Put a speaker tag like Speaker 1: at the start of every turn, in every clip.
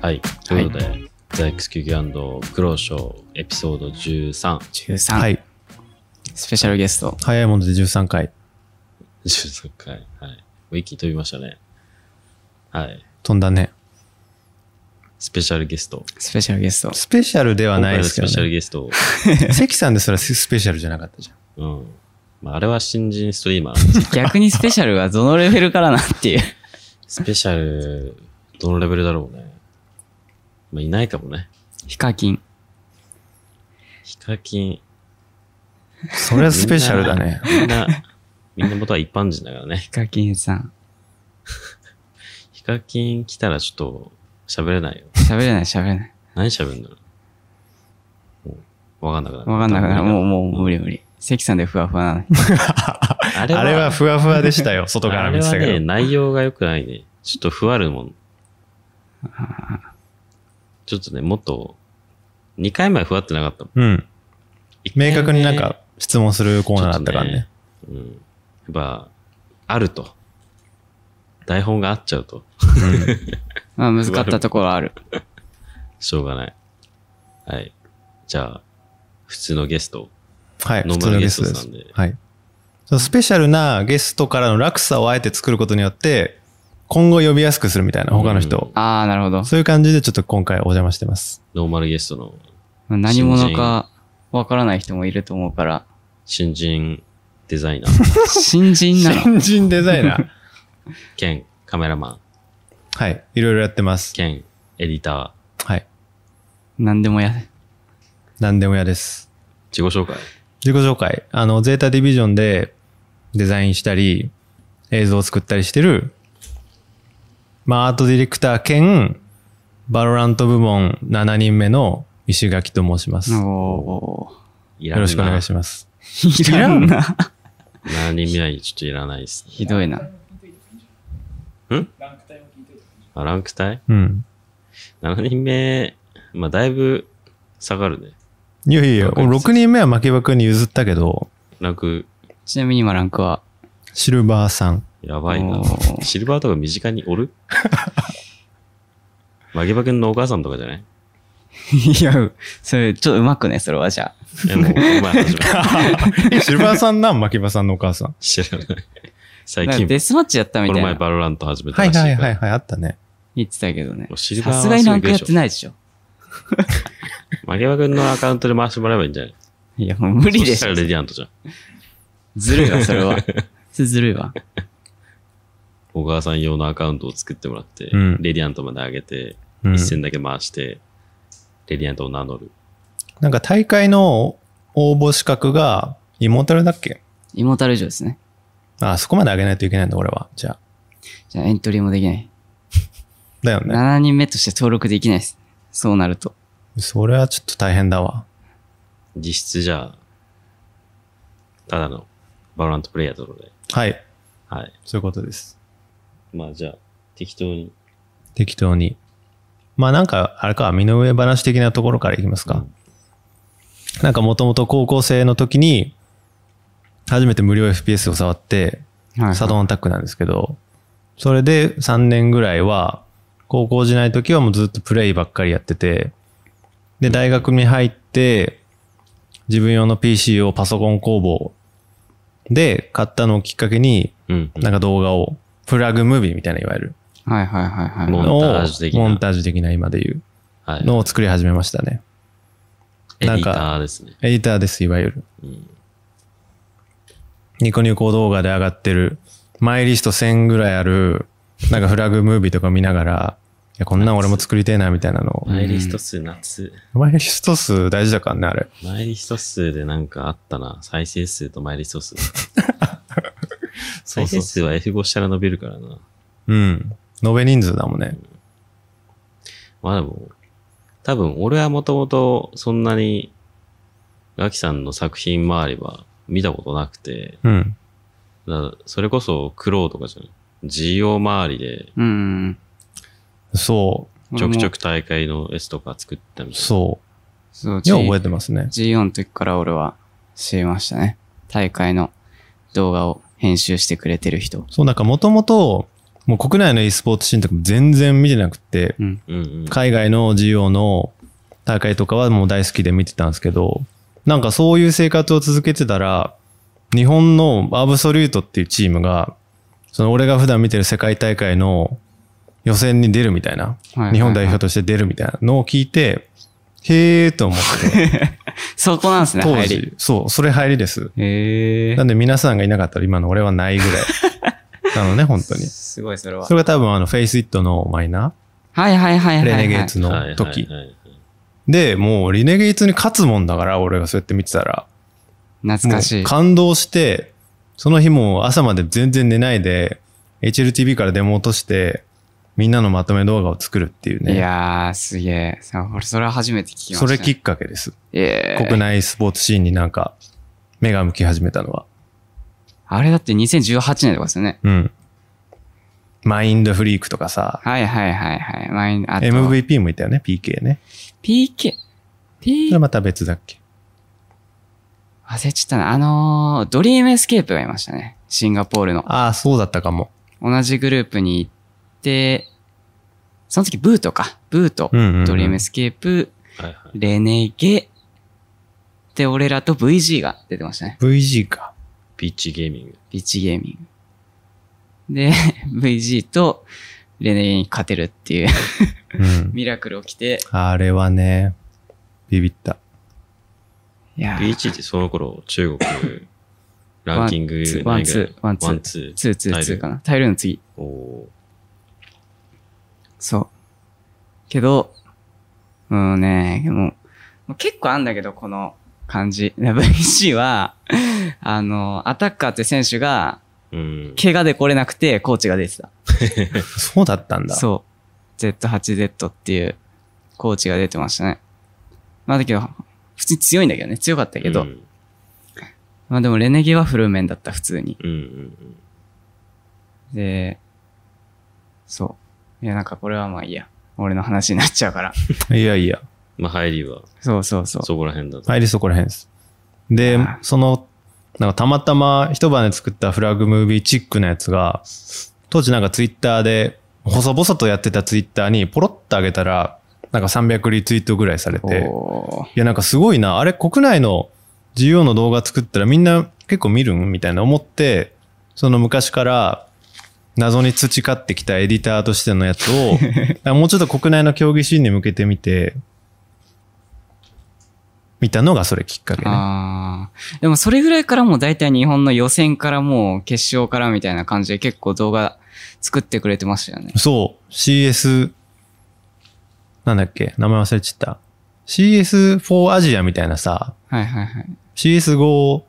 Speaker 1: はい。ということで、ザ・エクスキューギクローショーエピソード13。
Speaker 2: 13、
Speaker 3: はい。
Speaker 2: スペシャルゲスト。
Speaker 3: 早いもので13回
Speaker 1: 13回。はい。ウィキ飛びましたね。はい。
Speaker 3: 飛んだね。
Speaker 1: スペシャルゲスト。
Speaker 2: スペシャルゲスト。
Speaker 3: スペシャルでは
Speaker 1: 今
Speaker 3: な
Speaker 1: 回
Speaker 3: いで
Speaker 1: のス
Speaker 3: すけ
Speaker 1: ペ
Speaker 3: ど
Speaker 1: シャル
Speaker 3: ね。
Speaker 1: ゲス ト。
Speaker 3: 関さんですらスペシャルじゃなかったじゃん。
Speaker 1: うん。まあ、あれは新人ストリーマーなんですけど
Speaker 2: 逆にスペシャルはどのレベルからなっていう。
Speaker 1: スペシャル、どのレベルだろうね。まあ、いないかもね。
Speaker 2: ヒカキン。
Speaker 1: ヒカキン。
Speaker 3: それはスペシャルだね。
Speaker 1: みんな、みんな元は一般人だからね。
Speaker 2: ヒカキンさん。
Speaker 1: ヒカキン来たらちょっと喋れないよ。
Speaker 2: 喋れない喋れない。
Speaker 1: 何喋るんだろう。もうわかんなくなる。
Speaker 2: わかんなくなる。もう、もう無理無理。関さんでふわふわなのに。
Speaker 1: あれは、
Speaker 3: あれはふわふわでした よ、外から見てた
Speaker 1: あれは
Speaker 3: け
Speaker 1: ね、
Speaker 3: ど。
Speaker 1: 内容が良くないね。ちょっとふわるもん。ちょっとね、もっと、2回前ふわってなかったもん。
Speaker 3: うん。
Speaker 1: 一回
Speaker 3: 明
Speaker 1: 目
Speaker 3: 確になんか質問するコーナーだったからね。
Speaker 1: ちょっとねうん。やっぱ、あると。台本があっちゃうと、
Speaker 2: まあ難かったところある。
Speaker 1: しょうがない。はい。じゃあ、普通のゲスト。
Speaker 3: はい、
Speaker 1: ノー
Speaker 3: 普通
Speaker 1: マル
Speaker 3: の
Speaker 1: ゲ
Speaker 3: ゲ
Speaker 1: スト
Speaker 3: スト
Speaker 1: さ
Speaker 3: で。
Speaker 1: んです
Speaker 3: はい。そのスペシャルなゲストからの落差をあえて作ることによって、今後呼びやすくするみたいな、他の人を。
Speaker 2: ああ、なるほど。
Speaker 3: そういう感じでちょっと今回お邪魔してます。
Speaker 1: ノーマルゲストの
Speaker 2: 何者かわからない人もいると思うから。
Speaker 1: 新人デザイナー
Speaker 2: 新人なの。
Speaker 3: 新人デザイナー。
Speaker 1: 兼カメラマン
Speaker 3: はい。いろいろやってます。
Speaker 1: 兼エディタ
Speaker 3: はい。
Speaker 2: 何でもや。
Speaker 3: 何でも屋です。
Speaker 1: ー自己紹介
Speaker 3: 自己紹介。あの、ゼータディビジョンでデザインしたり、映像を作ったりしてる、まあ、アートディレクター兼、バロラント部門7人目の石垣と申します。よ
Speaker 2: おー。
Speaker 1: いらんな
Speaker 3: ろしくお願いします。
Speaker 2: いらんな。
Speaker 1: 何人目はちょっといらないです
Speaker 2: ひどいな。
Speaker 1: あランク帯
Speaker 3: うん。
Speaker 1: 7人目まあだいぶ下がるね
Speaker 3: いやいや、6人目は牧場君に譲ったけど、
Speaker 1: ランク
Speaker 2: ちなみに今ランクは、
Speaker 3: シルバーさ ん。
Speaker 1: やばいな
Speaker 2: おー
Speaker 1: シルバーとか身近にお るマゲバ君のお母さんとかじゃない
Speaker 2: いや、それ、ちょっとうまくね、それはじゃあ。
Speaker 1: え もうお前始め
Speaker 3: シルバーさんなん牧場さんのお母さん。
Speaker 1: 知らない最
Speaker 2: なんか
Speaker 1: 近
Speaker 2: デ
Speaker 1: こ
Speaker 2: スマッチやったみた
Speaker 1: の
Speaker 2: い
Speaker 1: 前
Speaker 2: な
Speaker 1: バロラント始めた
Speaker 3: は
Speaker 1: らし
Speaker 3: い
Speaker 1: いから
Speaker 3: はいはいはい、あったね。
Speaker 2: 言ってたけどね
Speaker 1: もう。シルバー
Speaker 2: さ
Speaker 1: は
Speaker 2: すがにランクやっ
Speaker 1: すご
Speaker 2: て
Speaker 1: いでしょ
Speaker 2: ないでしょ。
Speaker 1: マゲバ君のアカウントで回してもらえばいいんじゃない
Speaker 2: いや、もう無理で
Speaker 1: そし
Speaker 2: したょ
Speaker 1: ら。レディアントじゃん
Speaker 2: ずるいわ、それは。それずるいわ。
Speaker 1: 小川さん用のアカウントを作ってもらって、
Speaker 3: うん
Speaker 1: レディアントまで上げて、
Speaker 3: うん
Speaker 1: 一戦だけ回して、レディアントを名乗る。
Speaker 3: なんか大会の応募資格が、イモータルだっけ
Speaker 2: イモータル城ですね。
Speaker 3: あそこまで上げないといけないんだ、俺は。じゃあ。
Speaker 2: じゃあエントリーもできない。
Speaker 3: だよね。
Speaker 2: 7人目として登録できないです。そうなると。
Speaker 3: それはちょっと大変だわ。
Speaker 1: 実質じゃあ、ただのバロラントプレイヤーということで。
Speaker 3: はい。
Speaker 1: はい。
Speaker 3: そういうことです。
Speaker 1: まあじゃあ、適当に。
Speaker 3: 適当に。まあなんか、あれか、身の上話的なところからいきますか。
Speaker 1: うん
Speaker 3: なんかもともと高校生の時に、初めて無料 FPS を触って、
Speaker 2: はい
Speaker 3: サドンアタックなんですけど、それで3年ぐらいは、高校時代の時はもうずっとプレイばっかりやってて、で、大学に入って、自分用の PC をパソコン工房で買ったのをきっかけに、
Speaker 1: うん。
Speaker 3: なんか動画を、プラグムービーみたいな、いわゆる。
Speaker 2: はいはいはいはい。
Speaker 1: もモンタージュ的な
Speaker 3: モンタージュ的な今で言
Speaker 1: は
Speaker 3: う
Speaker 1: い。
Speaker 3: のを作り始めましたね。
Speaker 1: エデ
Speaker 3: なん
Speaker 1: ィタ
Speaker 3: か
Speaker 1: ーですね。
Speaker 3: エディターです、いわゆる。
Speaker 1: うん。
Speaker 3: ニコニコ動画で上がってる、マイリスト1000ぐらいある、なんかフラグムービーとか見ながら、いやこんなん俺も作りてえな、みたいなのを。
Speaker 1: マイリスト数夏。
Speaker 3: マイリスト数大事だからね、あれ。
Speaker 1: マイリスト数でなんかあったな。再生数とマイリスト 数。再生数は F5 したら伸びるからな。
Speaker 3: うん。延べ人数だもんね。
Speaker 1: まあでも、多分俺はもともとそんなに、ガキさんの作品周りは見たことなくて、
Speaker 3: うん。
Speaker 1: だそれこそクローとかじゃない。GO 周りで、
Speaker 2: うん。
Speaker 3: そ
Speaker 2: 俺
Speaker 1: ち
Speaker 2: も
Speaker 1: ょくちょく。大会の S とか作ったみ
Speaker 3: う、
Speaker 1: たい
Speaker 3: そう。
Speaker 2: そう、G-
Speaker 3: よう覚えてますね。
Speaker 2: G4 の時から俺は知りましたね。大会の動画を編集してくれてる人。
Speaker 3: そう、なんかもともと、もう国内の e スポーツシーンとかも全然見てなくて、
Speaker 2: うん。
Speaker 1: うんうん。
Speaker 3: 海外の GO の大会とかはもう大好きで見てたんですけど、なんかそういう生活を続けてたら、日本のアブソリュートっていうチームが、その俺が普段見てる世界大会の予選に出るみたいな、
Speaker 2: はい
Speaker 3: 日本代表として出るみたいなのを聞いて、へーと思って、
Speaker 2: そこなんですね、
Speaker 3: 当
Speaker 2: 入り。
Speaker 3: 時、そう、それ入りです。
Speaker 2: へえ
Speaker 3: なんで皆さんがいなかったら今の俺はないぐらい。 なのね、本当に。
Speaker 2: すごい、それは
Speaker 3: そ。れが多分あの、フェイスイットのマイナ
Speaker 2: はいはいはい
Speaker 3: ー、
Speaker 2: はい、は
Speaker 3: レ
Speaker 2: い。
Speaker 3: ネゲーツの
Speaker 1: はい
Speaker 3: 時。
Speaker 1: はいはいはい
Speaker 3: で、もうリネゲイツに勝つもんだから、俺がそうやって見てたら。
Speaker 2: 懐かし
Speaker 3: も。
Speaker 2: いう
Speaker 3: 感動して、その日も朝まで全然寝ないで、HLTV からデモ落として、みんなのまとめ動画を作るっていうね。
Speaker 2: いやー、すげえ。さ俺、それは初めて聞きました
Speaker 3: そ
Speaker 2: ね。
Speaker 3: れきっかけです。
Speaker 2: ええ
Speaker 3: 国内スポーツシーンになんか、目が向き始めたのは。
Speaker 2: あれだって2018年とかですよね。
Speaker 3: うん。マインドフリークとかさ、
Speaker 2: はいはいはいはい。マイン、あと、
Speaker 3: MVP もいたよね、PK ね。
Speaker 2: PK。
Speaker 3: そ
Speaker 2: P
Speaker 3: れ、また別だっけ
Speaker 2: 忘れちゃったな。あのー、ドリームエスケープがいましたね。シンガポールの。
Speaker 3: ああ、そうだったかも。
Speaker 2: 同じグループに行って、その時ブートか。ブート、
Speaker 3: うんうんうん
Speaker 2: ドリームエスケープ、
Speaker 1: はいはい。
Speaker 2: レネゲ、で、俺らと VG が出てましたね。
Speaker 3: VG か。
Speaker 1: ピッチゲーミング。
Speaker 2: ビーチゲーミング。で、VG とレネゲに勝てるっていう
Speaker 3: うん。
Speaker 2: ミラクル起きて、
Speaker 3: あれはね、ビビった。
Speaker 2: いやー、
Speaker 1: B1 ってその頃、中国、ランキング
Speaker 2: ワンツーワンツー
Speaker 1: ワンツー。
Speaker 2: ツーツーツーかな。タイルの次。
Speaker 1: おお
Speaker 2: そう。けど、うんね、もう、もう結構あんだけど、この感じ。VC は、 あの、アタッカーって選手が、
Speaker 1: ー。うん。
Speaker 2: 怪我で来れなくて、コーチが出てた。
Speaker 3: そうだったんだ。
Speaker 2: そう。Z8Z っていう、コーチが出てましたね。まあだけど、普通に強いんだけどね。強かったけど。
Speaker 1: うん
Speaker 2: まあでも、レネゲはフルメンだった、普通に。
Speaker 1: うんうん
Speaker 2: で、そう。いや、なんかこれはまあいいや。俺の話になっちゃうから。
Speaker 3: いやいや、
Speaker 1: まあ、入りは、
Speaker 2: そうそうそう。
Speaker 1: そこら辺だと。
Speaker 3: 入りそこら辺です。で
Speaker 2: あ、
Speaker 3: その、なんかたまたま一晩で作ったフラグムービーチックなやつが、当時なんかツイッターで、細々とやってたツイッターにポロッと上げたら、なんか300リツイートぐらいされて、
Speaker 2: おー
Speaker 3: いやなんかすごいな、あれ国内の GO の動画作ったらみんな結構見るんみたいな思って、その昔から謎に培ってきたエディターとしてのやつ を、だからもうちょっと国内の競技シーンに向けてみて、見たのがそれきっかけね。
Speaker 2: ああ。でもそれぐらいからもう大体日本の予選からもう決勝からみたいな感じで結構動画作ってくれてましたよね。
Speaker 3: そう、CS、なんだっけ、名前忘れちゃった。CS4 アジアみたいなさ、
Speaker 2: はいはいはい。
Speaker 3: CS54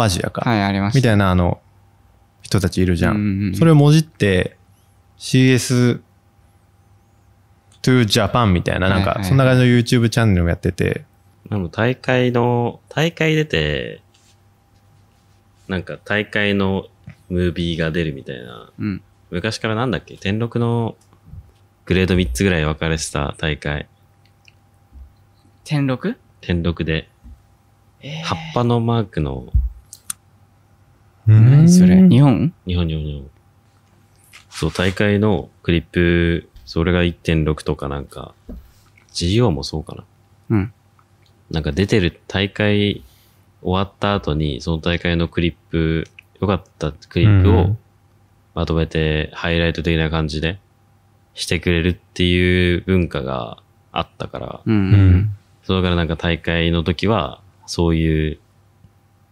Speaker 3: アジアか。
Speaker 2: はい、ありました。
Speaker 3: みたいなあの、人たちいるじゃ
Speaker 2: うんうんうんん。
Speaker 3: それをもじって、CS to Japan みたいな、な
Speaker 2: は
Speaker 3: ん
Speaker 2: いはい
Speaker 3: か、
Speaker 2: はい
Speaker 3: そんな感じの YouTube チャンネルをやってて、
Speaker 1: でも大会の、大会出て、なんか大会のムービーが出るみたいな、
Speaker 2: うん。
Speaker 1: 昔からなんだっけ天禄のグレード3つぐらい分かれてた大会。
Speaker 2: 天禄
Speaker 1: 天禄で、
Speaker 2: え
Speaker 1: 葉っぱのマークの、
Speaker 2: 何それ
Speaker 3: う。ん
Speaker 2: 日本
Speaker 1: 日本日本日本。そう、大会のクリップ、それが1.6とかなんか、GO もそうかな。
Speaker 2: うん。
Speaker 1: なんか出てる大会終わった後に、その大会のクリップ、良かったクリップ
Speaker 3: うんう
Speaker 1: を
Speaker 3: ん
Speaker 1: まとめてハイライト的な感じでしてくれるっていう文化があったから、
Speaker 2: うん。
Speaker 3: う
Speaker 2: うん
Speaker 3: ん。
Speaker 1: それからなんか大会の時は、そういう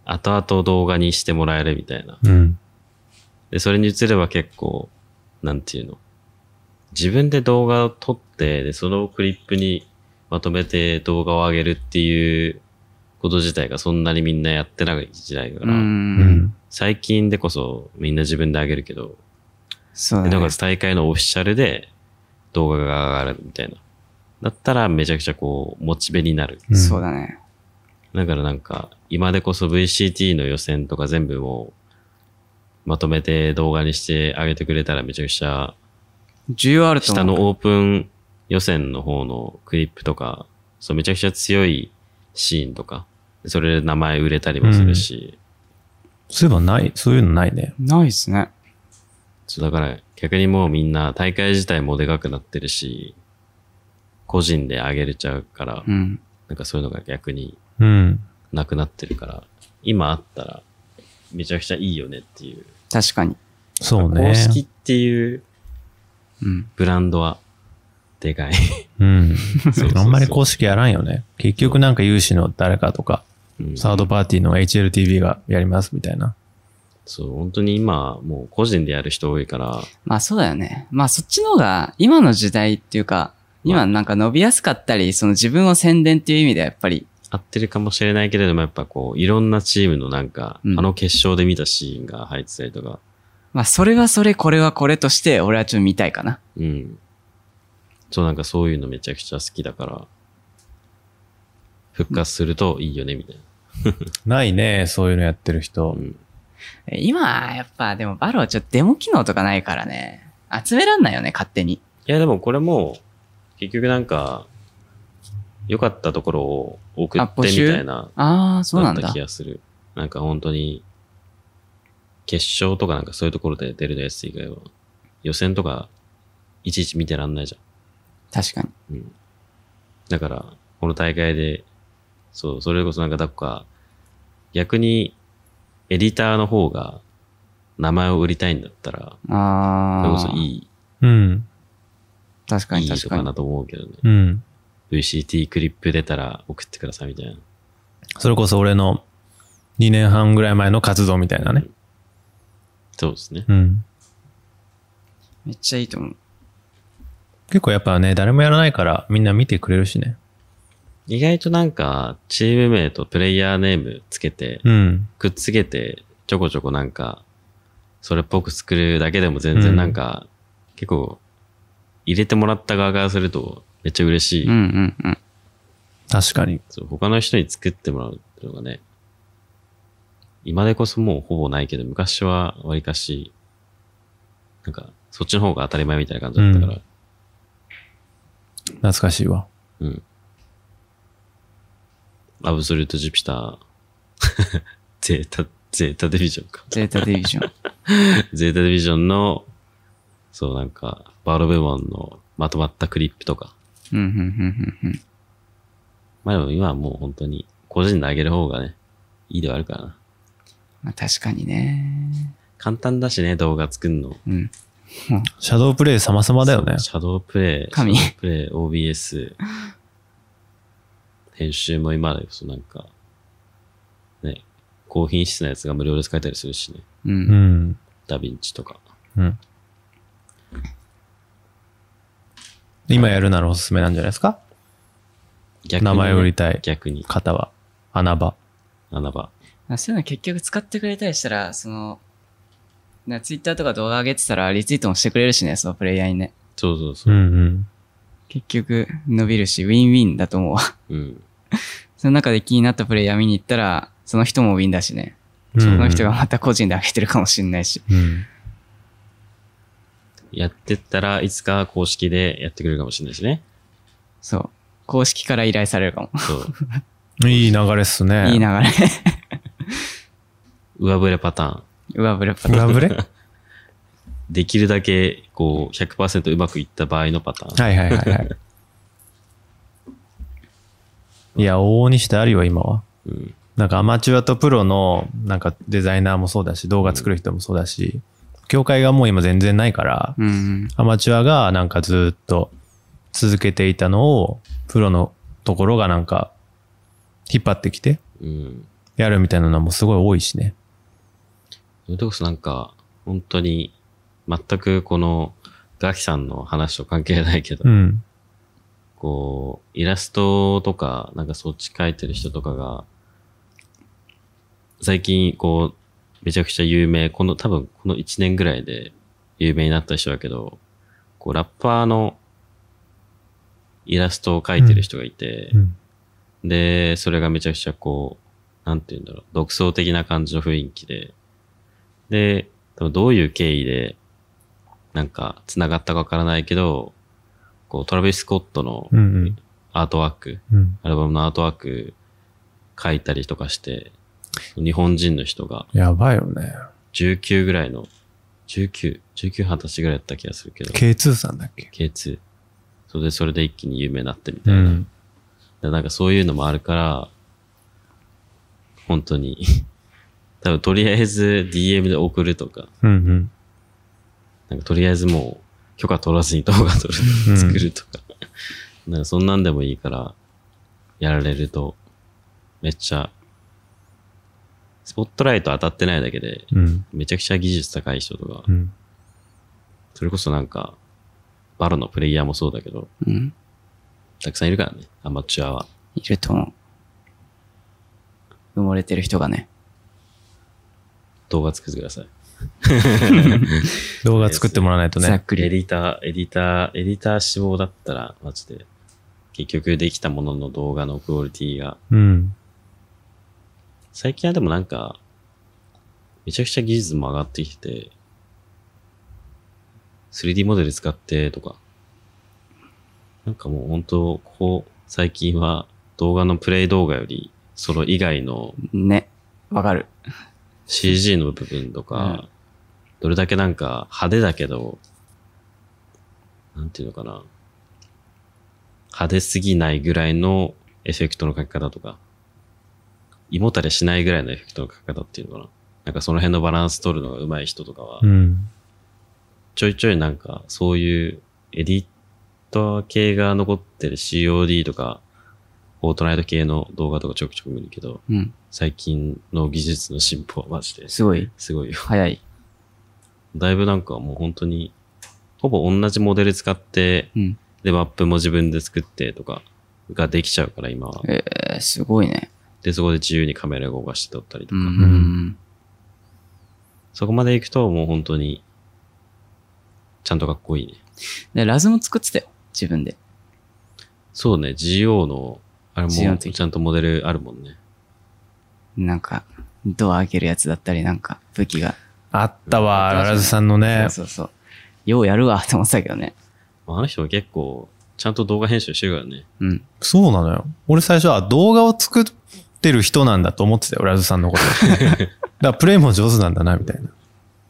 Speaker 1: 後々動画にしてもらえるみたいな。
Speaker 3: うん。
Speaker 1: で、それに移れば結構、なんていうの。自分で動画を撮って、で、そのクリップにまとめて動画を上げるっていうこと自体がそんなにみんなやってない時代だか
Speaker 2: う
Speaker 1: ら、
Speaker 2: ん。
Speaker 1: 最近でこそみんな自分で上げるけど、
Speaker 2: そう
Speaker 1: でな
Speaker 2: だ
Speaker 1: お
Speaker 2: ね
Speaker 1: か。つ大会のオフィシャルで動画が上がるみたいな。だったらめちゃくちゃこう、モチベになる。
Speaker 3: うん
Speaker 2: そうだね。
Speaker 1: だからなんか、今でこそ VCT の予選とか全部もう、まとめて動画にしてあげてくれたらめちゃくちゃ、
Speaker 2: 需要あると思
Speaker 1: 下
Speaker 2: う。
Speaker 1: のオープン予選の方のクリップとか、そうめちゃくちゃ強いシーンとか、それで名前売れたりもするし、
Speaker 3: そういえばない、そういうのないね。
Speaker 2: ないですね。
Speaker 1: そうだから逆にもうみんな大会自体もでかくなってるし、個人で上げれちゃうから、
Speaker 2: うん。
Speaker 1: なんかそういうのが逆に
Speaker 3: うん。
Speaker 1: なくなってるから、今あったらめちゃくちゃいいよねっていう。
Speaker 2: 確かに。
Speaker 3: そうね
Speaker 1: 公。式っていう
Speaker 2: うん。
Speaker 1: ブランドはでかい。
Speaker 3: うん。
Speaker 1: そうそう
Speaker 3: あんまり公式やらんよね。結局なんか有志の誰かとか、
Speaker 1: うん
Speaker 3: サードパーティーの HLTV がやりますみたいな。
Speaker 1: そう、本当に今もう個人でやる人多いから、
Speaker 2: まあそうだよね。まあそっちの方が今の時代っていうか、今なんか伸びやすかったり、その自分を宣伝っていう意味ではやっぱり、
Speaker 1: 合ってるかもしれないけれども、やっぱこう、いろんなチームのなんか、
Speaker 2: うん
Speaker 1: あの決勝で見たシーンが入ってたりとか、
Speaker 2: まあそれはそれ、これはこれとして、俺はちょっと見たいかな。
Speaker 1: うん。そう、なんかそういうのめちゃくちゃ好きだから、復活するといいよね、みたいな。
Speaker 3: ないね、そういうのやってる人
Speaker 1: う。ん。
Speaker 2: え今、やっぱでもバロはちょっとデモ機能とかないからね。集めらんないよね、勝手に。
Speaker 1: いや、でもこれも、結局なんか、良かったところを送って
Speaker 2: あ募
Speaker 1: み
Speaker 2: 集
Speaker 1: たいな、
Speaker 2: ああ、そうなん
Speaker 1: だっ
Speaker 2: だ
Speaker 1: た気。がする。なんか本当に、決勝とかなんかそういうところで出るやつ以外は、予選とか、いちいち見てらんないじゃん。
Speaker 2: 確かに。
Speaker 1: うん。だから、この大会で、そう、それこそなんかだっか、逆に、エディターの方が、名前を売りたいんだったら、それ
Speaker 2: あ
Speaker 1: こそ
Speaker 2: あ、
Speaker 1: いい、
Speaker 3: うん。
Speaker 2: 確か
Speaker 1: い
Speaker 2: に
Speaker 1: いと
Speaker 2: 確か
Speaker 1: か
Speaker 2: に
Speaker 1: な。と思うけどね。
Speaker 3: うん。
Speaker 1: VCT クリップ出たら送ってくださいみたいな。
Speaker 3: それこそ俺の2年半ぐらい前の活動みたいなね。
Speaker 1: そうですね。
Speaker 3: うん。
Speaker 2: めっちゃいいと思う。
Speaker 3: 結構やっぱね、誰もやらないからみんな見てくれるしね。
Speaker 1: 意外となんか、チーム名とプレイヤーネームつけて、
Speaker 3: うん。
Speaker 1: くっつけて、ちょこちょこなんか、それっぽく作るだけでも全然なんか、結構、入れてもらった側からすると、めっちゃ嬉しい。
Speaker 2: うんうんうん。
Speaker 3: 確かに。
Speaker 1: そう他の人に作ってもらうっていうのがね、今でこそもうほぼないけど、昔はわりかし、なんか、そっちの方が当たり前みたいな感じだったから、
Speaker 3: 懐かしいわ。
Speaker 1: うん。アブソリュートジュピター、 ゼータ、ゼータディビジョンか。
Speaker 2: ゼータディビジョン。
Speaker 1: ゼータディビジョンの、そうなんか、バール部門のまとまったクリップとか。
Speaker 2: うんうんうんうんうん。
Speaker 1: まあでも今はもう本当に、個人で上げる方がね、いいではあるからな。
Speaker 2: まあ確かにね。
Speaker 1: 簡単だしね、動画作るの。
Speaker 2: うん。
Speaker 3: シャドープレイ様々だよね。
Speaker 1: シャドープレイ、
Speaker 2: 神
Speaker 1: シャドープレイ、OBS、編集も今でこそなんか、ね、高品質なやつが無料で使えたりするしね。
Speaker 2: う。
Speaker 3: うんん。
Speaker 1: ダヴィンチとか。
Speaker 3: うん。今やるならおすすめなんじゃないですか
Speaker 1: 逆
Speaker 3: 名前を売りたい
Speaker 1: 逆に。
Speaker 3: 方は。穴場。
Speaker 1: 穴場。
Speaker 2: そういうの結局使ってくれたりしたら、その、なツイッターとか動画上げてたらリツイートもしてくれるしね、そのプレイヤーにね。
Speaker 1: そうそうそうう。
Speaker 3: んうん。
Speaker 2: 結局伸びるし、ウィンウィンだと思うわ。
Speaker 1: うん。
Speaker 2: その中で気になったプレイヤー見に行ったら、その人もウィンだしね。その人がまた個人で上げてるかもしんないし。
Speaker 3: うん。
Speaker 1: やってったらいつか公式でやってくれるかもしれないしね。
Speaker 2: そう。公式から依頼されるか も。
Speaker 1: そう。
Speaker 3: いい流れっすね。
Speaker 2: いい流れ。
Speaker 1: 上振れパターン。
Speaker 2: 上振れパターン。
Speaker 3: ラブレはい
Speaker 1: できるだけ、こう、100%うまくいった場合のパターン。
Speaker 3: はいはいはい。いや、往々にしてあるよ、今は。
Speaker 1: うん。
Speaker 3: なんかアマチュアとプロの、なんかデザイナーもそうだし、動画作る人もそうだし、業界がもう今全然ないから、
Speaker 2: うん。
Speaker 3: アマチュアがなんかずっと続けていたのを、プロのところがなんか、引っ張ってきて、
Speaker 1: うん。
Speaker 3: やるみたいなのもすごい多いしね。
Speaker 1: それこそなんか、本当に、全くこの、ガキさんの話と関係ないけど、
Speaker 3: うん。
Speaker 1: こう、イラストとか、なんかそっち描いてる人とかが、最近、こう、めちゃくちゃ有名、この、多分この1年ぐらいで有名になった人だけど、こう、ラッパーのイラストを描いてる人がいて、
Speaker 3: うん。
Speaker 1: で、それがめちゃくちゃこう、なんて言うんだろう、独創的な感じの雰囲気で、で、多分どういう経緯で、なんか、繋がったかわからないけど、こう、トラビス・スコットの
Speaker 3: うんうん。
Speaker 1: アートワーク、
Speaker 3: うん。
Speaker 1: アルバムのアートワーク書いたりとかして、日本人の人が
Speaker 3: やばいよね。
Speaker 1: 19ぐらいの19、19、20歳ぐらいだった気がするけど、
Speaker 3: K2 さんだっけ
Speaker 1: K2。それで、それで一気に有名になってみた
Speaker 3: う
Speaker 1: いな。
Speaker 3: ん。
Speaker 1: でなんかそういうのもあるから、本当に、 多分とりあえず DM で送るとか、
Speaker 3: うんうん。
Speaker 1: なんかとりあえずもう許可取らずに動画撮る、
Speaker 3: うん
Speaker 1: 作るとか、なんかそんなんでもいいから、やられると、めっちゃ、スポットライト当たってないだけで、
Speaker 3: うん。
Speaker 1: めちゃくちゃ技術高い人とか
Speaker 3: う、ん。
Speaker 1: それこそなんか、バロのプレイヤーもそうだけど、
Speaker 2: うん。
Speaker 1: たくさんいるからね、アマチュアは。
Speaker 2: いると思う。埋もれてる人がね。
Speaker 1: 動画作ってください。
Speaker 3: 動画作ってもらわないと
Speaker 2: ざ
Speaker 3: ね
Speaker 2: っ。く
Speaker 1: エ
Speaker 2: り。
Speaker 1: ディター、エディター、エディター志望だったら、マジで、結局できたものの動画のクオリティが、
Speaker 3: うん。
Speaker 1: 最近はでもなんか、めちゃくちゃ技術も上がってきてて、3D モデル使ってとか、なんかもう本当、ここ最近は動画のプレイ動画より、その以外の
Speaker 2: ね。わかる。
Speaker 1: CG の部分とか、どれだけなんか派手だけど、なんていうのかな。派手すぎないぐらいのエフェクトの書き方とか、胃もたれしないぐらいのエフェクトの書き方っていうのかな。なんかその辺のバランス取るのが上手い人とかは
Speaker 3: う、ん。
Speaker 1: ちょいちょいなんかそういうエディター系が残ってる COD とか、フォートナイト系の動画とかちょくちょく見るけど、
Speaker 2: うん。
Speaker 1: 最近の技術の進歩はマジです
Speaker 2: ごい。
Speaker 1: すごいよ。
Speaker 2: 早い。
Speaker 1: だいぶなんかもう本当に、ほぼ同じモデル使って、
Speaker 2: うん。
Speaker 1: で、マップも自分で作ってとかができちゃうから今は。
Speaker 2: えー、すごいね。
Speaker 1: で、そこで自由にカメラ動かして撮ったりと
Speaker 2: う
Speaker 1: か。
Speaker 2: ん。
Speaker 1: そこまで行くともう本当に、ちゃんとかっこいいね。
Speaker 2: で、ラズも作ってたよ。自分で。
Speaker 1: そうね、GO の、あれ
Speaker 2: GO
Speaker 1: も
Speaker 2: の時
Speaker 1: ちゃんとモデルあるもんね。
Speaker 2: なんか、ドア開けるやつだったり、なんか、武器が。
Speaker 3: あったわ、ララズさんのね。
Speaker 2: そうそうそう。ようやるわ、 と思ってたけどね。
Speaker 1: まああの人も結構、ちゃんと動画編集してるからね。
Speaker 2: うん。
Speaker 3: そうなのよ。俺最初は動画を作ってる人なんだと思ってたよ、ラズさんのこと。 だからプレイも上手なんだな、みたいな。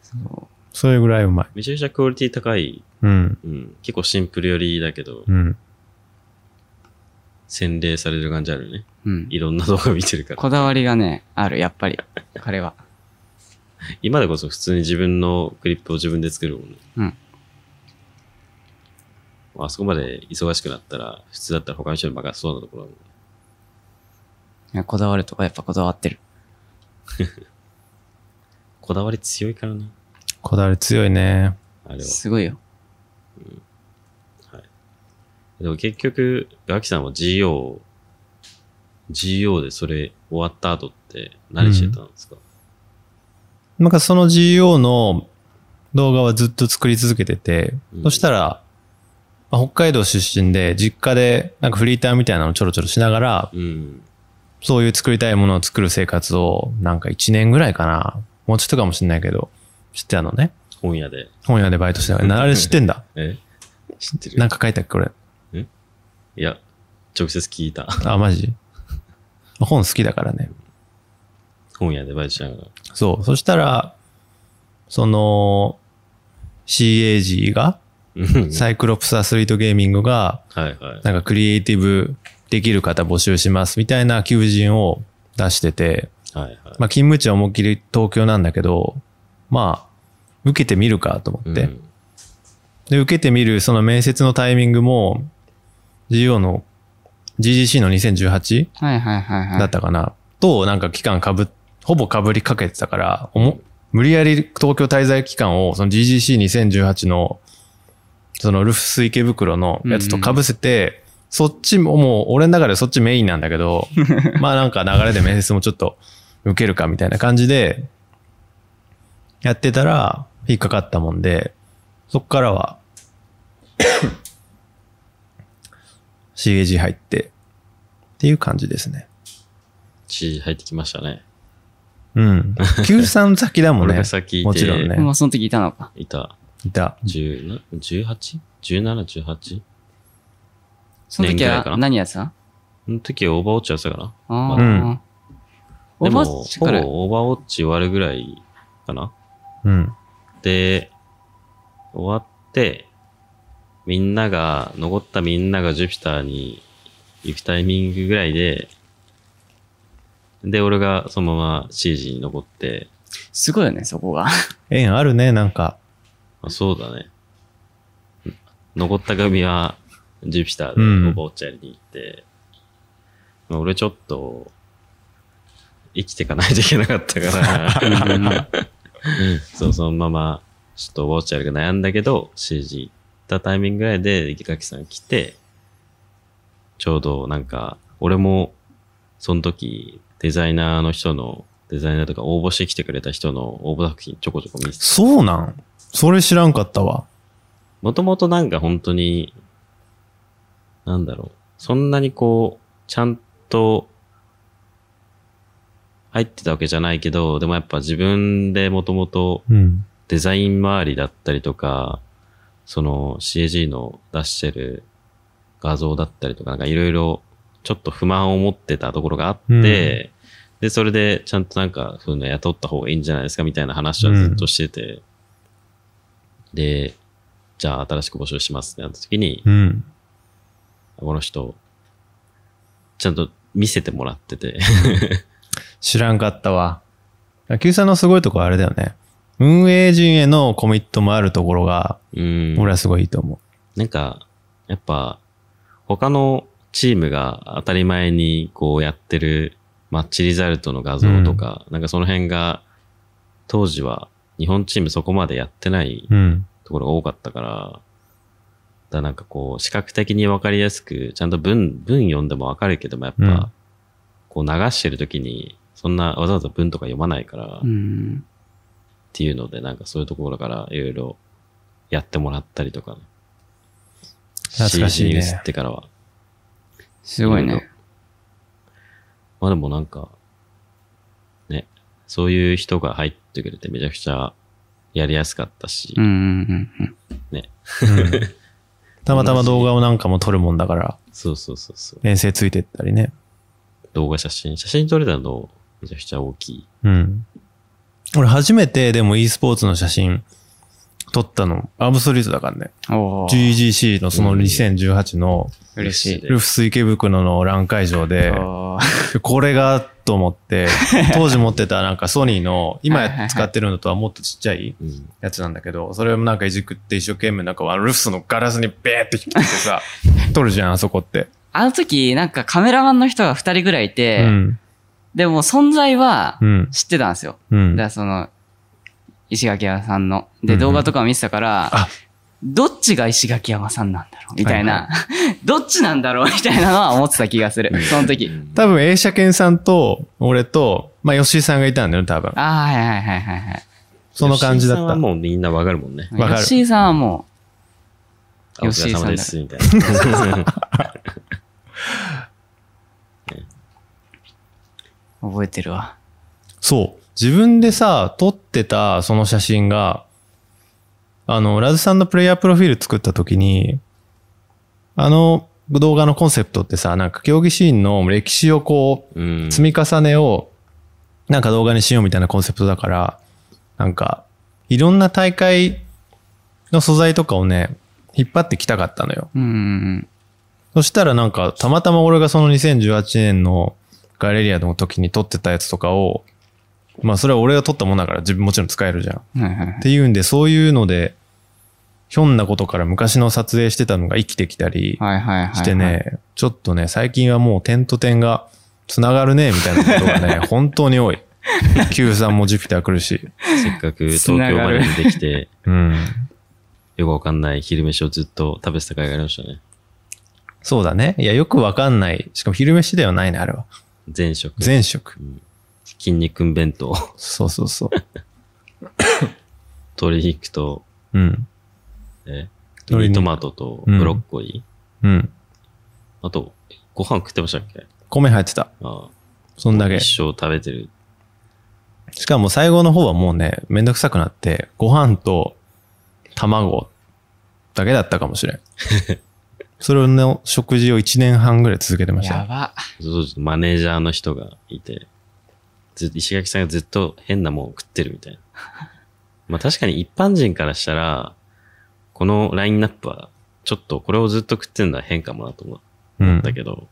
Speaker 2: そう。
Speaker 3: それぐらいうまい。
Speaker 1: めちゃくちゃクオリティ高い。
Speaker 3: うん。
Speaker 1: うん。結構シンプルよりだけど、
Speaker 3: うん。
Speaker 1: 洗礼される感じあるよね。
Speaker 2: うん。
Speaker 1: いろんな動画見てるから。
Speaker 2: こだわりがね、ある、やっぱり。彼は。
Speaker 1: 今でこそ普通に自分のクリップを自分で作るもんね。
Speaker 2: うん。
Speaker 1: あそこまで忙しくなったら、普通だったら他の人に任せそうなところだもんね。
Speaker 2: いやこだわるとこやっぱこだわってる。
Speaker 1: こだわり強いからな。
Speaker 3: こだわり強いね。
Speaker 1: あれは。
Speaker 2: すごいよ。
Speaker 1: でも結局、ガキさんは GO、GO でそれ終わった後って何してたんですか、
Speaker 3: なんかその GO の動画はずっと作り続けてて、
Speaker 1: うん
Speaker 3: そしたら、まあ北海道出身で、実家でなんかフリーターみたいなのちょろちょろしながら、
Speaker 1: うん、
Speaker 3: そういう作りたいものを作る生活を、なんか1年ぐらいかな。もうちょっとかもしれないけど、知ってたのね。
Speaker 1: 本屋で。
Speaker 3: 本屋でバイトしながら。なあれ知ってんだ。
Speaker 1: え知ってる
Speaker 3: なんか書いたっけ、これ。
Speaker 1: いや、直接聞いた。
Speaker 3: あ、マジ本好きだからね。
Speaker 1: 本屋でバイトしながら。
Speaker 3: そう。そしたら、その、CAG が、
Speaker 1: うん
Speaker 3: サイクロプスアスリートゲーミングが、
Speaker 1: はいはい。
Speaker 3: なんかクリエイティブできる方募集しますみたいな求人を出してて、
Speaker 1: はいはい。
Speaker 3: まあ勤務地は思いっきり東京なんだけど、まあ、受けてみるかと思って。
Speaker 1: うん
Speaker 3: で、受けてみるその面接のタイミングも、GO の GGC の 2018?
Speaker 2: はいはいはいはい。
Speaker 3: だったかな、と、なんか期間かぶ、ほぼかぶりかけてたから、おも無理やり東京滞在期間を、その GGC2018 の、そのルフス池袋のやつとかぶせて、そっちも、もう俺の中でそっちメインなんだけ ど、まあなんか流れで面接もちょっと受けるかみたいな感じで、やってたら、引っかかったもんで、そっか らは、CAG 入って、っていう感じですね。
Speaker 1: 血入ってきましたね。
Speaker 3: うん。 九三先だもん
Speaker 1: 俺
Speaker 3: ね。
Speaker 1: が先いて
Speaker 3: もちろんね
Speaker 2: ま。あその時いたのか。
Speaker 1: いた。
Speaker 3: いた。
Speaker 1: 10な 18?17、18?
Speaker 2: その時
Speaker 1: 年ぐらいかな
Speaker 2: は何やってたの
Speaker 1: その時はオーバーウォッチやってたかな
Speaker 2: ああ。
Speaker 3: うん
Speaker 2: お
Speaker 1: でも
Speaker 2: ばあちゃんから
Speaker 1: ほぼオーバーウォッチ終わるぐらいかな
Speaker 3: うん。
Speaker 1: って、終わって、みんなが、残ったみんながジュピターに行くタイミングぐらいで、で、俺がそのまま CG に残って、
Speaker 2: すごいよね、そこが。
Speaker 3: 縁あるね、なんか。
Speaker 1: あそうだね。残った組は、ジュピタ
Speaker 3: う
Speaker 1: ー
Speaker 3: ん
Speaker 1: でおばおちゃんに行って、まあ、俺ちょっと、生きていかないといけなかったから、そう、そのまま、ちょっとウォッチャーが悩んだけど、CG 行ったタイミングぐらいで、池垣さん来て、ちょうどなんか、俺も、その時、デザイナーの人の、デザイナーとか応募してきてくれた人の応募作品ちょこちょこ見せて、
Speaker 3: そうなんそれ知らんかったわ。
Speaker 1: もともとなんか本当に、なんだろう、そんなにこう、ちゃんと、入ってたわけじゃないけど、でもやっぱ自分でもともと
Speaker 3: うん。
Speaker 1: デザイン周りだったりとか、その CAG の出してる画像だったりとか、なんかいろいろちょっと不満を持ってたところがあって、
Speaker 3: うん
Speaker 1: で、それでちゃんとなんかそういうの雇った方がいいんじゃないですかみたいな話はずっとしてて、で、じゃあ新しく募集しますってなった時に、
Speaker 3: うん。
Speaker 1: この人、ちゃんと見せてもらってて、
Speaker 3: 知らんかったわ。Q さんのすごいとこはあれだよね。運営陣へのコミットもあるところが、
Speaker 1: うん。
Speaker 3: 俺はすごいいいと思。
Speaker 1: なんか、やっぱ、他のチームが当たり前にこうやってるマッチリザルトの画像とか、なんかその辺が、当時は日本チームそこまでやってないう
Speaker 3: うん。
Speaker 1: ところが多かったから、だからなんかこう、視覚的にわかりやすく、ちゃんと文、文読んでもわかるけども、やっぱ、
Speaker 3: うん
Speaker 1: こう流してる時に、そんなわざわざ文とか読まないから、
Speaker 2: うん。
Speaker 1: っていうので、なんかそういうところからいろいろやってもらったりとか、ね、
Speaker 3: 懐かしい
Speaker 1: CG
Speaker 3: ね
Speaker 1: に移ってからは。
Speaker 2: すごい
Speaker 1: なる
Speaker 2: ね。
Speaker 1: まあでもなんか、ね、そういう人が入ってくれてめちゃくちゃやりやすかったし、
Speaker 2: うんうんうんうん。
Speaker 1: ね。
Speaker 3: たまたま動画をなんかも撮るもんだから、
Speaker 1: そうそうそうそう。
Speaker 3: 遠征ついてったりね。
Speaker 1: 動画写真、写真撮れたのめちゃくちゃ大きい。
Speaker 3: うん。俺初めてでも e スポーツの写真撮ったの、アブソリュートだからね。
Speaker 2: おー
Speaker 3: GGC のその2018の
Speaker 2: 嬉しい。
Speaker 3: ルフス池袋の欄会場で、
Speaker 2: おー
Speaker 3: これがと思 って、当時持ってたなんかソニーの、
Speaker 2: はいはいは
Speaker 3: 今
Speaker 2: い
Speaker 3: 使ってるのとはもっとちっちゃい
Speaker 1: うん。
Speaker 3: やつなんだけど、それもなんかいじくって一生懸命なんかあのルフスのガラスにベーって引っ張って さ、撮るじゃん、あそこって。
Speaker 2: あの時、なんかカメラマンの人が二人ぐらいいうて、
Speaker 3: ん。
Speaker 2: でも存在は
Speaker 3: うん。
Speaker 2: 知ってたんですよ。
Speaker 3: う
Speaker 2: だ
Speaker 3: ん
Speaker 2: か。らその、石垣山さんの。で、
Speaker 3: うん
Speaker 2: 動画とかも見てたから、
Speaker 3: あ
Speaker 2: どっちが石垣山さんなんだろうみたいな、 どっちなんだろうみたいなのは思ってた気がする。その時。
Speaker 3: 多分、映写研さんと、俺と、まあ、吉井さんがいたんだよね、多分。
Speaker 2: ああ、はいはいはいはいはい。
Speaker 3: その感じだ
Speaker 1: 吉井さん
Speaker 3: っ
Speaker 1: は
Speaker 3: た。
Speaker 1: もうみんなわかるもんね。
Speaker 3: わかる
Speaker 2: 吉井さんはも
Speaker 1: あお疲
Speaker 2: 吉
Speaker 1: れ
Speaker 2: 井さん
Speaker 1: 様
Speaker 2: だ
Speaker 1: です、みたいな。
Speaker 2: う覚えてるわ。
Speaker 3: そう。自分でさ、撮ってたその写真が、あの、ラズさんのプレイヤープロフィール作った時に、あの動画のコンセプトってさ、なんか競技シーンの歴史をこ
Speaker 1: う
Speaker 3: う、
Speaker 1: ん。
Speaker 3: 積み重ねを、なんか動画にしようみたいなコンセプトだから、なんか、いろんな大会の素材とかをね、引っ張ってきたかったのよ。
Speaker 2: うんうん
Speaker 3: そしたらなんか、たまたま俺がその2018年のガレリアの時に撮ってたやつとかを、まあそれは俺が撮ったもんだから自分もちろん使えるじゃん。っ
Speaker 2: うん。はいはいはい
Speaker 3: ていうんで、そういうので、ひょんなことから昔の撮影してたのが生きてきたり
Speaker 2: はいはいはいはい。
Speaker 3: してね、。ちょっとね、最近はもう点と点が繋がるね、みたいなこと がね、本当に多い。Q さんもジュピター来るし。
Speaker 1: せっかく東京まで出てきて、
Speaker 3: うん。
Speaker 1: よくわかんない昼飯をずっと食べてた回がありましたね。
Speaker 3: そうだね。いや、よくわかんない。しかも昼飯ではないね、あれは。
Speaker 1: 前職。
Speaker 3: 前職。
Speaker 1: 筋肉ん弁当。
Speaker 3: そうそうそう。
Speaker 1: 鶏肉と、
Speaker 3: うん。
Speaker 1: えミ
Speaker 3: 鶏肉
Speaker 1: ニトマトと
Speaker 3: うん
Speaker 1: ブロッコリー。
Speaker 3: うん。
Speaker 1: あと、ご飯食ってましたっけ
Speaker 3: 米入ってた。
Speaker 1: あ
Speaker 3: そんだ
Speaker 1: あ
Speaker 3: け。
Speaker 1: 一
Speaker 3: し
Speaker 1: 生食べてる。
Speaker 3: かも最後の方はもうね、めんどくさくなって、ご飯と卵だけだったかもしれん。それの食事を1年半ぐらい続けてました
Speaker 2: や
Speaker 3: よ。
Speaker 2: ば。
Speaker 1: そうそうマネージャーの人がいて、ずっと石垣さんがずっと変なもん食ってるみたいな。 まあ確かに一般人からしたら、このラインナップは、ちょっとこれをずっと食ってるのは変かもなと思
Speaker 3: うん
Speaker 1: っ。たけど、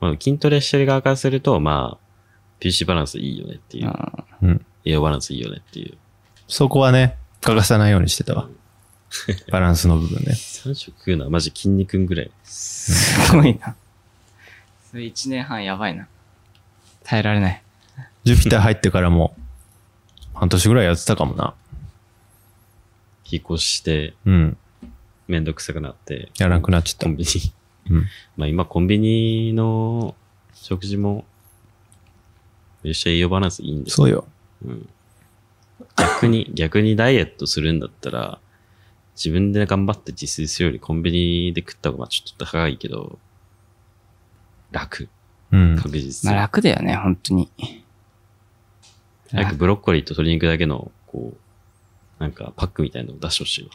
Speaker 1: まあ筋トレしてる側からすると、まあ、PC バランスいいよねっていう、
Speaker 2: あ
Speaker 3: うん。
Speaker 1: 栄養バランスいいよねっていう。
Speaker 3: そこはね、欠かさないようにしてたわ。バランスの部分ね。
Speaker 1: 3食食うのはマジ筋肉ぐらい。
Speaker 2: ーすごいな。それ1年半やばいな。耐えられない。
Speaker 3: ジュピター入ってからも、半年ぐらいやってたかもな。
Speaker 1: 引っ越して、
Speaker 3: うん。
Speaker 1: めんどくさくなって、
Speaker 3: やらなくなっちゃ
Speaker 1: コ
Speaker 3: っ
Speaker 1: ンビニ。
Speaker 3: た。うん。
Speaker 1: まあ今コンビニの食事も、めっちゃ栄養バランスいいんです
Speaker 3: そうよ。
Speaker 1: うん逆に、逆にダイエットするんだったら、自分で頑張って自炊するよりコンビニで食った方がちょっと高いけど、楽。
Speaker 3: うん。
Speaker 1: 確実
Speaker 2: まあ
Speaker 1: に。
Speaker 2: 楽だよね、本当に。
Speaker 1: 早くブロッコリーと鶏肉だけの、こう、なんかパックみたいなのを出してほしいわ。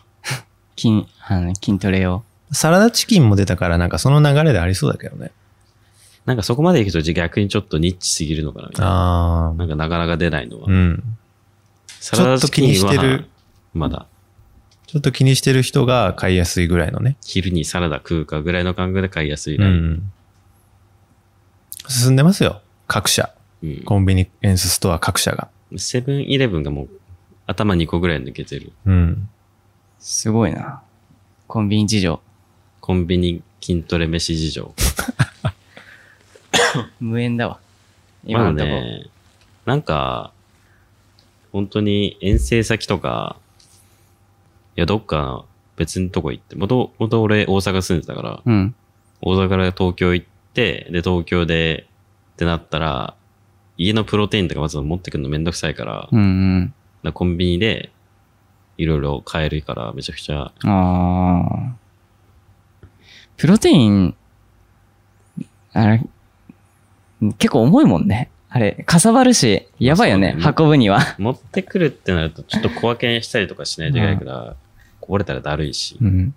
Speaker 2: 筋、あの、筋トレを。
Speaker 3: サラダチキンも出たから、なんかその流れでありそうだけどね。
Speaker 1: なんかそこまで行くと逆にちょっとニッチすぎるのかなみたいな。
Speaker 3: あ
Speaker 1: な
Speaker 3: あ。
Speaker 1: んかなかなか出ないのは。
Speaker 3: うん。
Speaker 1: サラダチキンは
Speaker 3: ちょっと気にしてる
Speaker 1: まだ、
Speaker 3: ちょっと気にしてる人が買いやすいぐらいのね。
Speaker 1: 昼にサラダ食うかぐらいの感覚で買いやすいぐ
Speaker 3: う
Speaker 1: らい。
Speaker 3: ん。進んでますよ。各
Speaker 1: う
Speaker 3: 社。
Speaker 1: ん
Speaker 3: コンビニエンスストア各社が。
Speaker 1: セブンイレブンがもう頭2個ぐらい抜けてる。
Speaker 3: うん。
Speaker 2: すごいな。コンビニ事情。
Speaker 1: コンビニ筋トレ飯事情。
Speaker 2: 無縁だわ。
Speaker 1: ま
Speaker 2: 今
Speaker 1: あ
Speaker 2: のとこ。
Speaker 1: ね、なんか、本当に遠征先とか、いや、どっか別のとこ行って、もともと俺大阪住んでたから、
Speaker 2: うん。
Speaker 1: 大阪から東京行って、で、東京でってなったら、家のプロテインとかまず持ってくるのめんどくさいから、だか
Speaker 2: うんうん。
Speaker 1: らコンビニでいろいろ買えるからめちゃくちゃ、
Speaker 2: ああ。プロテイン、あれ、結構重いもんね。あれ、かさばるし、やばいよね、
Speaker 1: そうね
Speaker 2: 運ぶには。
Speaker 1: 持ってくるってなるとちょっと小分けにしたりとかしないといけないから、こぼれたらだるいし、
Speaker 2: うん。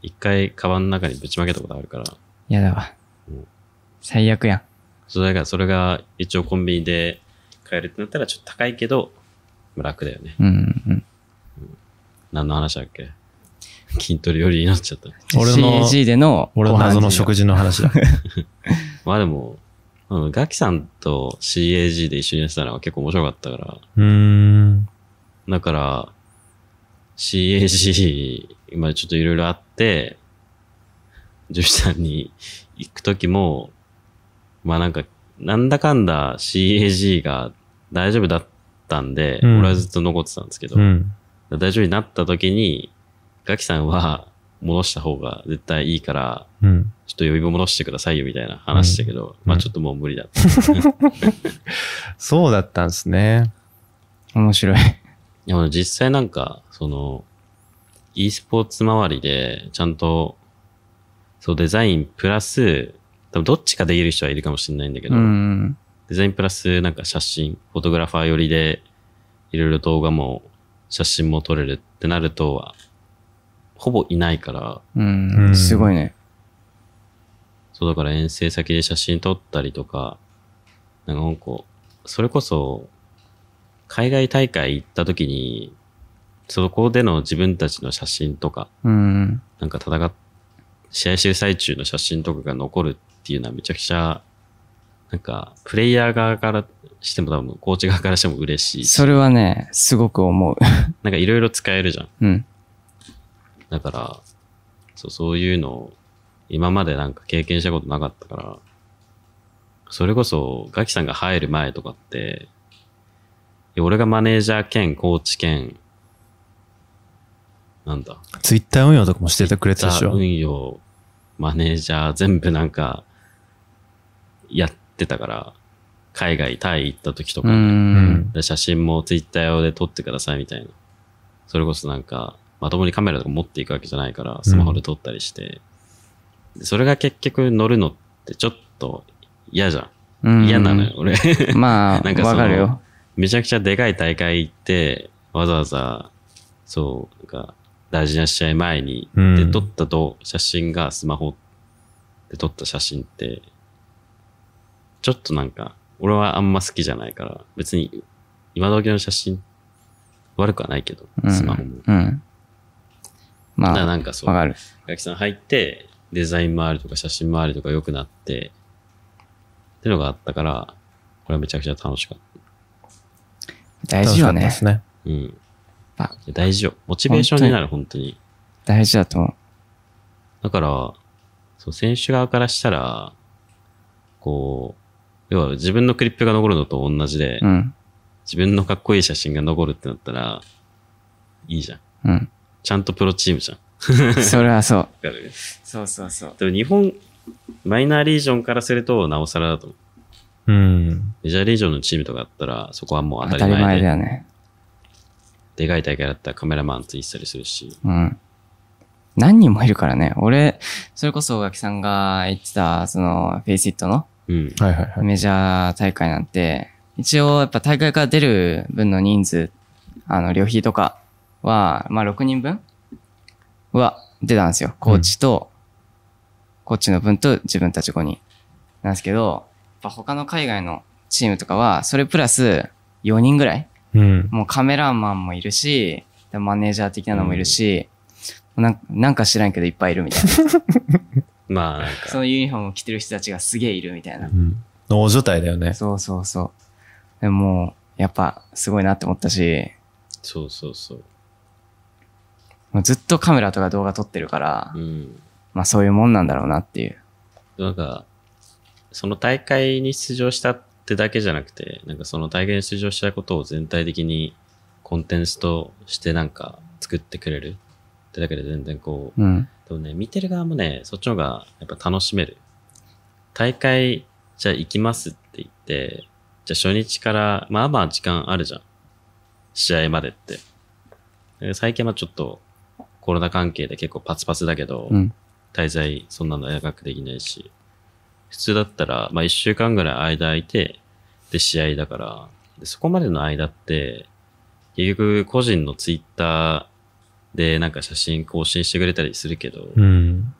Speaker 1: 一回カバンの中にぶちまけたことあるから、
Speaker 2: やだわ
Speaker 1: うん。
Speaker 2: 最悪やん。
Speaker 1: それが、それが一応コンビニで買えるってなったらちょっと高いけど、楽だよね。
Speaker 2: うんうん
Speaker 1: 何の話だっけ 筋トレよりになっちゃった。
Speaker 2: うん。
Speaker 3: 俺の
Speaker 2: CAG での、
Speaker 3: 俺の謎の食
Speaker 2: 事。
Speaker 3: 事の話 だ。
Speaker 1: まあでも、うん、ガキさんと CAG で一緒にやってたのは結構面白かったから。
Speaker 3: うーん。
Speaker 1: だから、CAG、今ちょっといろいろあって、女子さんに行くときも、まあなんか、なんだかんだ CAG が大丈夫だったんで、
Speaker 3: うん
Speaker 1: 俺はずっと残ってたんですけど、
Speaker 3: うん。
Speaker 1: 大丈夫になった時に、ガキさんは戻した方が絶対いいから、
Speaker 3: うん。
Speaker 1: ちょっと呼び戻してくださいよみたいな話したけど、
Speaker 3: うん
Speaker 1: まあ
Speaker 3: うん
Speaker 1: ちょっともう無理だった。
Speaker 3: そうだったんですね。
Speaker 2: 面白い。
Speaker 1: でも実際なんか、その、e スポーツ周りで、ちゃんと、そうデザインプラス、多分どっちかできる人はいるかもしれないんだけ
Speaker 2: う
Speaker 1: ど、
Speaker 2: ん。
Speaker 1: デザインプラスなんか写真、フォトグラファー寄りで、いろいろ動画も写真も撮れるってなるとは、ほぼいないから、
Speaker 2: う。
Speaker 3: うんん
Speaker 2: すごいね。
Speaker 1: そうだから遠征先で写真撮ったりとか、なんかなんか、それこそ、海外大会行った時に、そこでの自分たちの写真とか、
Speaker 2: うん。
Speaker 1: なんか戦っ、試合してる最中の写真とかが残るっていうのはめちゃくちゃ、なんか、プレイヤー側からしても多分、コーチ側からしても嬉しいし
Speaker 2: それはね、すごく思う。
Speaker 1: なんかいろいろ使えるじゃん。
Speaker 2: うん。
Speaker 1: だから、そう、そういうのを、今までなんか経験したことなかったから、それこそ、ガキさんが入る前とかって、いや俺がマネージャー兼コーチ兼、なんだ、
Speaker 3: ツイッター運用とかもしててくれてたでしょ。
Speaker 1: 運用、マネージャー、全部なんか、やってたから、海外、タイ行った時とか、
Speaker 2: うん。
Speaker 1: で写真もツイッター用で撮ってくださいみたいな。それこそなんか、まともにカメラとか持っていくわけじゃないから、スマホで撮ったりして。でそれが結局乗るのってちょっと嫌じゃ。
Speaker 2: うんん
Speaker 1: 嫌なのよ、。俺。
Speaker 2: ま
Speaker 1: なんかそ
Speaker 2: あ、
Speaker 1: の
Speaker 2: わかるよ。
Speaker 1: めちゃくちゃでかい大会行って、わざわざ、そう、なんか、大事な試合前に、
Speaker 3: うん
Speaker 1: で、撮ったと写真がスマホで撮った写真って、ちょっとなんか、俺はあんま好きじゃないから、別に、今時の写真悪くはないけど
Speaker 2: う、ん
Speaker 1: スマホも。
Speaker 2: うん。
Speaker 1: だから
Speaker 2: まあ、
Speaker 1: なんかそう
Speaker 2: わ、かる。
Speaker 1: ガキさん入って、デザイン周りとか写真周りとか良くなって、ってのがあったから、これはめちゃくちゃ楽しかった。
Speaker 2: 大事よね
Speaker 3: 楽しかったで。すね。
Speaker 1: うん。い
Speaker 2: あ
Speaker 1: や大事よ。モチベーションになる、本当に。
Speaker 2: 大事だと思
Speaker 1: だから、そう、選手側からしたら、こう、要は自分のクリップが残るのと同じで、
Speaker 2: う。うん。
Speaker 1: 自分のかっこいい写真が残るってなったら、いいじゃん。
Speaker 2: うん。
Speaker 1: ちゃんとプロチームじゃん。わ
Speaker 2: それはそう。
Speaker 1: かる
Speaker 2: そうそうそう。
Speaker 1: でも日本、マイナーリージョンからすると、なおさらだと思う。
Speaker 3: うん。
Speaker 1: メジャーリージョンのチームとかあったら、そこはもう
Speaker 2: 当
Speaker 1: 当
Speaker 2: た
Speaker 1: た
Speaker 2: り
Speaker 1: り前
Speaker 2: 前
Speaker 1: で、
Speaker 2: だよね。
Speaker 1: でかい大会だったらカメラマンついてたりするし、
Speaker 2: うん。何人もいるからね。俺、それこそ、ガキさんが言ってた、その、フェイスイットの
Speaker 1: うん。
Speaker 3: はいはいはい。
Speaker 2: メジャー大会なんて、一応やっぱ大会から出る分の人数、あの、旅費とかは、まあ6人分は出たんですよ。コーチと、コーチの分と自分たち5人。なんですけど、やっぱ他の海外のチームとかは、それプラス4人ぐらい
Speaker 3: うん。
Speaker 2: もうカメラマンもいるし、マネージャー的なのもいるし、なんなんか知らんけどいっぱいいるみたいな。
Speaker 1: まあ、なんか、
Speaker 2: そのユニフォームを着てる人たちがすげえいるみたいな
Speaker 3: う。ん。大所帯だよね。
Speaker 2: そうそうそう。でも、やっぱすごいなって思ったし、
Speaker 1: そうそうそう。
Speaker 2: もうずっとカメラとか動画撮ってるから、
Speaker 1: うん。
Speaker 2: まあそういうもんなんだろうなっていう。
Speaker 1: なんか、その大会に出場したってだけじゃなくて、なんかその大会に出場したことを全体的にコンテンツとしてなんか作ってくれるってだけで全然こう、
Speaker 2: うん。
Speaker 1: でもね、見てる側もね、そっちの方がやっぱ楽しめる。大会、じゃあ行きますって言って、じゃあ初日から、まあまあ時間あるじゃん。試合までって。で最近はちょっとコロナ関係で結構パツパツだけど、
Speaker 2: うん。
Speaker 1: 滞在そんなの長くできないし、普通だったら、まあ一週間ぐらい間空いて、で試合だから、でそこまでの間って、結局個人のツイッターでなんか写真更新してくれたりするけど、
Speaker 3: うん。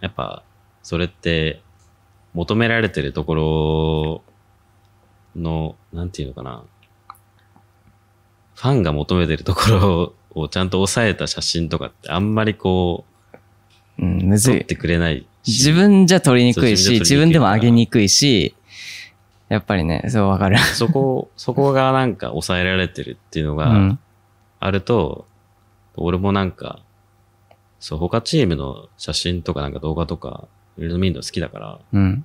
Speaker 1: やっぱそれって求められてるところの、なんていうのかな、ファンが求めてるところをちゃんと抑えた写真とかってあんまりこう、
Speaker 2: うん、むず
Speaker 1: 撮っ
Speaker 2: い。
Speaker 1: てくれないし
Speaker 2: 自分じゃ撮りにくい
Speaker 1: そう
Speaker 2: し、自
Speaker 1: 自
Speaker 2: 分
Speaker 1: 分
Speaker 2: で
Speaker 1: じゃ撮りにくい
Speaker 2: も
Speaker 1: から
Speaker 2: 上げにくいし、やっぱりね、そうわかる。
Speaker 1: そ こ、そこがなんか抑えられてるっていうの
Speaker 2: う
Speaker 1: が
Speaker 2: ん。
Speaker 1: あると、俺もなんか、そう、他チームの写真とかなんか動画とか、いろいろ見るの好きだから、
Speaker 2: うん。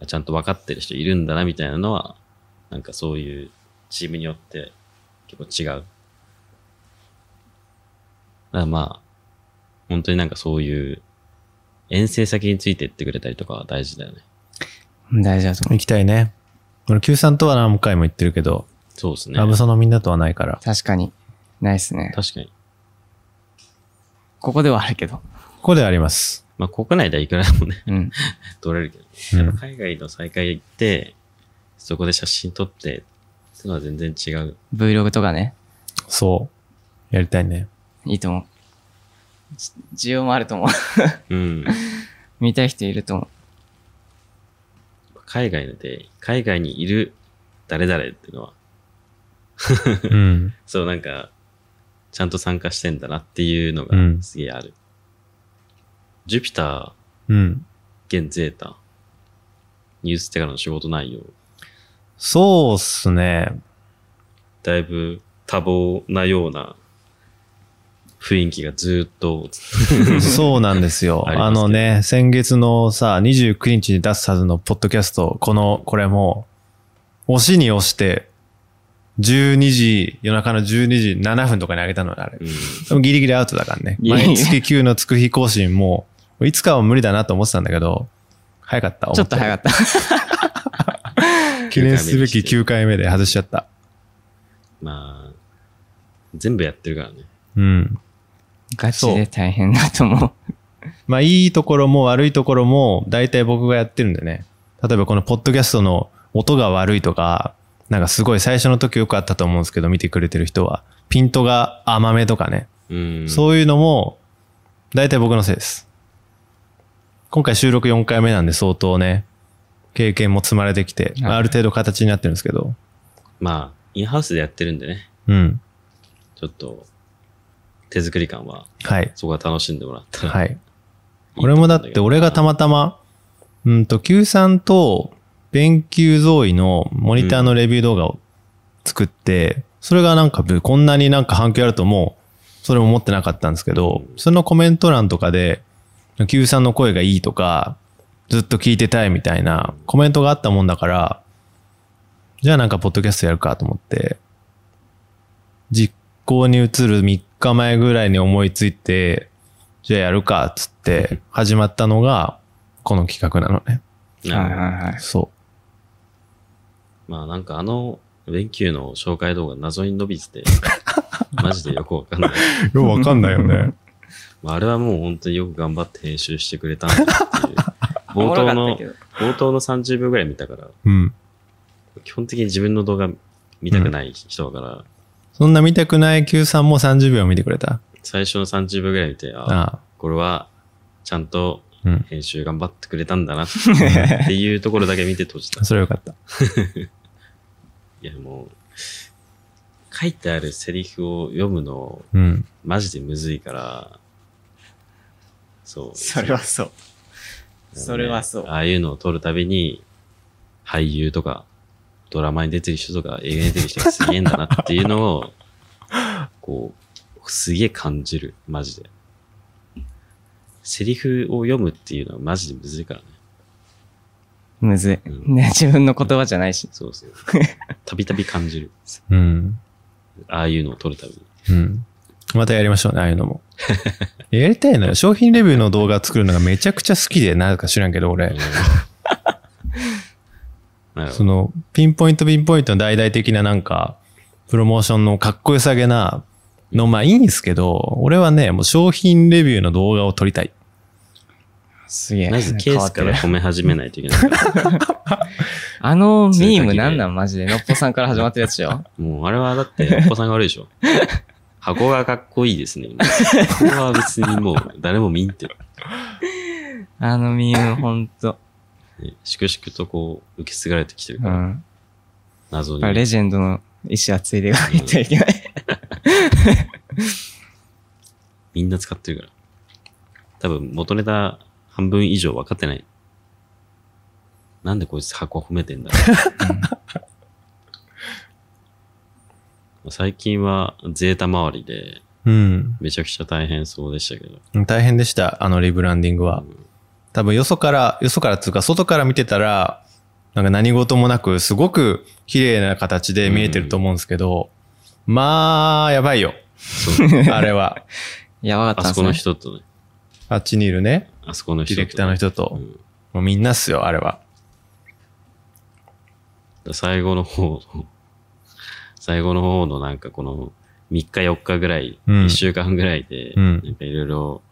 Speaker 1: あちゃんと分かってる人いるんだなみたいなのは、なんかそういうチームによって結構違う。だからまあ、本当になんかそういう遠征先についてってくれたりとかは大事だよね。
Speaker 2: 大事だと思う。
Speaker 3: 行きたいね。俺、Q さんとは何回も言ってるけど、
Speaker 1: そうですね。
Speaker 3: ラブ
Speaker 1: 確
Speaker 3: ソのみんなとはないから。
Speaker 2: 確かに。ないっすね。
Speaker 1: かに。
Speaker 2: ここではあるけど。
Speaker 3: ここであります。
Speaker 1: まあ国内ではいくらでもね、
Speaker 2: うん。
Speaker 1: 撮れるけど。
Speaker 3: うん。
Speaker 1: 海外の再会行って、そこで写真撮って、ってのは全然違う。
Speaker 2: Vlog とかね、
Speaker 3: そう。やりたいね。
Speaker 2: いいと思う。じ需要もあると思う。
Speaker 1: うん。
Speaker 2: 見たい人いると思う。
Speaker 1: 海外で、海外にいる誰々っていうのは、
Speaker 3: うん。
Speaker 1: そうなんか、ちゃんと参加してんだなっていうの
Speaker 3: う
Speaker 1: が
Speaker 3: ん
Speaker 1: すげえある。ジュピタ
Speaker 3: うん。
Speaker 1: ー、現ゼータ、ニューステからの仕事内容、
Speaker 3: そうっすね。
Speaker 1: だいぶ多忙なような雰囲気がずーっと、
Speaker 3: そうなんですよ。
Speaker 1: あります
Speaker 3: あのね、先月のさ、29日に出すはずのポッドキャスト、この、これも、押しに押して、12時、夜中の12時7分とかに上げたのよあれ
Speaker 1: う。ん、
Speaker 3: でもギリギリアウトだからね。
Speaker 2: いやいや
Speaker 3: 毎月9のつく日更新も、いつかは無理だなと思ってたんだけど、早かった。
Speaker 2: ちょっと早
Speaker 3: かっ
Speaker 2: かった。
Speaker 3: た。 記念すべき9回目で外しちゃった。
Speaker 1: まあ、全部やってるからね。
Speaker 3: うん。
Speaker 2: ガチ
Speaker 3: そう
Speaker 2: で大変だと思う。
Speaker 3: まあ、いいところも悪いところも、大体僕がやってるんでね。例えばこのポッドキャストの音が悪いとか、なんかすごい最初の時よくあったと思うんですけど、見てくれてる人は。ピントが甘めとかね。
Speaker 1: うん。
Speaker 3: そういうのも、大体僕のせいです。今回収録4回目なんで相当ね、経験も積まれてきて、
Speaker 2: はい
Speaker 3: ある程度形になってるんですけど、
Speaker 1: まあ、インハウスでやってるんでね。
Speaker 3: うん。
Speaker 1: ちょっと、手作り感は、
Speaker 3: はい。
Speaker 1: そこは楽しんでもらったらいい
Speaker 3: はい。これもだって俺がた
Speaker 1: ま、
Speaker 3: またま、うんと、Q3 と、勉強増位のモニターのレビュー動画を作って、それがなんかぶ、こんなになんか反響あるともう、それも思ってなかったんですけど、そのコメント欄とかで、Q3 の声がいいとか、ずっと聞いてたいみたいなコメントがあったもんだから、じゃあなんかポッドキャストやるかと思って、実行に移る3日前ぐらいに思いついて、じゃあやるかっつって始まったのが、この企画なのね。
Speaker 2: はい
Speaker 1: な
Speaker 2: はいはい。
Speaker 3: そ
Speaker 1: まあなんかあの、連休の紹介動画謎に伸びて て、マジでよくわかんない。
Speaker 3: う。よくわかんないよね。
Speaker 1: まああれはもう本当によく頑張って編集してくれたなっていう。冒頭
Speaker 2: おもろかっ
Speaker 1: の
Speaker 2: たけ、ど
Speaker 1: 冒頭の30秒ぐらい見たから、
Speaker 3: うん。
Speaker 1: 基本的に自分の動画見たくない人だから、
Speaker 3: そんな見たくない Q さんも30秒見てくれた。
Speaker 1: 最初の30秒ぐらい見て、あ
Speaker 3: ああ。
Speaker 1: これはちゃんと
Speaker 3: うん。
Speaker 1: 編集頑張ってくれたんだなっていうところだけ見て閉じた。
Speaker 3: それよかった。
Speaker 1: いやもう、書いてあるセリフを読むの、
Speaker 3: うん。
Speaker 1: マジでむずいから、そう。
Speaker 2: それはそう。
Speaker 1: あのね
Speaker 2: それはそう。
Speaker 1: ああいうのを撮るたびに、俳優とか、ドラマに出てる人とか、映画に出てる人がすげえんだなっていうのを、こう、すげえ感じる。マジで。セリフを読むっていうのはマジでむずいからね。
Speaker 2: むずい。ね、自分の言葉じゃないし。
Speaker 1: そう そう。たびたび感じる。
Speaker 3: うん。
Speaker 1: ああいうのを撮るたびに。
Speaker 3: うん。またやりましょうね、ああいうの も。やりたいのよ。商品レビューの動画作るのがめちゃくちゃ好きで、なぜか知らんけど、俺。
Speaker 1: なるほ
Speaker 3: そ
Speaker 1: ど。
Speaker 3: の、ピンポイントピンポイントの大々的ななんか、プロモーションのかっこよさげなの、まあいいんですけど、俺はね、もう商品レビューの動画を撮りたい。
Speaker 2: すげえ。
Speaker 1: まずケースから
Speaker 2: 変わってる
Speaker 1: 褒め始めないといけないから。
Speaker 2: あのミームなんなんマジで。のっぽさんから始まってるやつ よ。
Speaker 1: もうあれはだって、お子さんが悪いでし ょ。箱がかっこいいですね。箱は別にもう誰も見んって。
Speaker 2: あのミームほんと。
Speaker 1: ね粛々とこう、受け継がれてきてる
Speaker 2: う
Speaker 1: から、
Speaker 2: ん。
Speaker 1: 謎
Speaker 2: やっぱり
Speaker 1: に。
Speaker 2: レジェンドの意思はついでが入ってはいけない。
Speaker 1: みんな使ってるから。多分元ネタ半分以上分かってない。なんでこいつ箱褒めてんだろう。 最近はゼータ周りで、
Speaker 3: うん。
Speaker 1: めちゃくちゃ大変そうでしたけど。
Speaker 3: 大変でした、あのリブランディングは。多分よそから、よそからっつうか、外から見てたら、なんか何事もなく、すごく綺麗な形で見えてると思うんですけど、まあ、やばいよ。
Speaker 1: そう
Speaker 3: あれは。
Speaker 2: やばか
Speaker 1: あ
Speaker 2: った
Speaker 1: そ
Speaker 2: んす
Speaker 1: この
Speaker 2: ね。
Speaker 1: 人とね、
Speaker 3: あっちにいるね、
Speaker 1: あそこの
Speaker 3: デ
Speaker 1: 人
Speaker 3: ィ
Speaker 1: とね
Speaker 3: レクターの人
Speaker 1: う
Speaker 3: と。
Speaker 1: んだか
Speaker 3: もうみんなっすよ、あれは。
Speaker 1: ら最後の方、最後の方のなんかこの3日4日ぐらい、
Speaker 3: うん
Speaker 1: 1週間ぐらいで、
Speaker 3: うん
Speaker 1: なんかいろいろ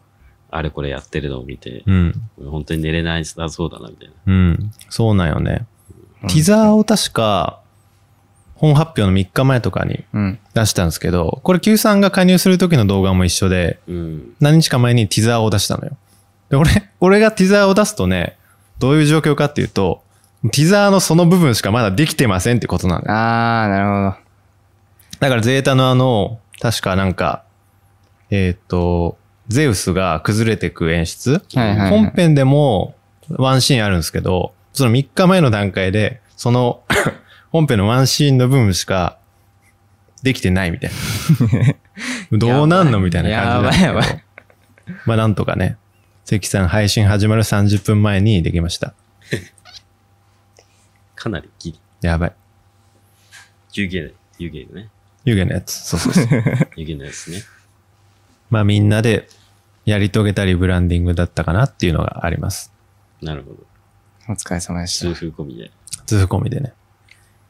Speaker 1: あれこれやってるのを見て、
Speaker 3: うん。
Speaker 1: 本当に寝れないだそうだなみたいな。
Speaker 3: うん。そうなんよね。
Speaker 2: うん
Speaker 3: ティザーを確か、本発表の3日前とかに
Speaker 2: うん。
Speaker 3: 出したんですけど、これ Q さんが加入する時の動画も一緒で、
Speaker 1: うん。
Speaker 3: 何日か前にティザーを出したのよ。で、俺、俺がティザーを出すとね、どういう状況かっていうと、ティザーのその部分しかまだできてませんってことなのよ。
Speaker 2: あー、なる
Speaker 3: だからゼータのあの、確かなんか、えーっと、ゼウスが崩れてく演出、
Speaker 2: はいはいはい
Speaker 3: 本編でもワンシーンあるんですけど、その3日前の段階で、その 本編のワンシーンの部分しかできてないみたい な。どうなんのみたいな感じな
Speaker 2: や
Speaker 3: ん
Speaker 2: ばい
Speaker 3: です
Speaker 2: や
Speaker 3: けど。まあなんとかね、関さん配信始まる30分前にできました。
Speaker 1: かなりギリ。
Speaker 3: やばい。
Speaker 1: 湯気で、湯気でね。
Speaker 3: 湯気のやつ。そうそ うそう。
Speaker 1: 湯気のやつね。
Speaker 3: まあみんなでやり遂げたリブランディングだったかなっていうのがあります。
Speaker 1: なるほど。
Speaker 2: ほど。お疲れ様でし
Speaker 1: 痛
Speaker 2: た。
Speaker 1: 風込みで。
Speaker 3: ズーコミでね。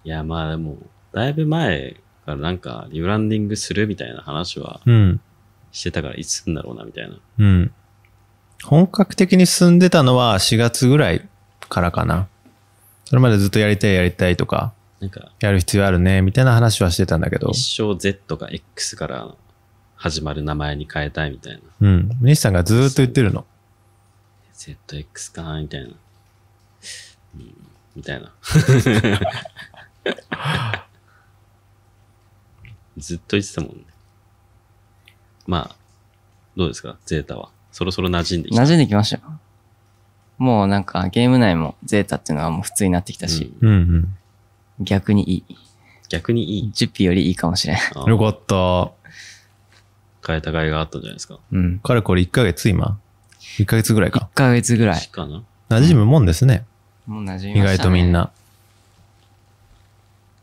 Speaker 1: いや、まあでも、だいぶ前からなんかリブランディングするみたいな話は
Speaker 3: うん。
Speaker 1: してたからいつすんだろうなみたいな。
Speaker 3: うん。本格的に進んでたのは4月ぐらいからかな。それまでずっとやりたいやりたいとか、
Speaker 1: なんか、
Speaker 3: やる必要あるね、みたいな話はしてたんだけど。
Speaker 1: 一生 Z か X から始まる名前に変えたいみたいな。
Speaker 3: うん。西さんがずーっと言ってるの。
Speaker 1: ZX かなみたいな。うん、みたいな。ずっと言ってたもんね。まあ、どうですかゼータは。そろそろ馴染んできた。
Speaker 2: 馴染んできましたよ。もうなんかゲーム内もゼータっていうのはもう普通になってきたし、
Speaker 1: うん
Speaker 3: うんうん。
Speaker 2: 逆にいい。
Speaker 1: 逆にいい。
Speaker 2: 10ピよりいいかもしれん。
Speaker 1: あ
Speaker 3: よかった。
Speaker 1: 変えたがいがあったんじゃないですか。
Speaker 2: うん。
Speaker 3: かれこれ1ヶ月今 ?1 ヶ月ぐらい
Speaker 2: 1
Speaker 3: か。
Speaker 2: ヶ月ぐらい。
Speaker 1: かな
Speaker 3: 馴染むもんですね。
Speaker 2: もう馴染み
Speaker 3: 意
Speaker 2: ました、ね。
Speaker 3: 外とみん。な。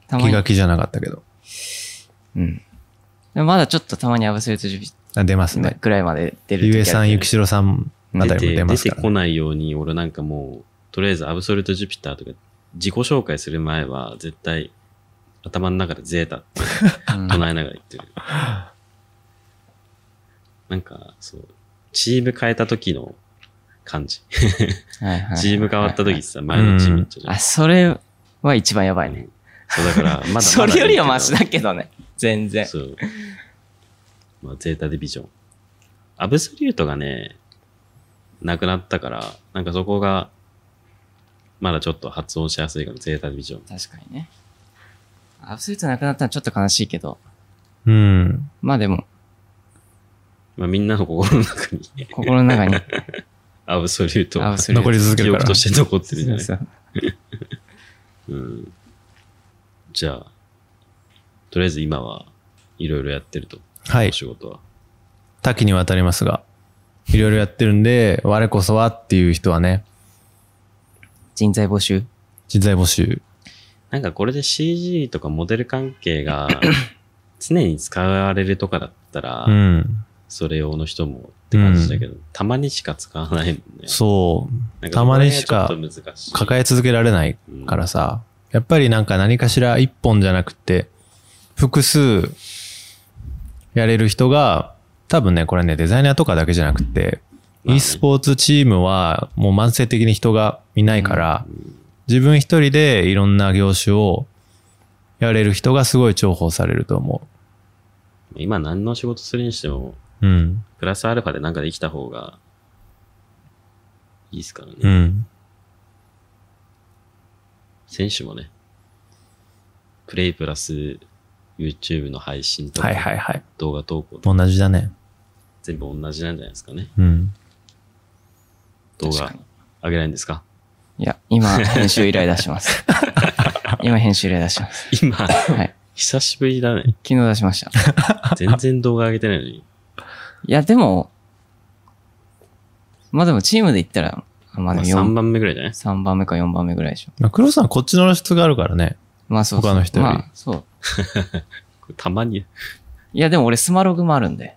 Speaker 2: たま
Speaker 3: 気
Speaker 2: に
Speaker 3: が。気じゃなかったけど。
Speaker 2: うん。でもまだちょっとたまにアブセルトジュピ
Speaker 3: あ出ますね。
Speaker 2: ぐらいまで出る時
Speaker 3: ゆえ
Speaker 2: あ
Speaker 3: さ
Speaker 2: る
Speaker 3: ん、ゆきしろさんあた
Speaker 1: 出
Speaker 3: りも
Speaker 1: て、
Speaker 3: 出ま
Speaker 1: 出
Speaker 3: す
Speaker 1: て
Speaker 3: から、
Speaker 1: こ
Speaker 3: ね。
Speaker 1: ないように、俺なんかもう、とりあえずアブソルトジュピターとか、自己紹介する前は、絶対、頭の中でゼータって
Speaker 2: うん
Speaker 1: 唱えながら言ってる。なんか、そう、チーム変えた時の感じ。
Speaker 2: はいはい
Speaker 1: チーム変わった時っ
Speaker 2: はい
Speaker 1: てさ、前のチーム行ったじゃん
Speaker 2: あ、それは一番やばいね。
Speaker 1: そう、だ から、まだ。
Speaker 2: それよりはマシ
Speaker 1: だ
Speaker 2: だけどね。全
Speaker 1: け
Speaker 2: 然
Speaker 1: ど。。そう。まあ、ゼータディビジョン。アブソリュートがね、なくなったから、なんかそこが、まだちょっと発音しやすいから、ゼータディビジョン。
Speaker 2: 確かにね。アブセルトなくなったのはちょっと悲しいけど。
Speaker 3: うん。
Speaker 2: まあでも、
Speaker 1: まあ、みんなの心の中に、
Speaker 2: 心の中に。
Speaker 1: アブソリュートが
Speaker 2: アブソリュー
Speaker 3: 残り続け
Speaker 1: 記
Speaker 3: るから
Speaker 1: 憶と。して残ってるじ
Speaker 2: そ
Speaker 1: ゃ
Speaker 2: う
Speaker 1: ない
Speaker 2: そう
Speaker 1: うん。じゃあ、とりあえず今はいろいろやってると。
Speaker 3: はい
Speaker 1: お。仕事は。
Speaker 3: 多岐にわたりますが。いろいろやってるんで、我こそはっていう人はね、
Speaker 2: 人材募集
Speaker 3: 人材募集。
Speaker 1: なんかこれで CG とかモデル関係 が常に使われるとかだったら、
Speaker 3: うん。
Speaker 1: それ用の人もって感じだけど、たまにしか使わないもんね。
Speaker 3: そう。
Speaker 1: なんか
Speaker 3: たまにしか
Speaker 1: そこら辺はちょっと難しい。
Speaker 3: 抱え続けられないからさ、やっぱりなんか何かしら一本じゃなくて、複数やれる人が、多分ね、これね、デザイナーとかだけじゃなくて、
Speaker 1: まあね
Speaker 3: e スポーツチームはもう慢性的に人がいないから、自分一人でいろんな業種をやれる人がすごい重宝されると思
Speaker 1: 今何の仕事するにしても、
Speaker 3: う。うん。
Speaker 1: プラスアルファでなんかできた方がいいですからね。
Speaker 3: うん。
Speaker 1: 選手もね、プレイプラス YouTube の配信とか、
Speaker 3: はいはいはい。
Speaker 1: 動画投稿とか
Speaker 3: 同じだね。
Speaker 1: 全部同じなんじゃないですかね。
Speaker 3: うん。
Speaker 1: 動
Speaker 2: 確
Speaker 1: 画
Speaker 2: かに
Speaker 1: 上げないんですか
Speaker 2: いや、今、編集依頼出します。今、編集依頼出します。
Speaker 1: 今、
Speaker 2: はい。
Speaker 1: 久しぶりだね。
Speaker 2: 昨日出しました。
Speaker 1: 全然動画上げてないのに。
Speaker 2: いや、でも、まあでも、チームで言ったら、 ま
Speaker 1: ま
Speaker 2: あ
Speaker 1: あ、
Speaker 2: でも
Speaker 1: 3
Speaker 2: 4、
Speaker 1: 番目ぐらいじゃない
Speaker 2: 3番目か4番目ぐらいでしょ。
Speaker 3: まあ、黒さんこっちの露出があるからね。
Speaker 2: まあそうそう。
Speaker 3: 他の人より
Speaker 2: まあ、そう。
Speaker 1: これたまに
Speaker 2: いや、でも俺、スマログもあるんで。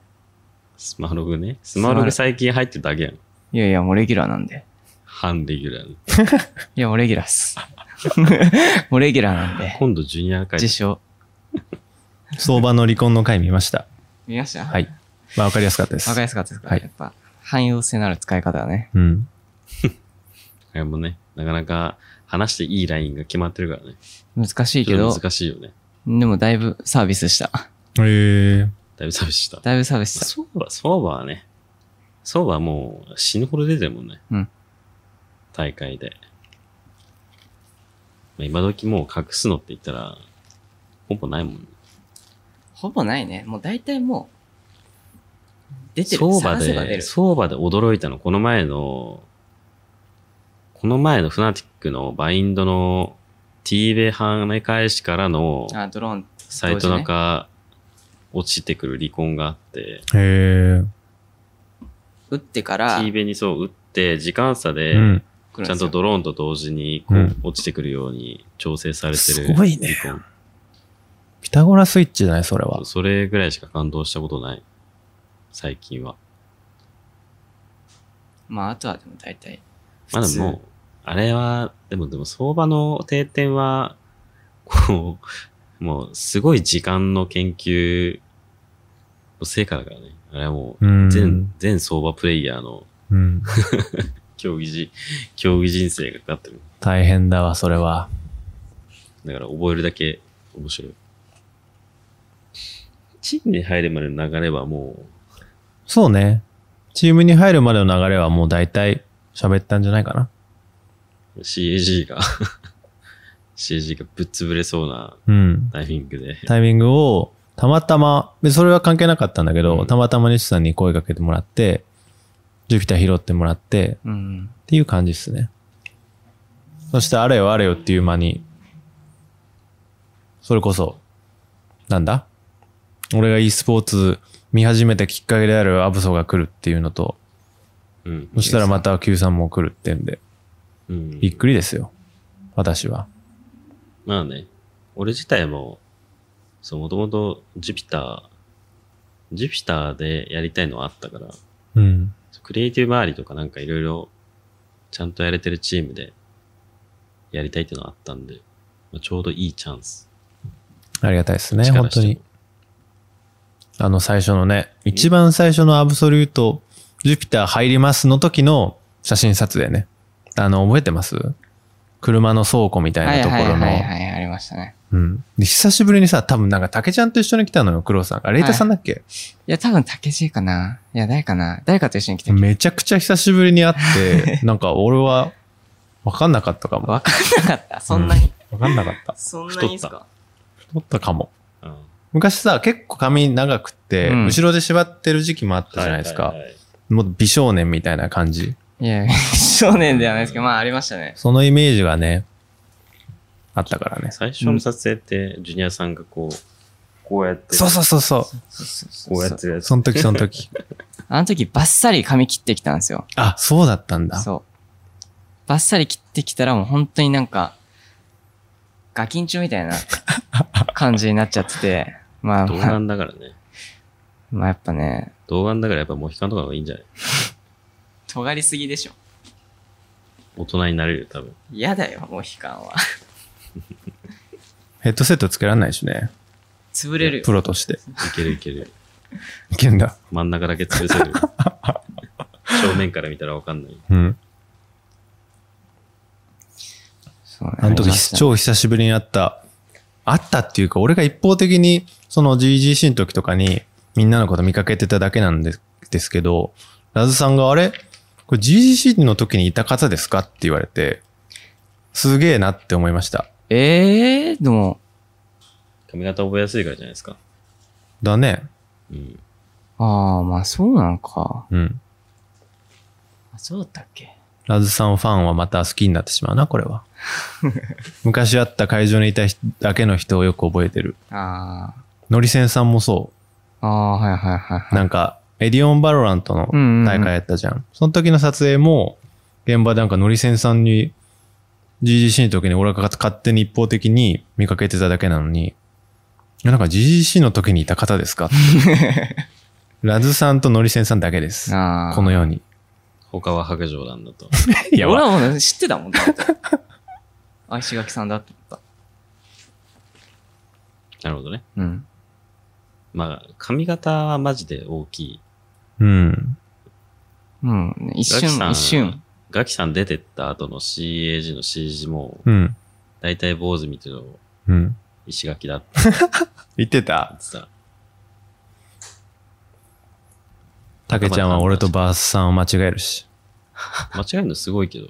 Speaker 1: スマログね。スマログ最近入ってるだけやん。
Speaker 2: いやいや、もうレギュラーなんで。
Speaker 1: 半レギュラーの。
Speaker 2: いや、もうレギュラーっす。 もうレギュラーなんで。
Speaker 1: 今度ジュニア会
Speaker 2: 自称。
Speaker 3: 相場の離婚の回見ました。
Speaker 2: 見ました。
Speaker 3: はいい。まあ、わかりやすかったです。
Speaker 2: わかりやすかったですか、
Speaker 3: はい
Speaker 2: やっぱ、汎用性のある使い方だね。
Speaker 3: うん。
Speaker 1: あれもね、なかなか話していいラインが決まってるからね。
Speaker 2: 難しいけ
Speaker 1: ちょ
Speaker 2: ど
Speaker 1: っと、難しいよね。
Speaker 2: でもだいぶサービスした。
Speaker 3: ええ
Speaker 1: だいぶ寂しした。
Speaker 2: だいぶサービスした。
Speaker 1: そうば、そうばはね。そうばはもう死ぬほど出てるもんね。
Speaker 2: うん
Speaker 1: 大会で。まあ、今時もう隠すのって言ったら、ほぼないもんね。
Speaker 2: ほぼないね。もう大体もう、出てる。
Speaker 1: 相場
Speaker 2: 探せば出
Speaker 1: で、
Speaker 2: る。
Speaker 1: 相場で驚いたの、この前の、この前のフナティックのバインドの t ベ跳ね返しからの
Speaker 2: あ、ドローン。
Speaker 1: サイト中、落ちてくる離婚があって、
Speaker 3: へえ。
Speaker 2: 打ってから、
Speaker 1: t ベにそう打って、時間差で、
Speaker 3: うん。
Speaker 2: 来るん
Speaker 1: ちゃ
Speaker 2: で
Speaker 1: ん
Speaker 2: すよ
Speaker 1: とドローンと同時にこ
Speaker 3: う
Speaker 1: うん落ちてくるように調整されてる。
Speaker 3: すごいね
Speaker 1: 離婚
Speaker 3: ピタゴラスイッチじゃないそれは。
Speaker 1: それぐらいしか感動したことない。最近は。
Speaker 2: まあ、あとはでも大体。
Speaker 1: まあ
Speaker 2: 普
Speaker 1: で
Speaker 2: 通
Speaker 1: も、あれは、でもでも相場の定点は、こう、もうすごい時間の研究の成果だからね。あれはもう、
Speaker 3: うん
Speaker 1: 全、全相場プレイヤーの
Speaker 3: うん。
Speaker 1: 競技人、 競技人生がかかってる。
Speaker 3: 大変だわ、それは。
Speaker 1: だから覚えるだけ面白い。チームに入るまでの流れはもう、
Speaker 3: そうね。チームに入るまでの流れはもう大体喋ったんじゃないかな。
Speaker 1: CAG が 、CAG がぶっ潰れそうな
Speaker 3: うん。
Speaker 1: タイミングで。
Speaker 3: タイミングをたまたま、でそれは関係なかったんだけど、
Speaker 1: うん
Speaker 3: たまたま西さんに声かけてもらって、ジュピター拾ってもらって、
Speaker 2: うん。
Speaker 3: っていう感じですね。そしてあれよあれよっていう間に、それこそ、なんだ俺が e スポーツ見始めたきっかけであるアブソが来るっていうのと、
Speaker 1: うん。
Speaker 3: そしたらまた Q さんも来るってんで、
Speaker 1: うん
Speaker 3: びっくりですよ。私は。
Speaker 1: まあね、俺自体も、そう、もともとジュピター、ジュピターでやりたいのはあったから、
Speaker 3: うん。
Speaker 1: クリエイティブ周りとかなんかいろいろ、ちゃんとやれてるチームで、やりたいっていうのはあったんで、まあ、ちょうどいいチャンス。
Speaker 3: ありがたいですね、
Speaker 1: 力
Speaker 3: 本
Speaker 1: して
Speaker 3: 当
Speaker 1: も
Speaker 3: に。。あの最初のね、一番最初のアブソリュート、ジュピター入りますの時の写真撮影ね。あの、覚えてます車の倉庫みた
Speaker 2: はいい
Speaker 3: なとこ
Speaker 2: はい
Speaker 3: ろの
Speaker 2: はいはい、ありましたね。
Speaker 3: うん。で、久しぶりにさ、多分なんか、竹ちゃんと一緒に来たのよ、黒さん。あ、レイタさんだっけ、
Speaker 2: いや、多分竹地かな。いや、誰かな。誰かと一緒に来て
Speaker 3: めちゃくちゃ久しぶりに会 って、なんか俺は、わかんなかったかも。わ
Speaker 2: わかんなかった。そんなに。
Speaker 3: わかんなかった。
Speaker 2: そん
Speaker 1: なにっすか
Speaker 3: 太ったかも。
Speaker 1: うん。は
Speaker 3: 昔さ、結構髪長くって、
Speaker 2: うん
Speaker 3: 後ろで縛ってる時期もあったじゃないですか。
Speaker 1: はははい
Speaker 3: もう美少年みたいな感じ。
Speaker 2: いや、少年ではないですけど、まあありましたね。
Speaker 3: そのイメージがね、あったからね。
Speaker 1: 最初の撮影って、ジュニアさんがこう、こうやって、
Speaker 3: そうそうそうそう。
Speaker 2: そうそうそう
Speaker 1: こうや
Speaker 2: そ
Speaker 1: っ
Speaker 2: う
Speaker 1: てるやつ。
Speaker 3: その時その時。
Speaker 2: あの時バッサリ髪切ってきたんですよ。
Speaker 3: あ、そうだったんだ。
Speaker 2: そう。バッサリ切ってきたらもう本当になんか、ガキンチョみたいな感じになっちゃってて、まあ、
Speaker 1: 動
Speaker 2: まあ、
Speaker 1: 眼だからね。
Speaker 2: まあやっぱね、
Speaker 1: 動眼だからやっぱモヒカンとかの方がいいんじゃない
Speaker 2: 尖りすぎでしょ。
Speaker 1: 大人になれるよ、多分。
Speaker 2: 嫌だよ、もう悲観は。
Speaker 3: ヘッドセットつけられないしね。
Speaker 2: 潰れるよ
Speaker 3: プ。ロとして。
Speaker 1: いけるいける。
Speaker 3: いけんだ。
Speaker 1: 真ん中だけ潰せる。 正面から見たらわかんない。
Speaker 3: うん。
Speaker 2: そうね
Speaker 3: あの時、超久しぶりに会った。会ったっていうか、俺が一方的に、その GGC の時とかに、みんなのこと見かけてただけなんですですけど、ラズさんが、あれこれ GGC の時にいた方ですかって言われて、すげえなって思いました。
Speaker 2: ええー、でも、
Speaker 1: 髪型覚えやすいからじゃないですか。
Speaker 3: だね。
Speaker 1: うん。
Speaker 2: ああ、まあそうなんか。
Speaker 3: うん。
Speaker 2: あそうだったっけ
Speaker 3: ラズさんファンはまた好きになってしまうな、これ は。昔会った会場にいた人だけの人をよく覚えてる。
Speaker 2: あ
Speaker 3: のりせんさんもそう。
Speaker 2: あ、ああ、はいはいはいはい。
Speaker 3: なんか、エディオン・バロラントの大会やったじゃん。その時の撮影も、現場でなんか、のりせんさんに、GGC の時に俺が勝手に一方的に見かけてただけなのに、いやなんか GGC の時にいた方です かってラズさんとのりせんさんだけです。
Speaker 2: ああ。
Speaker 3: このように。
Speaker 1: 他は白状なんだと。
Speaker 3: いや、
Speaker 2: 俺
Speaker 3: わ
Speaker 2: はもう知ってたもんだって。 あ、石垣さんだって思った。
Speaker 1: なるほどね。
Speaker 2: うん。
Speaker 1: まあ、髪型はマジで大きい。
Speaker 3: うん。
Speaker 2: うん。一
Speaker 1: ガキさ
Speaker 2: 瞬、
Speaker 1: ん
Speaker 2: 一瞬。
Speaker 1: ガキさん出てった後の CAG の CG も、
Speaker 3: うん。
Speaker 1: だいたい坊主見てるの
Speaker 3: うん。
Speaker 1: 石垣だって
Speaker 3: 言ってた
Speaker 1: 言ってた。
Speaker 3: たけちゃんは俺とバースさんを間違えるし。
Speaker 1: 間違えるのすごいけど。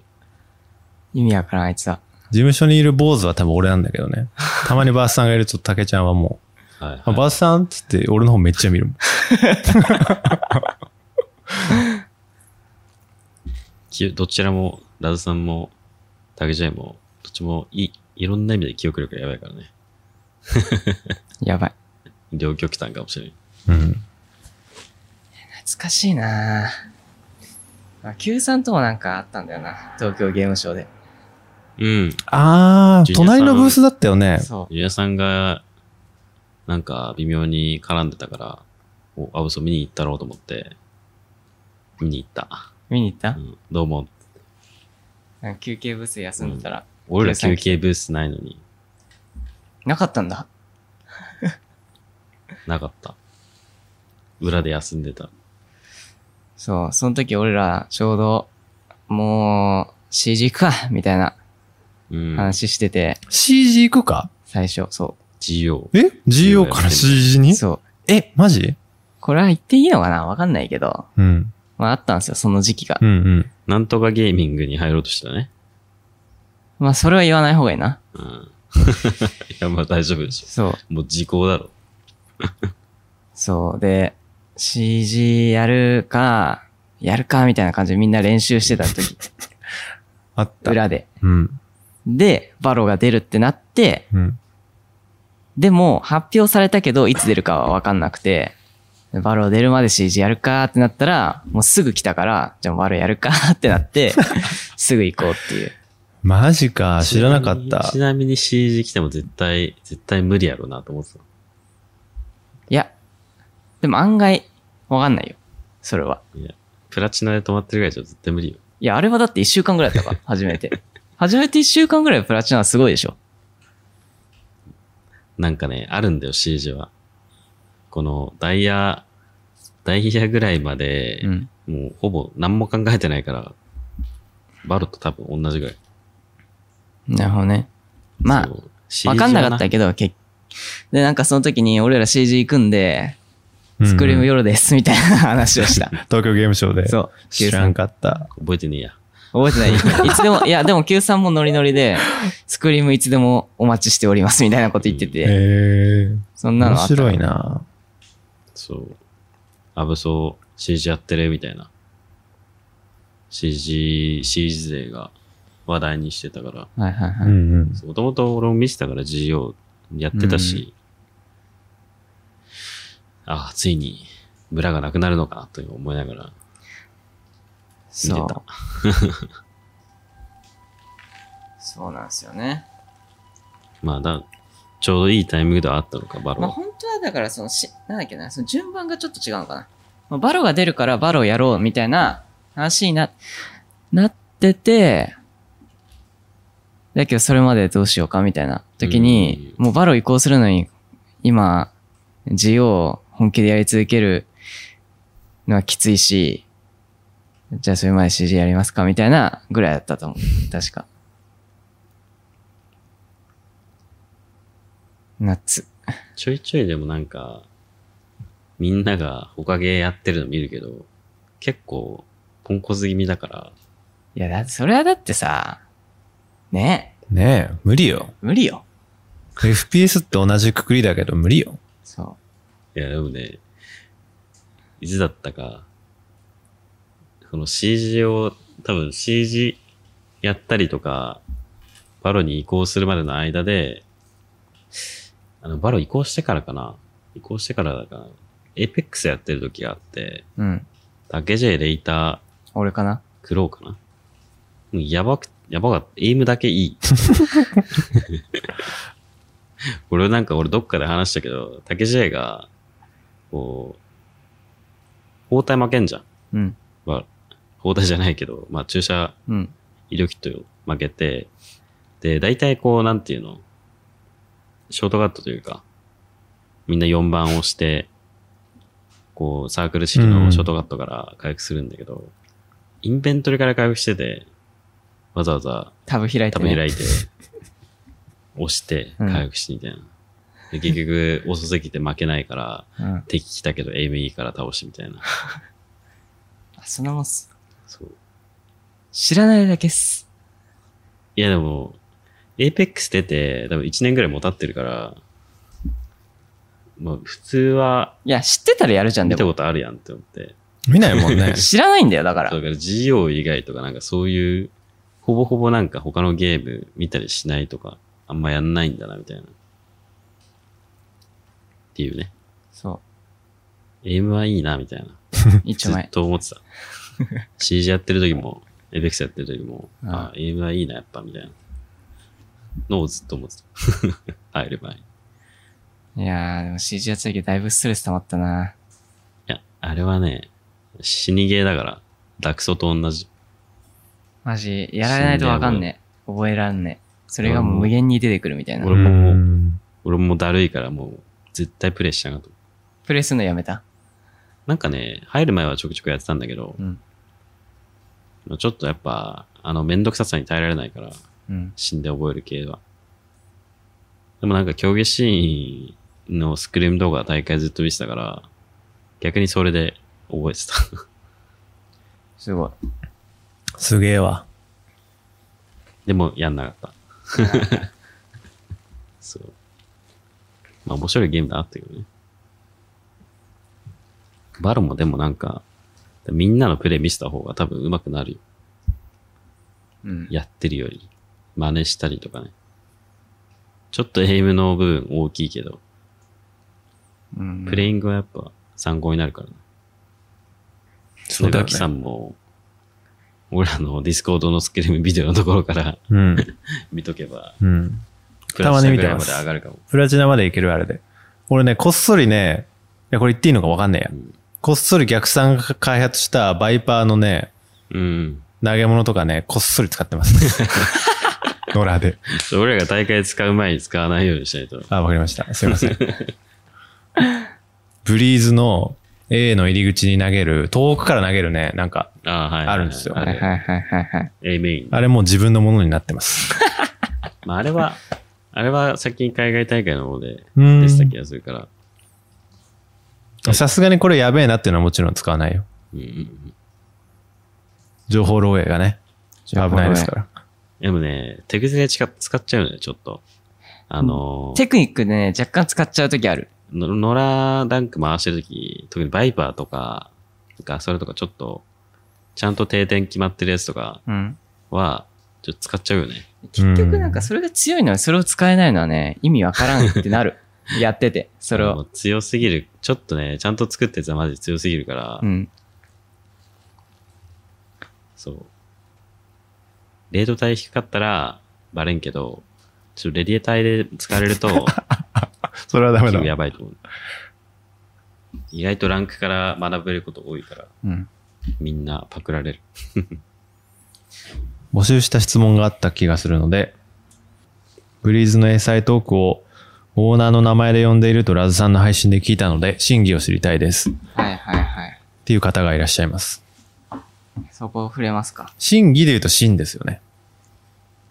Speaker 2: 意味わからん、あいつは。
Speaker 3: 事務所にいる坊主は多分俺なんだけどね。たまにバースさんがいるとたけちゃんはもう、
Speaker 1: はい、
Speaker 3: あ
Speaker 1: はい。
Speaker 3: バースさんっつって、俺の方めっちゃ見るもん。
Speaker 1: きどちらも、ラズさんも、タケジャイも、どっちもいい、いろんな意味で記憶力がやばいからね。
Speaker 2: やばい。
Speaker 1: 両極端かもしれない。
Speaker 3: うん。
Speaker 2: 懐かしいなぁ。あ、Q さんともなんかあったんだよな。東京ゲームショウで。
Speaker 1: うん。
Speaker 3: あー、
Speaker 1: ジュニアさん
Speaker 3: 隣のブースだったよね。
Speaker 2: そ
Speaker 1: ゆうやさんが、なんか微妙に絡んでたから、お、アブソ見に行ったろうと思って、見に行った。
Speaker 2: う。見に行った
Speaker 1: うん、どうも。
Speaker 2: なんか休憩ブースで休んでたら、
Speaker 1: 俺ら休憩ブースないのに
Speaker 2: なかったんだ。
Speaker 1: なかった。裏で休んでた。
Speaker 2: そう、その時俺らちょうど、もう、CG 行くか、 みたいな
Speaker 1: うん。
Speaker 2: 話してて、
Speaker 3: CG 行くか
Speaker 2: 最初、そ
Speaker 1: GO。
Speaker 3: え ?GO から CG
Speaker 2: う。
Speaker 3: に
Speaker 2: そう。
Speaker 3: え、マジ
Speaker 2: これは言っていいのかなわかんないけど。
Speaker 3: うん。
Speaker 2: まああったんですよ、その時期が
Speaker 3: うんう。ん。
Speaker 1: なんとかゲーミングに入ろうとしたね。
Speaker 2: まあ それは言わない方がいいな。
Speaker 1: うん。いや、まあ大丈夫でし
Speaker 2: そう。
Speaker 1: ょ。もう時効だろ。
Speaker 2: そう。で、CG やるか、やるか、みたいな感じでみんな練習して た時、
Speaker 3: あった。
Speaker 2: 裏で。
Speaker 3: うん。
Speaker 2: で、バロが出るってなって、
Speaker 3: うん。
Speaker 2: でも、発表されたけど、いつ出るかはわかんなくて、バロ出るまで CG やるかってなったら、もうすぐ来たから、じゃあバロやるかってな って、すぐ行こうっていう。
Speaker 3: マジか、知らなかった
Speaker 1: ち。なみに CG 来ても絶対、絶対無理やろうなと思ってた。
Speaker 2: いや、でも案外、わかんないよ。それは。
Speaker 1: いや、プラチナで止まってるぐらいじゃ絶対無理よ。
Speaker 2: いや、あれはだって一週間ぐらいだったから、初め て。初めて一週間ぐらいプラチナはすごいでしょ。
Speaker 1: なんかね、あるんだよ、CG は。この、ダイヤ、ダイヤぐらいまで、
Speaker 2: うん。
Speaker 1: もうほぼ何も考えてないから、バロと多分同じぐらい。
Speaker 2: なるほどね。まあ、
Speaker 1: あ
Speaker 2: わかんなかったけど、結で、なんかその時に俺ら CG 行くんで、
Speaker 3: うん
Speaker 2: スクリーム夜です、みたいな話を した。
Speaker 3: 東京ゲームショウで。
Speaker 2: そう。
Speaker 3: 知らんかった。
Speaker 1: 覚えてねえや。
Speaker 2: 覚えて ない。いつでも、いや、でも Q さんもノリノリで、スクリームいつでもお待ちしておりますみたいなこと言って
Speaker 3: へ
Speaker 2: て、
Speaker 3: え。
Speaker 2: そんなの
Speaker 3: 面
Speaker 2: あった。
Speaker 3: 白いな。
Speaker 1: そう。アブソー CG やってるみたいな。CG、CG 勢が話題にしてたから。
Speaker 2: はいはいは
Speaker 3: う
Speaker 2: い。
Speaker 3: んうん。
Speaker 1: もともと俺も見てたから GO やってたし。ああ、ついにムラがなくなるのかなと思いながら見て
Speaker 2: そう
Speaker 1: た。。
Speaker 2: そうなんですよね。
Speaker 1: まあだ、ちょうどいいタイミングではあったのか、バロ
Speaker 2: まあ
Speaker 1: は。
Speaker 2: 本当はだからそのし、なんだっけな、その順番がちょっと違うのかな。まあ、バロが出るからバロをやろうみたいな話にな、なってて、だけどそれまでどうしようかみたいな時に、もうバロ移行するのに、今、GO を本気でやり続けるのはきついし、じゃあそれまで CG やりますかみたいなぐらいだったと思う。確か。ナッツ。
Speaker 1: ちょいちょいでもなんか、みんながおかげやってるの見るけど、結構、ポンコツ気味だから、
Speaker 2: いや、だって、それはだってさ、ねえ、
Speaker 3: ねえ、無理よ。
Speaker 2: 無理よ。
Speaker 3: FPS って同じくくりだけど無理よ。
Speaker 2: そ
Speaker 1: いや、でもね、いつだったか、その CG を、多分 CG やったりとか、バロに移行するまでの間で、あの、バロ移行してからかな移行してからだから、エイペックスやってる時があって、
Speaker 2: う。うん。
Speaker 1: タケジェイレイター、
Speaker 2: 俺かな。
Speaker 1: クローかなもうやばく、やばかった。エイムだけいい。これなんか俺どっかで話したけど、竹 J が、こう、包帯負けんじゃん。
Speaker 2: うん。
Speaker 1: まあ、包帯じゃないけど、まあ注射
Speaker 2: うん。
Speaker 1: 医療キットを負けて、で、大体こう、なんていうの、ショートカットというか、みんな4番を押して、こう、サークル式のショートカットから回復するんだけど、インベントリから回復してて、わざわざ
Speaker 2: タブ開いて、
Speaker 1: タ
Speaker 2: ね。
Speaker 1: ブ開
Speaker 2: い
Speaker 1: いて、押して、
Speaker 2: うん
Speaker 1: 回復してみたいな。で結局、遅すぎて負けないから、
Speaker 2: て。うん。
Speaker 1: 敵来たけど、エイムいいから倒してみたいな。
Speaker 2: あ、そんなもんっす。
Speaker 1: そう。
Speaker 2: 知らないだけっす。
Speaker 1: いやでも、エイペックス出て、多分1年ぐらいもう経ってるから、まあ普通はい
Speaker 2: や、知ってたらやるじゃん、
Speaker 1: 見
Speaker 2: で
Speaker 1: た
Speaker 2: も。。
Speaker 1: ことあるやんって思って。
Speaker 3: 見ないもんね
Speaker 2: 知らないんだよ、だから
Speaker 1: そうだ。から GO 以外とかなんかそういう、ほぼほぼなんか他のゲーム見たりしないとか、あんまやんないんだなみたいな。っていうね。
Speaker 2: そ
Speaker 1: エイムはいいなみたいな。
Speaker 2: う。一
Speaker 1: ずっ
Speaker 2: 丁前。
Speaker 1: と思って た。CG やってる時も、エイペックスやってる時も、
Speaker 2: うん
Speaker 1: あ、エイムはいいなやっぱみたいな。のをずっと思ってた。 入ればいい。
Speaker 2: いやー、でも CG やつだけどだいぶストレス溜まったな。
Speaker 1: いや、あれはね、死にゲーだから、ダクソと同じ。
Speaker 2: マジ、やられないとわかんねえ。覚えらんねえ。それがもう無限に出てくるみたいな
Speaker 1: 俺。ももう
Speaker 3: うん
Speaker 1: 俺もだるいからもう、絶対プレイしちゃうなと。
Speaker 2: プレイするのやめた。
Speaker 1: なんかね、入る前はちょくちょくやってたんだけど
Speaker 2: う、ん。
Speaker 1: ちょっとやっぱ、あの、めんどくささに耐えられないから、
Speaker 2: うん。
Speaker 1: 死んで覚える系は。でもなんか競技シーンのスクリーム動画大会ずっと見てたから、逆にそれで覚えてた。
Speaker 2: すごい。
Speaker 3: すげえわ。
Speaker 1: でも、やんなかった。 そう。まあ面白いゲームだなっていうね。バロもでもなんか、みんなのプレイ見せた方が多分上手くなるよ。
Speaker 2: うん。
Speaker 1: やってるより。真似したりとかね。ちょっとエイムの部分大きいけど、
Speaker 2: うん
Speaker 1: プレイングはやっぱ参考になるからね。
Speaker 4: そうだよ
Speaker 1: でガキさ
Speaker 4: ね。
Speaker 1: んも、俺らのディスコードのスクリームビデオのところから
Speaker 3: うん。
Speaker 1: 見とけば、
Speaker 3: うん。
Speaker 1: プラス
Speaker 3: たまに
Speaker 1: ぐ
Speaker 3: 見て
Speaker 1: らい
Speaker 3: ま
Speaker 1: ますで上がるかも。
Speaker 3: プラチナまでいけるあれで。俺ね、こっそりね、いや、これ言っていいのかわかんねえや。
Speaker 1: うん
Speaker 3: こっそり逆算が開発したバイパーのね、
Speaker 1: うん。
Speaker 3: 投げ物とかね、こっそり使ってます。野良で。
Speaker 1: そう俺らが大会使う前に使わないようにしないと。
Speaker 3: あ、わかりました。すいません。ブリーズの A の入り口に投げる、遠くから投げるね、なんか、
Speaker 1: ああ、はいはいはい。
Speaker 3: あるんですよ
Speaker 1: あ
Speaker 2: はい
Speaker 1: れ
Speaker 2: はいはいはいはい。
Speaker 1: A メイン。
Speaker 3: あれもう自分のものになってます。
Speaker 1: まあ、あれは、あれは最近海外大会の方で
Speaker 3: う
Speaker 1: 出
Speaker 3: ん。
Speaker 1: した気がするから。
Speaker 3: さすがにこれやべえなっていうのはもちろん使わないよ。
Speaker 1: うんうんうん。
Speaker 3: 情報漏洩がね、危ないですから。
Speaker 1: でもね、手癖で使使っちゃうのよ、ちょっと。あのー、
Speaker 2: テクニックでね、若干使っちゃうときある。
Speaker 1: の野良ダンク回してるとき、特にバイパーとか、ガソルとかちょっと、ちゃんと定点決まってるやつとか
Speaker 2: うん。
Speaker 1: は、ちょっと使っちゃうよね。
Speaker 2: 結局なんかそれが強いのはそれを使えないのはね、意味わからんって なる。やってて、それ
Speaker 1: もう
Speaker 2: を。
Speaker 1: 強すぎる。ちょっとね、ちゃんと作ったやつはマジ強すぎるから、
Speaker 2: うん。
Speaker 1: そう。レート帯低かったら、バレんけど、ちょっとレディエ帯で使われる と、
Speaker 3: それはダメ
Speaker 1: 結
Speaker 3: だ
Speaker 1: 構。やばいと思う。意外とランクから学べること多いから、
Speaker 2: うん。
Speaker 1: みんなパクられる。
Speaker 3: 募集した質問があった気がするので、ブリーズの英才トークをオーナーの名前で呼んでいるとラズさんの配信で聞いたので、真偽を知りたいです。っ
Speaker 2: はいはいはい。
Speaker 3: ていう方がいらっしゃいます。
Speaker 2: そこを触れますか。
Speaker 3: 真偽で言うと真ですよね。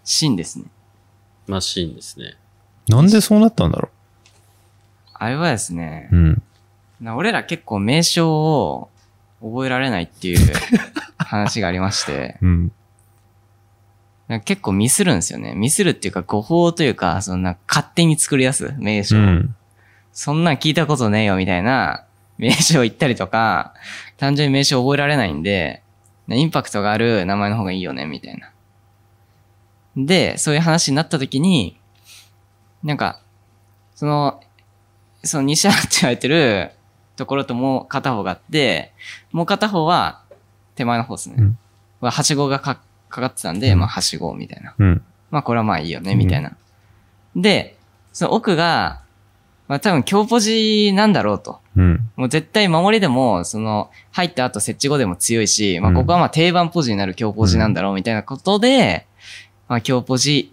Speaker 2: 真ですね。
Speaker 1: マシーンですね。
Speaker 3: なんでそうなったんだろ
Speaker 2: あれはですね
Speaker 3: う。う、ん。
Speaker 2: な俺ら結構名称を覚えられないって いう話がありまして、
Speaker 3: うん。
Speaker 2: なんか結構ミスるんですよね。ミスるっていうか誤報というか、そんな勝手に作り出す名
Speaker 3: う
Speaker 2: 称を。
Speaker 3: ん。
Speaker 2: そんなん聞いたことねえよみたいな名称を言ったりとか、単純に名称覚えられないんで、ねインパクトがある名前の方がいいよねみたいな。で、そういう話になった時に、なんか、その、その2社って言われてるところともう片方があって、もう片方は手前の方ですね。
Speaker 3: うん
Speaker 2: ははしごがかかかってたんで、
Speaker 3: うん
Speaker 2: まあはしごみたいな。
Speaker 3: うん。
Speaker 2: まあこれはまあいいよね、みたいな。で、その奥が、まあ多分強ポジなんだろうと。
Speaker 3: うん。
Speaker 2: もう絶対守りでも、その、入った後設置後でも強いし、まあ
Speaker 3: うん
Speaker 2: ここはまあ定番ポジになる強ポジなんだろう、みたいなことで、まあ強ポジ、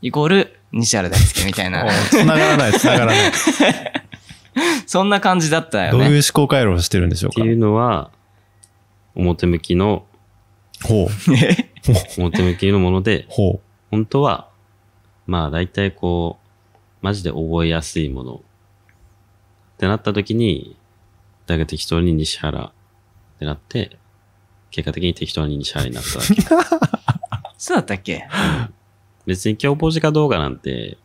Speaker 2: イコール、西原大輔みたいな
Speaker 3: お、繋がらない、繋がらない。
Speaker 2: そんな感じだったよ
Speaker 3: どういう
Speaker 2: ね。
Speaker 3: 思考回路をしてるんでしょう
Speaker 1: って
Speaker 3: か。
Speaker 1: いうのは、表向きの、
Speaker 3: ほう。、
Speaker 1: 表向きのもので
Speaker 3: ほ
Speaker 1: 本当は、まあ大体こう、マジで覚えやすいもの。ってなった時に、だけ適当に西原ってなって、結果的に適当に西原になっただけ。
Speaker 2: そうだったっけ
Speaker 1: 別に強ポジかどうかなんて、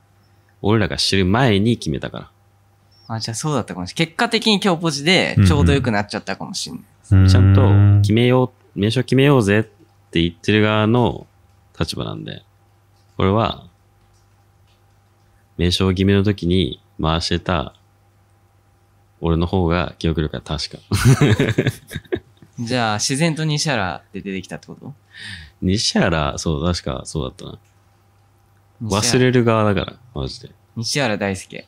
Speaker 1: 俺らが知る前に決めたか
Speaker 2: あ、じゃあそうだったかもしれない。結果的に強ポジでちょうど良くなっちゃったかもしれない。
Speaker 3: う。
Speaker 1: ら。ちゃんと
Speaker 3: う
Speaker 1: 決めよう、名称決めようぜって言ってる側の立場なんで、俺は、名称決めの時に回してた、俺の方が記憶力が確か。
Speaker 2: じゃあ自然と西原って出てきたってこと
Speaker 1: 西原、そう、確かそうだったな。
Speaker 2: 西
Speaker 1: 忘
Speaker 2: 原
Speaker 1: れる側だから、マジで。
Speaker 2: 西原大輔。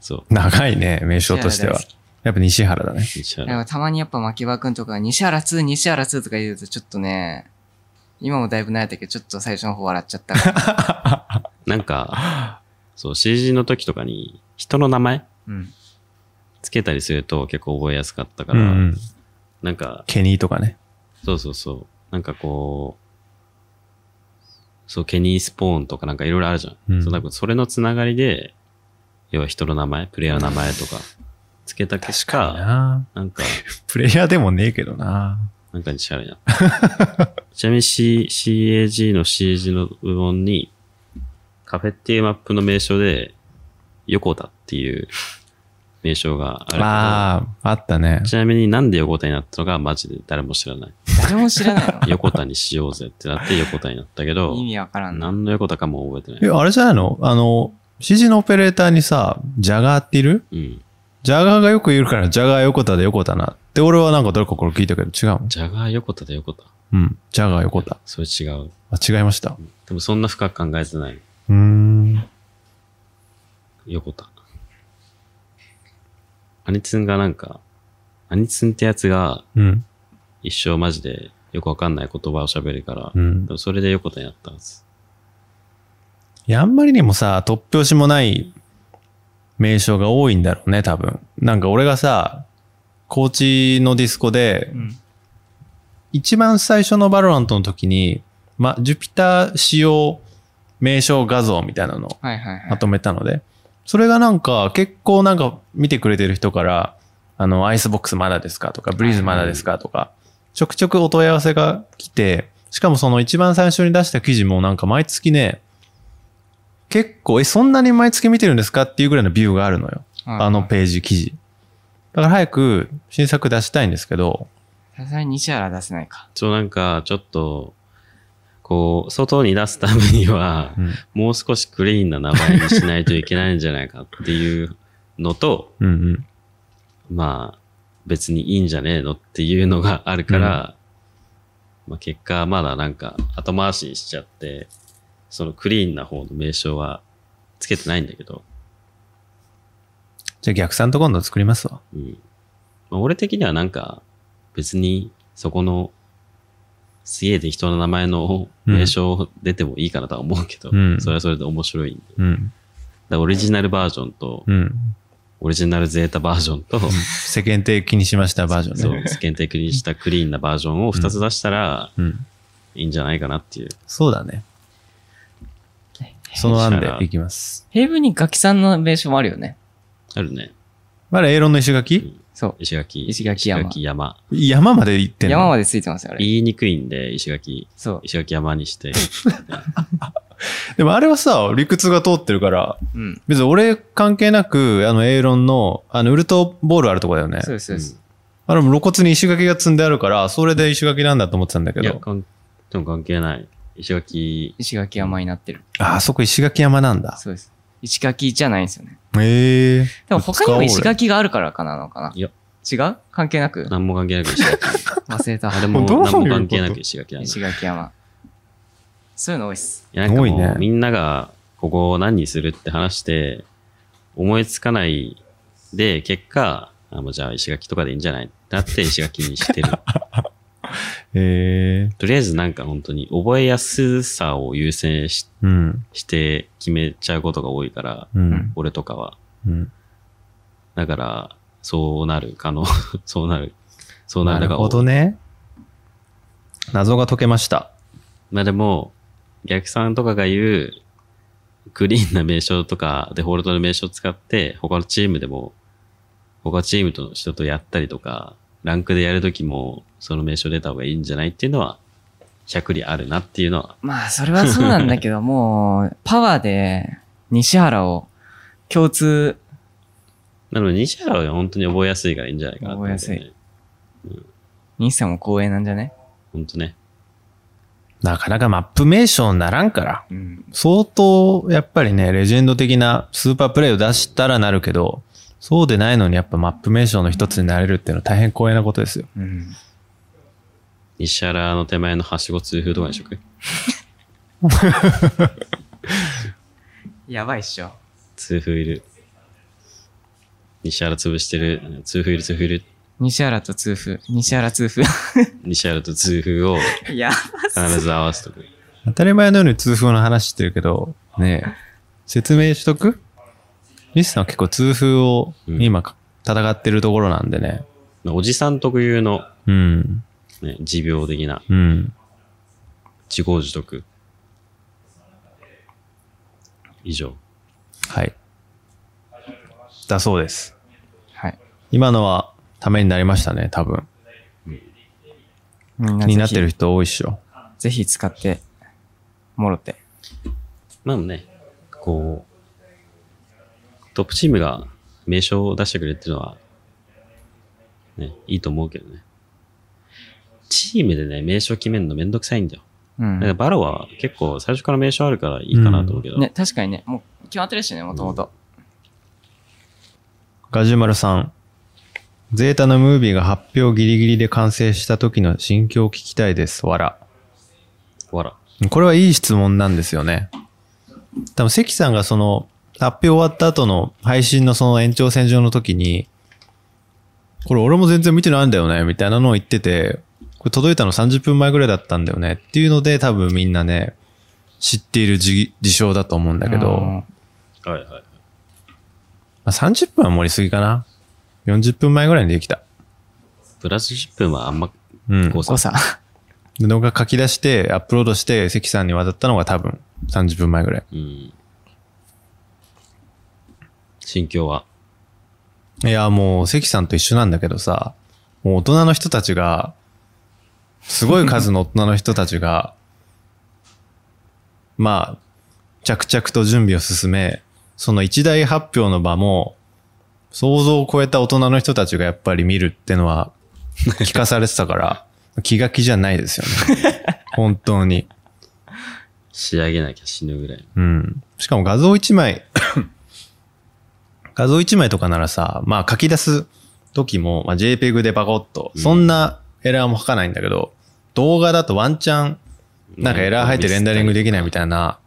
Speaker 1: そう、
Speaker 3: 長いね、名称としては
Speaker 2: 西原大。
Speaker 3: やっぱ西原だね。
Speaker 1: 西
Speaker 2: だか
Speaker 1: 原。
Speaker 2: らたまにやっぱ牧場くんとか、西原2、西原2とか言うとちょっとね、今もだいぶ慣れたけど、ちょっと最初の方笑っちゃったから。
Speaker 1: なんか、 そう、CG の時とかに、人の名前
Speaker 2: うん。
Speaker 1: つけたりすると結構覚えやすかったか
Speaker 3: う
Speaker 1: ら、
Speaker 3: んうん。
Speaker 1: なんか、
Speaker 3: ケニーとかね。
Speaker 1: そうそうそう、なんかこう、そう、ケニースポーンとかなんかいろいろあるじゃん。
Speaker 3: うん
Speaker 1: そう、多分それのつながりで、要は人の名前、プレイヤーの名前とか、つけた結果、
Speaker 3: なあ
Speaker 1: なんか、
Speaker 3: プレイヤーでもねえけどな。
Speaker 1: なん かにしゃれな。ちなみに C、CAG の C 字の部門に、カフェっていうマップの名称で、横田っていう名称があるけど、
Speaker 3: ああ、あったね。
Speaker 1: ちなみになんで横田になったのかマジで誰も知らない。
Speaker 2: 誰も知らないの
Speaker 1: 横田にしようぜってなって横田になったけど
Speaker 2: 意、味わからんな。
Speaker 1: 何の横田かも覚えて
Speaker 3: え、
Speaker 1: ない。
Speaker 3: あれじゃないのあの、指示のオペレーターにさ、ジャガーっている
Speaker 1: うん。
Speaker 3: ジャガーがよくいるから、ジャガー横田で横田な。って俺はなんかどれかこれ聞いたけど、違うの
Speaker 1: ジャガー横田で横田。
Speaker 3: うん。ジャガー横田。
Speaker 1: それ違う。
Speaker 3: あ、違いました。
Speaker 1: でもそんな深く考えてないう
Speaker 3: ーん。
Speaker 1: 横田。アニツンがなんか、アニツンってやつが
Speaker 3: うん。
Speaker 1: 一生マジでよくわかんない言葉を喋るから、
Speaker 3: うん
Speaker 1: で。もそれで横田になったんです。
Speaker 3: いや、あんまりにもさ、突拍子もない名称が多いんだろうね、多分。なんか俺がさ、高知のディスコで、
Speaker 2: うん
Speaker 3: 一番最初のバロラントの時に、ま、ジュピター使用名称画像みたいなのを
Speaker 2: はいはいはい。
Speaker 3: まとめたので、それがなんか結構なんか見てくれてる人から、あの、アイスボックスまだですかとか、ブリーズまだですかとか、ちょくちょくお問い合わせが来て、しかもその一番最初に出した記事もなんか毎月ね、結構、え、そんなに毎月見てるんですかっていうぐらいのビューがあるのよ。
Speaker 2: うん
Speaker 3: あのページ記事。だから早く新作出したいんですけど、
Speaker 2: さすがに西原出せないか。
Speaker 1: そうなんか、ちょっと、こう、外に出すためには、
Speaker 3: うん
Speaker 1: もう少しクリーンな名前にしないといけないんじゃないかっていうのと、
Speaker 3: うんうん。
Speaker 1: まあ、別にいいんじゃねえのっていうのがあるから、まあ結果、まだなんか後回しにしちゃって、そのクリーンな方の名称はつけてないんだけど、
Speaker 3: じゃあ逆算と今度作りますわ。
Speaker 1: うん。まあ、俺的にはなんか、別にそこの、すげえ適当な名前の名称出てもいいかなとは思うけど、
Speaker 3: うん
Speaker 1: それはそれで面白いんで。だか
Speaker 3: うん。
Speaker 1: らオリジナルバージョンと、
Speaker 3: うん。
Speaker 1: オリジナルゼータバージョンと、
Speaker 3: 世間的にしましたバージョンね。
Speaker 1: そう、試験的にしたクリーンなバージョンを2つ出したら
Speaker 3: うん。
Speaker 1: いいんじゃないかなっていう。
Speaker 3: そうだね。その案でいきます。
Speaker 2: 平文にガキさんの名称もあるよね。
Speaker 1: あるね。
Speaker 3: まだエイロンの石垣
Speaker 2: そう。
Speaker 1: 石垣。
Speaker 2: 石垣山
Speaker 1: 石垣山。
Speaker 3: 山まで行ってんの
Speaker 2: 山までついてますよ、あれ。
Speaker 1: 言いにくいんで、石垣、
Speaker 2: そう。
Speaker 1: 石垣山にして。
Speaker 3: でもあれはさ、理屈が通ってるから、
Speaker 2: うん。
Speaker 3: 別に俺関係なく、あの、エイロンの、あの、ウルトボールあるとこだよね。
Speaker 2: そうです、そうです。
Speaker 3: あれも露骨に石垣が積んであるから、それで石垣なんだと思ってたんだけ
Speaker 1: いや、
Speaker 3: ど、
Speaker 1: かんでも関係ない。石垣、
Speaker 2: 石垣山になってる。
Speaker 3: ああそこ石垣山なんだ。
Speaker 2: そうです。石垣じゃないんですよね。
Speaker 3: へえ。
Speaker 2: でも他にも石垣があるからかなのかな。
Speaker 1: いや
Speaker 2: 違う関係なく
Speaker 1: 何も関係なく石垣。
Speaker 2: 忘れた。
Speaker 1: あれも、
Speaker 3: どういう
Speaker 1: 何
Speaker 3: こと
Speaker 1: も関係なく石垣なんだ。
Speaker 2: 石垣山。そういうの多いっす。
Speaker 1: いや、なんか
Speaker 3: すごい
Speaker 1: も
Speaker 3: ね
Speaker 1: う、みんなが、ここを何にするって話して、思いつかないで、結果、あもうじゃあ石垣とかでいいんじゃないってなって石垣にしてる。
Speaker 3: へえ。
Speaker 1: とりあえずなんか本当に覚えやすさを優先し
Speaker 3: うん。
Speaker 1: して決めちゃうことが多いから、
Speaker 3: うん。
Speaker 1: 俺とかは。
Speaker 3: うん。
Speaker 1: だから、そうなる可能、 そうなる、そうな
Speaker 3: な
Speaker 1: る
Speaker 3: る
Speaker 1: が
Speaker 3: ほ
Speaker 1: 多い
Speaker 3: どね。謎が解けました。
Speaker 1: まあでも、逆算とかが言う、クリーンな名称とか、デフォルトの名称を使って、他のチームでも、他チームとの人とやったりとか、ランクでやるときも、その名称出た方がいいんじゃないっていうのは、100里あるなっていうのは、
Speaker 2: まあ、それはそうなんだけど、もう、パワーで西原を共通、
Speaker 1: なので、西原は本当に覚えやすいからいいんじゃないかなと思って、
Speaker 2: 覚えやす。西さんも光栄なんじゃね
Speaker 1: 本当ね。
Speaker 3: なかなかマップ名称にならんから。
Speaker 2: うん。
Speaker 3: 相当、やっぱりね、レジェンド的なスーパープレイを出したらなるけど、そうでないのにやっぱマップ名称の一つになれるっていうのは大変光栄なことですよ。
Speaker 2: うん。
Speaker 1: 西原の手前のはしご通風とかにしとく
Speaker 2: やばいっしょ。
Speaker 1: 通風いる。西原潰してる。通風いる、通風いる。
Speaker 2: 西原と通風。西原通風。
Speaker 1: 西原と通風を
Speaker 2: いや、
Speaker 1: 必ず合わせとく。
Speaker 3: 当たり前のように通風の話してるけど、ねえ説明しとくリスさんは結構通風を
Speaker 1: うん
Speaker 3: 今か戦ってるところなんでね。
Speaker 1: おじさん特有の、
Speaker 3: うん。
Speaker 1: ね、持病的な
Speaker 3: うん。
Speaker 1: 自業自得。以上。
Speaker 3: はい。だそうです。
Speaker 2: はい。
Speaker 3: 今のはためになりましたね、多分。
Speaker 2: みんな
Speaker 3: 気
Speaker 2: ぜ
Speaker 3: に
Speaker 2: ひ
Speaker 3: なってる人多いっしょ。
Speaker 2: ぜひ使って、もろて。
Speaker 1: まあね、こう、トップチームが名称を出してくれっていうのは、ね、いいと思うけどね。チームでね、名称決めるのめんどくさいんだよ。
Speaker 2: うん
Speaker 1: だからバロは結構最初から名称あるからいいかなと思うけど。
Speaker 2: ね、確かにね、もう決まってるしね、もともと。
Speaker 3: ガジュマルさん。ゼータのムービーが発表ギリギリで完成した時の心境を聞きたいです。わら。
Speaker 1: わら。
Speaker 3: これはいい質問なんですよね。多分関さんがその発表終わった後の配信のその延長線上の時に、これ俺も全然見てないんだよね、みたいなのを言ってて、これ届いたの30分前ぐらいだったんだよねっていうので多分みんなね、知っている事事象だと思うんだけど、ま
Speaker 1: はいはい。
Speaker 3: あ、30分は盛りすぎかな。40分前ぐらいにできた。
Speaker 1: プラス10分はあんま
Speaker 3: うん。
Speaker 1: 誤差
Speaker 2: 誤差。
Speaker 3: で動画書き出して、アップロードして、関さんに渡ったのが多分30分前ぐらい。
Speaker 1: うん。心境は。
Speaker 3: いや、もう関さんと一緒なんだけどさ、もう大人の人たちが、すごい数の大人の人たちが、まあ、着々と準備を進め、その一大発表の場も、想像を超えた大人の人たちがやっぱり見るってのは、聞かされてたから、気が気じゃないですよね。本当に。
Speaker 1: 仕上げなきゃ死ぬぐらい。
Speaker 3: うん。しかも画像1枚、画像1枚とかならさ、まあ書き出す時も、まあ、JPEG でバコッと、そんなエラーも吐かないんだけど、動画だとワンチャン、なんかエラー入ってレンダリングできないみたいな、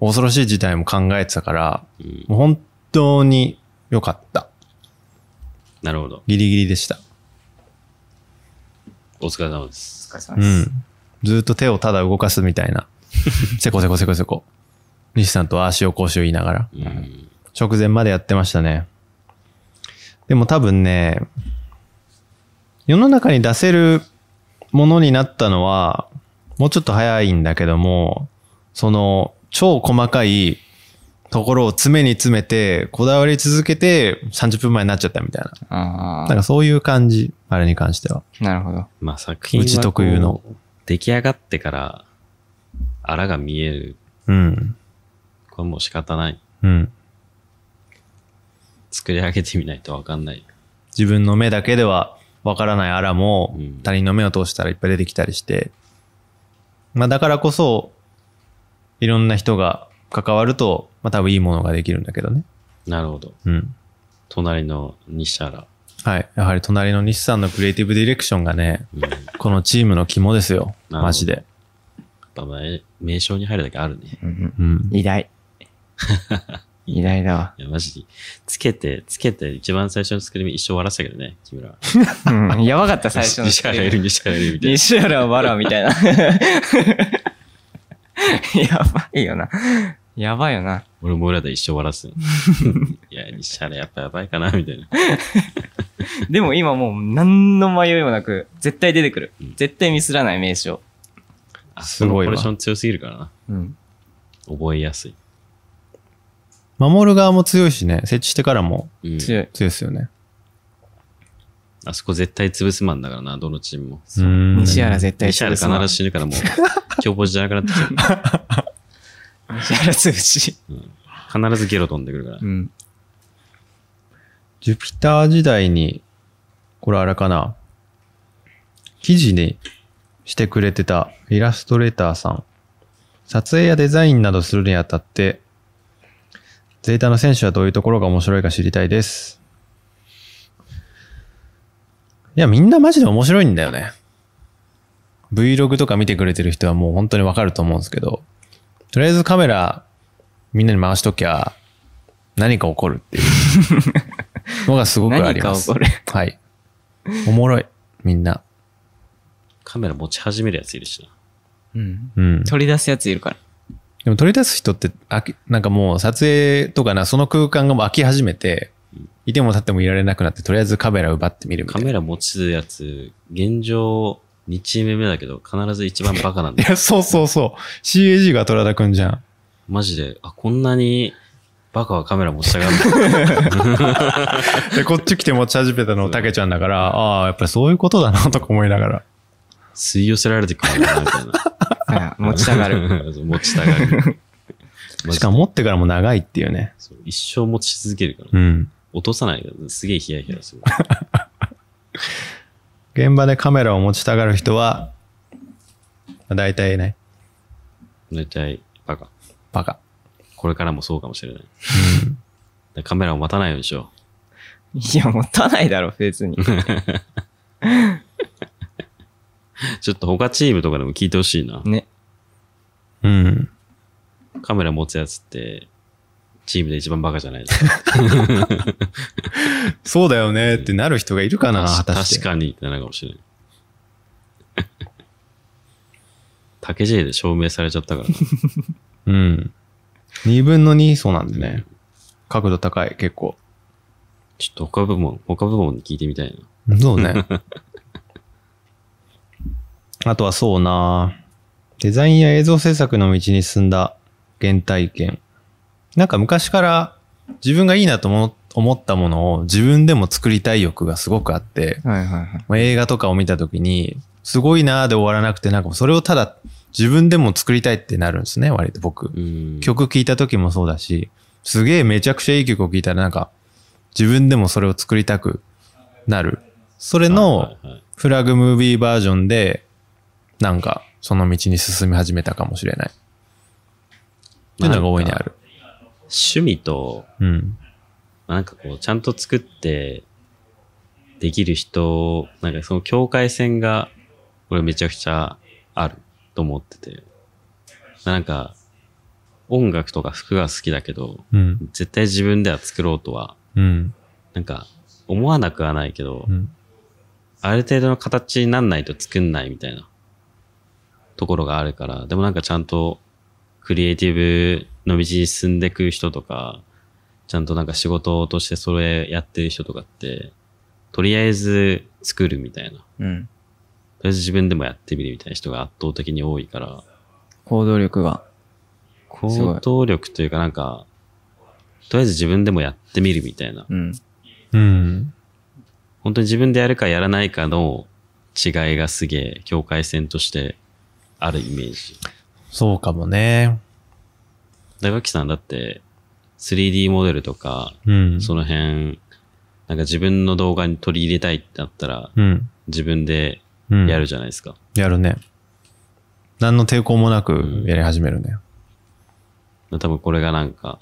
Speaker 3: 恐ろしい事態も考えてたから、
Speaker 1: うん
Speaker 3: もう本当に良かった。
Speaker 1: なるほど。
Speaker 3: ギリギリでした。
Speaker 1: お疲れ様です。
Speaker 2: お疲れ様
Speaker 3: う
Speaker 2: です
Speaker 3: ん。ずっと手をただ動かすみたいな。 せこせこせこせこ。西さんとああしようこうしよう言いながら。
Speaker 1: うん。
Speaker 3: 直前までやってましたね。でも多分ね、世の中に出せるものになったのは、もうちょっと早いんだけども、その、超細かいところを詰めに詰めて、こだわり続けて30分前になっちゃったみたいな。
Speaker 2: あ
Speaker 3: なん
Speaker 2: あ、
Speaker 3: かそういう感じ、あれに関しては。
Speaker 2: なるほど。
Speaker 1: まあ作品は
Speaker 3: うち特有の
Speaker 1: こう。出来上がってから、あらが見える。
Speaker 3: うん。
Speaker 1: これはもう仕方ない。
Speaker 3: うん。
Speaker 1: 作り上げてみないとわかんない。
Speaker 3: 自分の目だけではわからないあらも
Speaker 1: うん
Speaker 3: 他人の目を通したらいっぱい出てきたりして、まあだからこそいろんな人が関わると、まあ多分いいものができるんだけどね。
Speaker 1: なるほど。
Speaker 3: うん。
Speaker 1: 隣の西原。
Speaker 3: はい。やはり隣の西さんのクリエイティブディレクションがね、
Speaker 1: うん。やっ
Speaker 3: このチームの肝ですよ。
Speaker 1: なるほど
Speaker 3: マジで。
Speaker 1: ぱ名名称に入るだけあるね。
Speaker 2: うん
Speaker 3: うん。
Speaker 2: 偉 大。偉大だわ。
Speaker 1: いや、マジで。つけて、つけて、一番最初の作り目一生終わらせたけどね、木村。
Speaker 2: うん やばかった、最初の。
Speaker 1: 西原いる、西原いる、みたいな。
Speaker 2: 西原わらみたいな。 やばいよな。やばいよな。
Speaker 1: 俺も俺らで一生終わらす。いや、西原やっぱやばいかな、みたいな。
Speaker 2: でも今もう何の迷いもなく、絶対出てくる。絶対ミスらない名称。
Speaker 1: あ
Speaker 3: すごい
Speaker 1: このポ
Speaker 3: わ
Speaker 1: ジション強すぎるからな。
Speaker 2: うん。
Speaker 1: 覚えやすい。
Speaker 3: 守る側も強いしね、設置してからも
Speaker 1: うん。
Speaker 2: 強い。
Speaker 3: 強いですよね。
Speaker 1: あそこ絶対潰すマンだからな、どのチームも。
Speaker 3: うん
Speaker 2: 西原絶対
Speaker 1: 西原
Speaker 2: 潰す
Speaker 1: 必
Speaker 2: な
Speaker 1: ず死ぬからもう、強ポジじゃなくなってきちゃ
Speaker 2: 西原潰し。
Speaker 1: う。必ずゲロ飛んでくるから
Speaker 2: う。ん。
Speaker 3: ジュピター時代に、これあれかな。記事にしてくれてたイラストレーターさん。撮影やデザインなどするにあたって、ゼータの選手はどういうところが面白いか知りたいです。いや、みんなマジで面白いんだよね。Vlog とか見てくれてる人はもう本当にわかると思うんですけど、とりあえずカメラみんなに回しときゃ何か起こるっていうのがすごくありま す。
Speaker 2: 何か起
Speaker 3: はい。おもろい。みんな。
Speaker 1: カメラ持ち始めるやついるしな。
Speaker 2: うん。
Speaker 3: うん。
Speaker 2: 取り出すやついるから。
Speaker 3: でも取り出す人って飽き、なんかもう撮影とかな、その空間がもう飽き始めて、いても立ってもいられなくなって、とりあえずカメラ奪ってみるみた
Speaker 1: カ
Speaker 3: いな。
Speaker 1: メラ持ちやつ、現状2チーム目だけど、必ず一番バカなんだよ
Speaker 3: いや、そうそうそう。CAG が虎田くんじゃん。
Speaker 1: マジで、あ、こんなにバカはカメラ持ちたが るの
Speaker 3: で、こっち来て持ち始めたのたけちゃんだから、ああ、やっぱりそういうことだな、とか思いながら。
Speaker 1: 吸い寄せられてくるんだな、みたい
Speaker 2: あ持ちた がる。
Speaker 1: な。持ちたがる。マジで
Speaker 3: しかも持ってからも長いっていうね。
Speaker 1: そう一生持ち続けるから。
Speaker 3: うん。
Speaker 1: 落とさないよすげえヒヤヒヤする。
Speaker 3: 現場でカメラを持ちたがる人は、大体ね、
Speaker 1: 大体、バカ。
Speaker 3: バカ。
Speaker 1: これからもそうかもしれない。だからカメラを待たないようにしよ
Speaker 2: いや、持たないだろ、別に。
Speaker 1: う。ちょっと他チームとかでも聞いてほしいな。
Speaker 2: ね。
Speaker 3: うん。
Speaker 1: カメラ持つやつって、チームで一番バカじゃないです
Speaker 3: そうだよねってなる人がいるかな、果
Speaker 1: 確
Speaker 3: た
Speaker 1: か
Speaker 3: して。
Speaker 1: にってなるかもしれない。 竹 J で証明されちゃったからな。
Speaker 3: うん。二分の二そうなんでね。角度高い、結構。
Speaker 1: ちょっと他部門、他部門に聞いてみたいな。
Speaker 3: そうね。 あとはそうなデザインや映像制作の道に進んだ原体験。なんか昔から自分がいいなと思思ったものを自分でも作りたい欲がすごくあって、
Speaker 2: はいはいはい。
Speaker 3: まあ映画とかを見た時に、すごいなーで終わらなくて、なんかそれをただ自分でも作りたいってなるんですね、割と僕。
Speaker 1: うん。
Speaker 3: 曲聴いた時もそうだし、すげえめちゃくちゃいい曲を聴いたらなんか、自分でもそれを作りたくなる。それ
Speaker 1: は
Speaker 3: の
Speaker 1: いはいはい
Speaker 3: フラグムービーバージョンで、なんか、その道に進み始めたかもしれない。っていうのが大いにある。
Speaker 1: 趣味と、
Speaker 3: うん。
Speaker 1: まあなんかこう、ちゃんと作って、できる人、なんかその境界線が、俺めちゃくちゃあると思ってて。まあなんか、音楽とか服が好きだけど、
Speaker 3: うん。
Speaker 1: 絶対自分では作ろうとは、
Speaker 3: うん。
Speaker 1: なんか、思わなくはないけど、
Speaker 3: うん。
Speaker 1: ある程度の形になんないと作んないみたいなところがあるから、でもなんかちゃんとクリエイティブの道に進んでく人とか、ちゃんとなんか仕事としてそれやってる人とかって、とりあえず作るみたいな。とり
Speaker 2: うん。
Speaker 1: あえず自分でもやってみるみたいな人が圧倒的に多いから、
Speaker 2: 行動力が。すご
Speaker 1: 行
Speaker 2: い
Speaker 1: 動力というかなんか、とりあえず自分でもやってみるみたいな。
Speaker 2: うん。
Speaker 3: うん。
Speaker 1: 本当に自分でやるかやらないかの違いがすげえ境界線としてあるイメージ。
Speaker 3: そうかもね。
Speaker 1: 大垣さんだって 3D モデルとか、
Speaker 3: うん。
Speaker 1: その辺、なんか自分の動画に取り入れたいってなったら、
Speaker 3: うん。
Speaker 1: 自分で
Speaker 3: うん。
Speaker 1: やるじゃないですか。
Speaker 3: やるね。何の抵抗もなくやり始めるね。
Speaker 1: 多分これがなんか、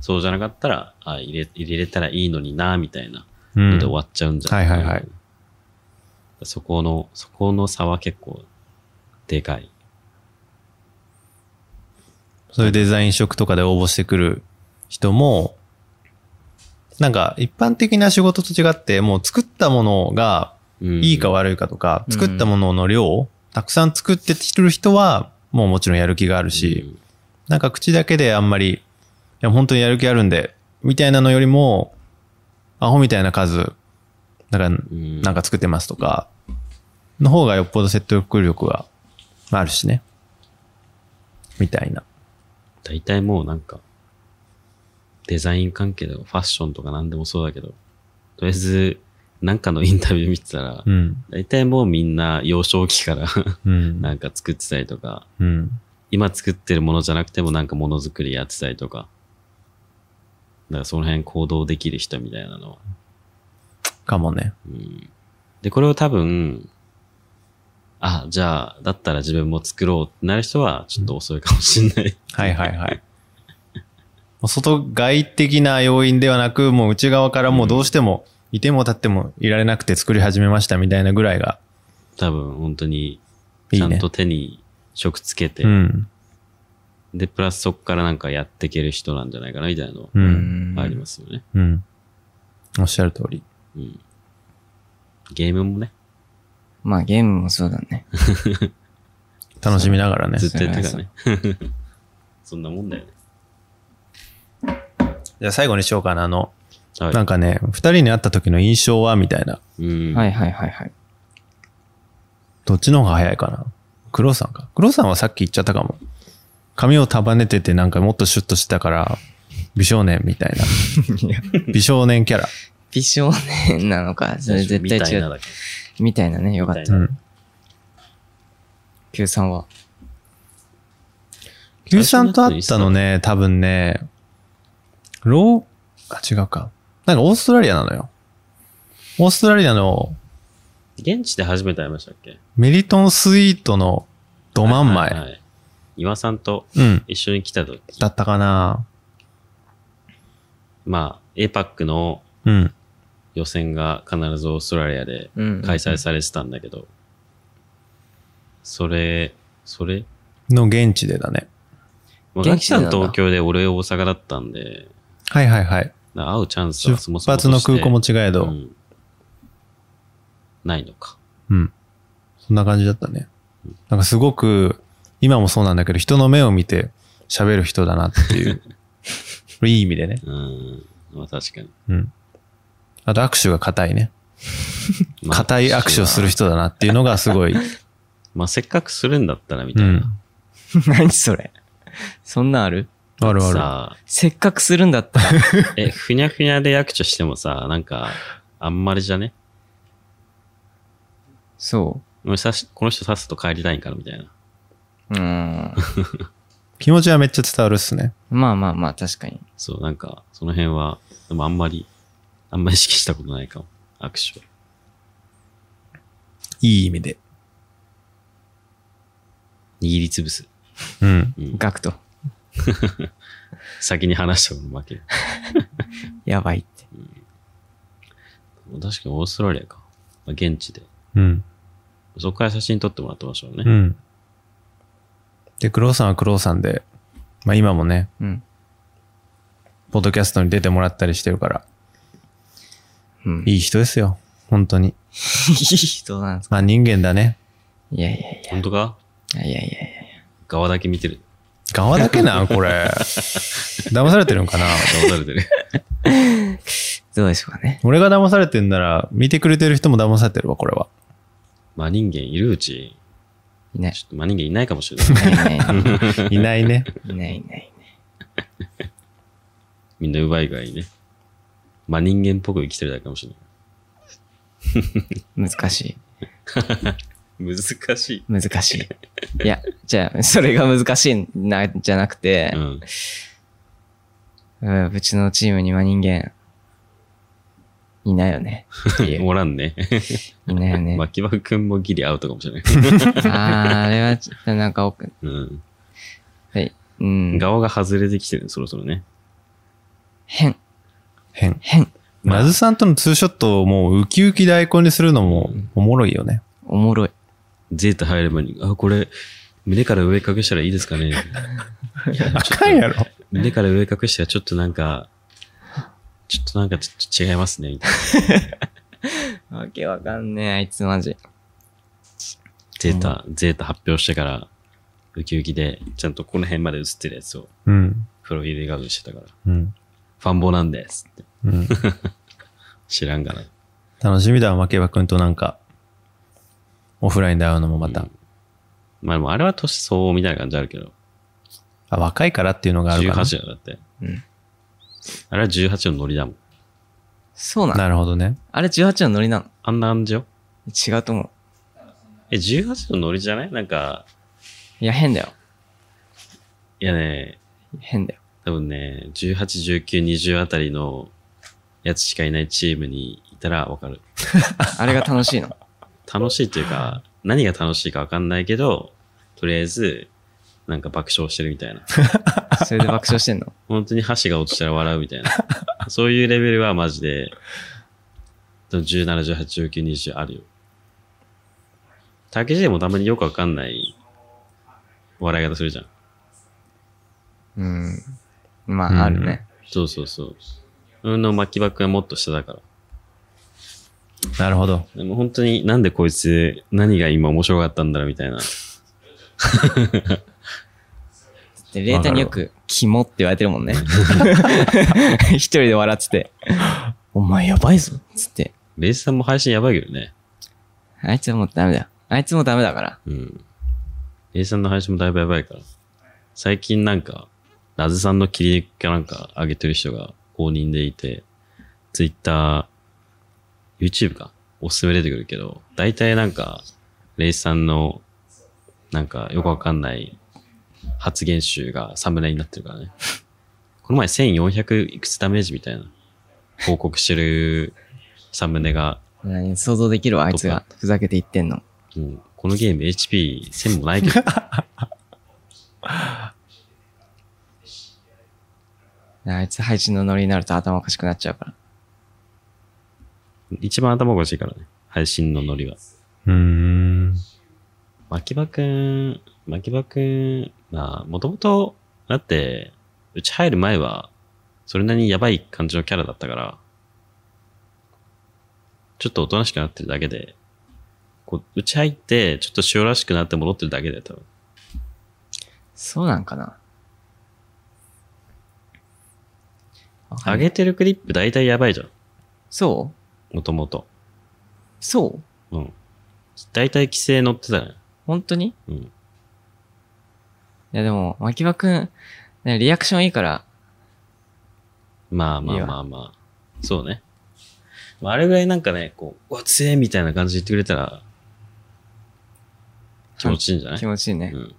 Speaker 1: そうじゃなかったら、あ入れ、入れれたらいいのにな、みたいな
Speaker 3: うん。
Speaker 1: ので終わっちゃうんじゃないかな
Speaker 3: はいはいはい
Speaker 1: そこの、そこの差は結構、でかい。
Speaker 3: そういうデザイン職とかで応募してくる人も、なんか一般的な仕事と違って、もう作ったものが
Speaker 1: うん
Speaker 3: いいか悪いかとか、
Speaker 2: うん
Speaker 3: 作ったものの量をたくさん作ってる人は、もうもちろんやる気があるし、なんか口だけであんまり、いや、本当にやる気あるんで、みたいなのよりも、アホみたいな数、なんか
Speaker 1: うん、うん
Speaker 3: なんか作ってますとか、の方がよっぽど説得力があるしね。みたいな。
Speaker 1: 大体もうなんか、デザイン関係とかファッションとか何でもそうだけど、とりあえず、なんかのインタビュー見てたら、
Speaker 3: うん。
Speaker 1: 大体もうみんな幼少期から
Speaker 3: うん。
Speaker 1: なんか作ってたりとか、
Speaker 3: うん。
Speaker 1: 今作ってるものじゃなくてもなんかものづくりやってたりとか、だからその辺行動できる人みたいなのは。
Speaker 3: かもね。
Speaker 1: うん、で、これを多分、あ、じゃあ、だったら自分も作ろうってなる人はちょっと遅いかもしんない。
Speaker 3: はいはいはい。もう外外的な要因ではなく、もう内側からもうどうしても、いても立ってもいられなくて作り始めましたみたいなぐらいが
Speaker 1: 多分本当に、
Speaker 3: いい
Speaker 1: ち
Speaker 3: ね。
Speaker 1: ゃんと手に職つけて、
Speaker 3: うん。
Speaker 1: で、プラスそこからなんかやっていける人なんじゃないかなみたいなの
Speaker 3: う。
Speaker 2: うんん
Speaker 1: はありますよね。
Speaker 3: うん。おっしゃる通り。
Speaker 1: うん、ゲームもね、
Speaker 2: まあゲームもそうだね。
Speaker 3: 楽しみながらね。
Speaker 1: ずっとやってた
Speaker 2: そ
Speaker 1: か
Speaker 2: う
Speaker 1: らね。そんなもんだよね。
Speaker 3: じゃあ最後にしようかな。あの、
Speaker 1: は
Speaker 3: なんかね、二人に会った時の印象はみたいな。
Speaker 1: い。うん。
Speaker 2: はいはいはいはい。
Speaker 3: どっちの方が早いかな。黒さんか。黒さんはさっき言っちゃったかも。髪を束ねててなんかもっとシュッとしてたから、美少年みたいな。美少年キャラ。
Speaker 2: 美少年なの か、それ絶対
Speaker 1: みた
Speaker 2: 違
Speaker 1: いな
Speaker 2: う。
Speaker 1: だけ
Speaker 2: みたいなね、よかっ
Speaker 1: み
Speaker 2: た
Speaker 1: た。いな
Speaker 2: Q さんは。
Speaker 3: Q さんと会ったのね、多分ね、ロー、あ、違うか。なんかオーストラリアなのよ。オーストラリアの
Speaker 1: 現地で初めて会いましたっけ
Speaker 3: メリトンスイートのど真ん
Speaker 1: は
Speaker 3: 前。
Speaker 1: いはいはい岩さんと
Speaker 3: うん。
Speaker 1: 一緒に来た時、
Speaker 3: だったかな
Speaker 1: まあ、APAC の
Speaker 3: うん。
Speaker 1: 予選が必ずオーストラリアで
Speaker 2: うん
Speaker 1: 開催されてたんだけど、それ、それ
Speaker 3: の現地でだね。
Speaker 1: まあ、
Speaker 2: 元
Speaker 1: ガ
Speaker 2: 気
Speaker 1: キ
Speaker 2: そう
Speaker 1: さ
Speaker 2: だなん
Speaker 1: 東京で俺大阪だったんで、
Speaker 3: はいはいはい。
Speaker 1: な会うチャンス
Speaker 3: 出
Speaker 1: はそもそも
Speaker 3: 発の空港も
Speaker 1: ち
Speaker 3: 違えど、
Speaker 1: ん、ないのか。
Speaker 3: うん。そんな感じだったね。なんかすごく、今もそうなんだけど、人の目を見て喋る人だなって いう。これいい意味でね。
Speaker 1: うん。まあ確かに。
Speaker 3: うん。あと握手が硬いね。
Speaker 1: まあ
Speaker 3: 硬い握手をする。人だなっていうのがすごい。
Speaker 1: まあせっかくするんだったらみ
Speaker 3: う
Speaker 1: たい
Speaker 3: ん。
Speaker 1: な。
Speaker 2: 何それ。そんなんある
Speaker 3: あるあ
Speaker 1: さ
Speaker 2: せっかくするんだったら。
Speaker 1: あ、え、ふにゃふにゃで役所してもさ、なんか、あんまりじゃね
Speaker 2: そ
Speaker 1: 俺さし、この人刺すと帰りたいんかなみたいな。
Speaker 2: う。うん。
Speaker 3: る。気持ちはめっちゃ伝わるっすね。
Speaker 2: まあまあまあ、確かに。
Speaker 1: そう、なんか、その辺は、でもあんまり、あんまり意識したことないかも。握手は。
Speaker 3: いい意味で。
Speaker 1: 握りつぶす。
Speaker 3: うん。
Speaker 1: うん。
Speaker 2: ガクト。
Speaker 1: 先に話したこと負ける。
Speaker 2: やばいって。
Speaker 1: 確かにオーストラリアか。まあ現地で。
Speaker 3: うん。
Speaker 1: そこから写真撮ってもらってましたよね。
Speaker 3: うん。で、クローさんはクローさんで、まあ今もね、
Speaker 2: うん。
Speaker 3: ポッドキャストに出てもらったりしてるから、
Speaker 2: うん。い
Speaker 3: いい人ですよ。本当に。
Speaker 2: い人なんですか
Speaker 3: まあ人間だね。
Speaker 2: いやいやい
Speaker 1: 本当か
Speaker 2: や。いやいやいや。
Speaker 1: 側だけ見てる。
Speaker 3: 側だけ なんこれ。騙されてるんかな
Speaker 1: 騙されて る。
Speaker 2: どうでしょうかね。
Speaker 3: 俺が騙されてんなら、見てくれてる人も騙されてるわ、これは。
Speaker 1: 真人間いるうち、
Speaker 2: いない。
Speaker 1: ちょっと真人間いないかもしれ ない。
Speaker 2: いないいない
Speaker 3: いないね。
Speaker 2: いないいない。
Speaker 1: みんな奪い以外ね。真人間っぽく生きてるだけかもしれない。
Speaker 2: 難し
Speaker 1: 難しい。
Speaker 2: い。難しい。いや、じゃあ、それが難しいんな、じゃなくて、
Speaker 1: うん。
Speaker 2: うん、うちのチームには人間、いないよね。
Speaker 1: おらんね。
Speaker 2: いないよ ね。
Speaker 1: 牧場くんもギリアウトかもしれない。
Speaker 2: あー、あれは、ちょっとなんか奥、
Speaker 1: うん。
Speaker 2: はい。うん。
Speaker 1: 顔が外れてきてる、そろそろね。
Speaker 2: 変、
Speaker 3: 変。
Speaker 2: 変。
Speaker 3: まずさんとのツーショットをもうウキウキでアイコンにするのもおもろいよね。
Speaker 2: おもろい。
Speaker 1: ゼータ入る前に、あ、これ、胸から上隠したらいいですかね。
Speaker 3: あかんやろ。
Speaker 1: 胸から上隠したらちょっとなんか、ちょっとなんかちょっと違いますね、みたいな。
Speaker 2: わけわかんねえ、あいつマジ。
Speaker 1: ゼータ、ゼータ発表してから、ウキウキで、ちゃんとこの辺まで映ってるやつを、
Speaker 3: うん。
Speaker 1: プロフィール画像にしてたから、
Speaker 3: うん。
Speaker 1: ファンボなんですって。
Speaker 3: うん。
Speaker 1: 知らんがな。
Speaker 3: 楽しみだわ、マケバ君となんか、オフラインで会うのもまた。
Speaker 1: まあでもあれは年相応みたいな感じあるけど、
Speaker 3: あ、若いからっていうのがあるから。
Speaker 1: 18だよ、だって。
Speaker 2: うん
Speaker 1: あれは18のノリだもん。
Speaker 2: そうなの
Speaker 3: なるほどね。
Speaker 2: あれ18のノリなの
Speaker 1: あんな感じよ。
Speaker 2: 違うと思う。
Speaker 1: え、18のノリじゃないなんか、
Speaker 2: いや、変だよ。
Speaker 1: いやね、
Speaker 2: 変だよ。
Speaker 1: 多分ね、18、19、20あたりのやつしかいないチームにいたらわかる。
Speaker 2: あれが楽しいの。
Speaker 1: 楽しいっていうか、何が楽しいかわかんないけど、とりあえず、なんか爆笑してるみたいな。
Speaker 2: それで爆笑してんの。
Speaker 1: 本当に箸が落ちたら笑うみたいな。そういうレベルはマジで、17、18、19、20あるよ。竹地もたまによくわかんない笑い方するじゃん。
Speaker 2: うん。まあ、あるね。
Speaker 1: そうそうそう。うんの巻き場くんはもっと下だから。
Speaker 3: なるほど。
Speaker 1: でも本当になんでこいつ何が今面白かったんだろうみたいな。
Speaker 2: で、レータによく、キモって言われてるもん ね。一人で笑ってて、お前やばいぞ、つって。
Speaker 1: レイスさんも配信やばいけどね。
Speaker 2: あいつはもうダメだよ。あいつもダメだから。
Speaker 1: うん。レイさんの配信もだいぶやばいから。最近なんか、ラズさんの切り抜きかなんか上げてる人が公認でいて、ツイッター、YouTube か、おすすめ出てくるけど、大体なんか、レイさんの、なんかよくわかんない発言集がサムネになってるからね。この前1400いくつダメージみたいな。報告してるサムネが、
Speaker 2: 何想像できるわ、あいつが。ふざけて言ってんの。
Speaker 1: うんこのゲーム HP1000 もないけど、
Speaker 2: あいつ配信のノリになると頭おかしくなっちゃうから。
Speaker 1: 一番頭おかしいからね。配信のノリは。
Speaker 3: うーん。
Speaker 1: 牧場くん、牧場くん、まあ、もともと、だって、うち入る前は、それなりにやばい感じのキャラだったから、ちょっとおとなしくなってるだけで、こう、うち入って、ちょっと塩らしくなって戻ってるだけだよ、多分。
Speaker 2: そうなんかなわかん
Speaker 1: 上
Speaker 2: ない
Speaker 1: げてるクリップ大体やばいじゃん、
Speaker 2: そう
Speaker 1: もともと。
Speaker 2: そう
Speaker 1: うん。大体規制乗ってたね。
Speaker 2: 本当に
Speaker 1: うん。
Speaker 2: いやでも、牧場くん、ねリアクションいいから、
Speaker 1: まあま
Speaker 2: いい
Speaker 1: あ
Speaker 2: わ
Speaker 1: まあまあ。そうね。まあ、あれぐらいなんかね、こう、うわ、強えみたいな感じで言ってくれたら、気持ちいいんじゃない
Speaker 2: 気持ちいいね。
Speaker 1: う。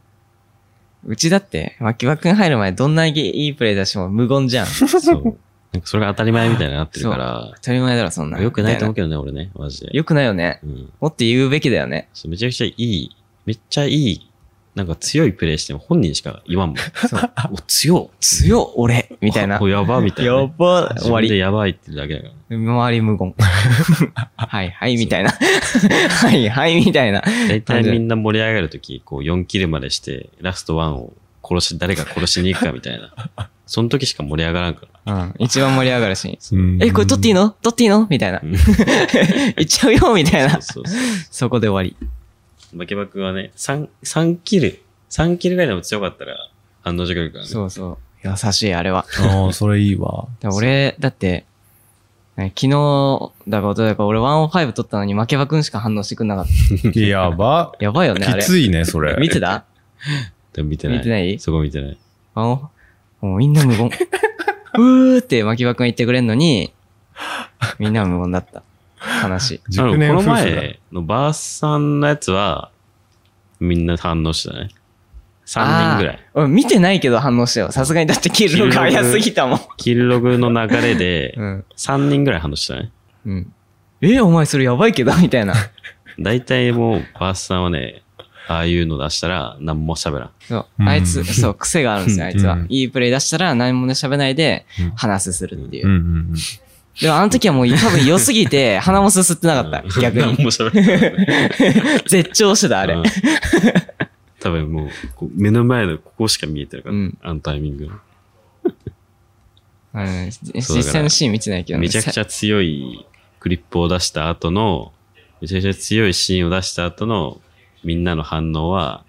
Speaker 2: うんちだって、牧場くん入る前どんなにいいプレイ出しても無 言じゃん。当
Speaker 1: そう。なんかそれが当たり前みたいになってるか
Speaker 2: たり前だろ、そ んな
Speaker 1: ら、
Speaker 2: ん。
Speaker 1: 良くないと思う
Speaker 2: み
Speaker 1: け
Speaker 2: た
Speaker 1: どね、俺ね、マジ
Speaker 2: い
Speaker 1: で。
Speaker 2: なよくないよね。
Speaker 1: うん。
Speaker 2: もっと言うべきだよね。
Speaker 1: そうめちゃくちゃいい、めっちゃいい、なんか強いプレイしても本人しか言わんもん。
Speaker 2: そう。
Speaker 1: お、強っ
Speaker 2: 強っ俺みたいな。
Speaker 1: お、やばみたいなね、
Speaker 2: やば終
Speaker 1: 終
Speaker 2: わ
Speaker 1: わり。で
Speaker 2: り。
Speaker 1: やばいってだけだから。
Speaker 2: 周り無言。 はいはい、みたいな。はいはい、みたいな。
Speaker 1: 大体みんな盛り上がるとき、こう4キルまでして、ラスト1を殺し、誰が殺しに行くかみたいな。その時しか盛り上がらんから。
Speaker 2: うん。一番盛り上がるシーン。
Speaker 3: うん
Speaker 2: え、これ撮っていいの撮っていいのみたいな。
Speaker 1: うん
Speaker 2: 行っちゃうよみたいな。
Speaker 1: そうそうそ
Speaker 2: そこで終わり。
Speaker 1: う。負けばくはね、3、三キル、3キルぐらいでも強かったら反応してくるからね。
Speaker 2: そうそう。優しい、あれは。
Speaker 3: ああ、それいいわ。
Speaker 2: で俺、だって、ね昨日だか一昨日だか俺105撮ったのに負けばくんしか反応してくんなかっ
Speaker 3: やば。
Speaker 2: た。やばいよね、あ
Speaker 3: き
Speaker 2: れ。
Speaker 3: ついね、それ。
Speaker 2: 見てた
Speaker 1: でも見てない。
Speaker 2: 見てない
Speaker 1: そこ見てない。
Speaker 2: あの、もうみんな無言。うーって牧場くん言ってくれんのに、みんな無言だった。悲しい。
Speaker 1: あ
Speaker 3: 熟
Speaker 1: の
Speaker 3: 年
Speaker 1: こ
Speaker 3: 夫
Speaker 1: の
Speaker 3: 婦だ。
Speaker 1: 前のバースさんのやつは、みんな反応してたね。3人ぐらい。
Speaker 2: あー。俺見てないけど反応したよ。さすがにだってキルのが早すぎたもん。
Speaker 1: キルログの流れ で、
Speaker 2: ん。
Speaker 1: 3人ぐらい反応してたね。
Speaker 2: うん。え、お前それやばいけどみたいな。
Speaker 1: 大体もう、バースさんはね、ああいうの出したら、何も喋らん。
Speaker 2: そう
Speaker 3: う。ん
Speaker 2: あいつ、そう、癖があるんですよ、あいつ
Speaker 3: う
Speaker 2: は
Speaker 3: ん。
Speaker 2: いいプレイ出したら何もね喋らないで
Speaker 3: うん、
Speaker 2: 話するっていう
Speaker 3: うん。うん
Speaker 2: でもあの時はもう多分良すぎて、鼻もすすってなかった。逆
Speaker 1: 何
Speaker 2: に。
Speaker 1: も喋らん。
Speaker 2: 絶頂してた、あれ
Speaker 1: うん。多分もう、こう目の前のここしか見えてるから、
Speaker 2: うん
Speaker 1: あのタイミング。そ
Speaker 2: うん
Speaker 1: うだから
Speaker 2: 実際のシーン見てないけどね
Speaker 1: めちゃくちゃ強いクリップを出した後の、めちゃくちゃ強いシーンを出した後の、みんなの反応は、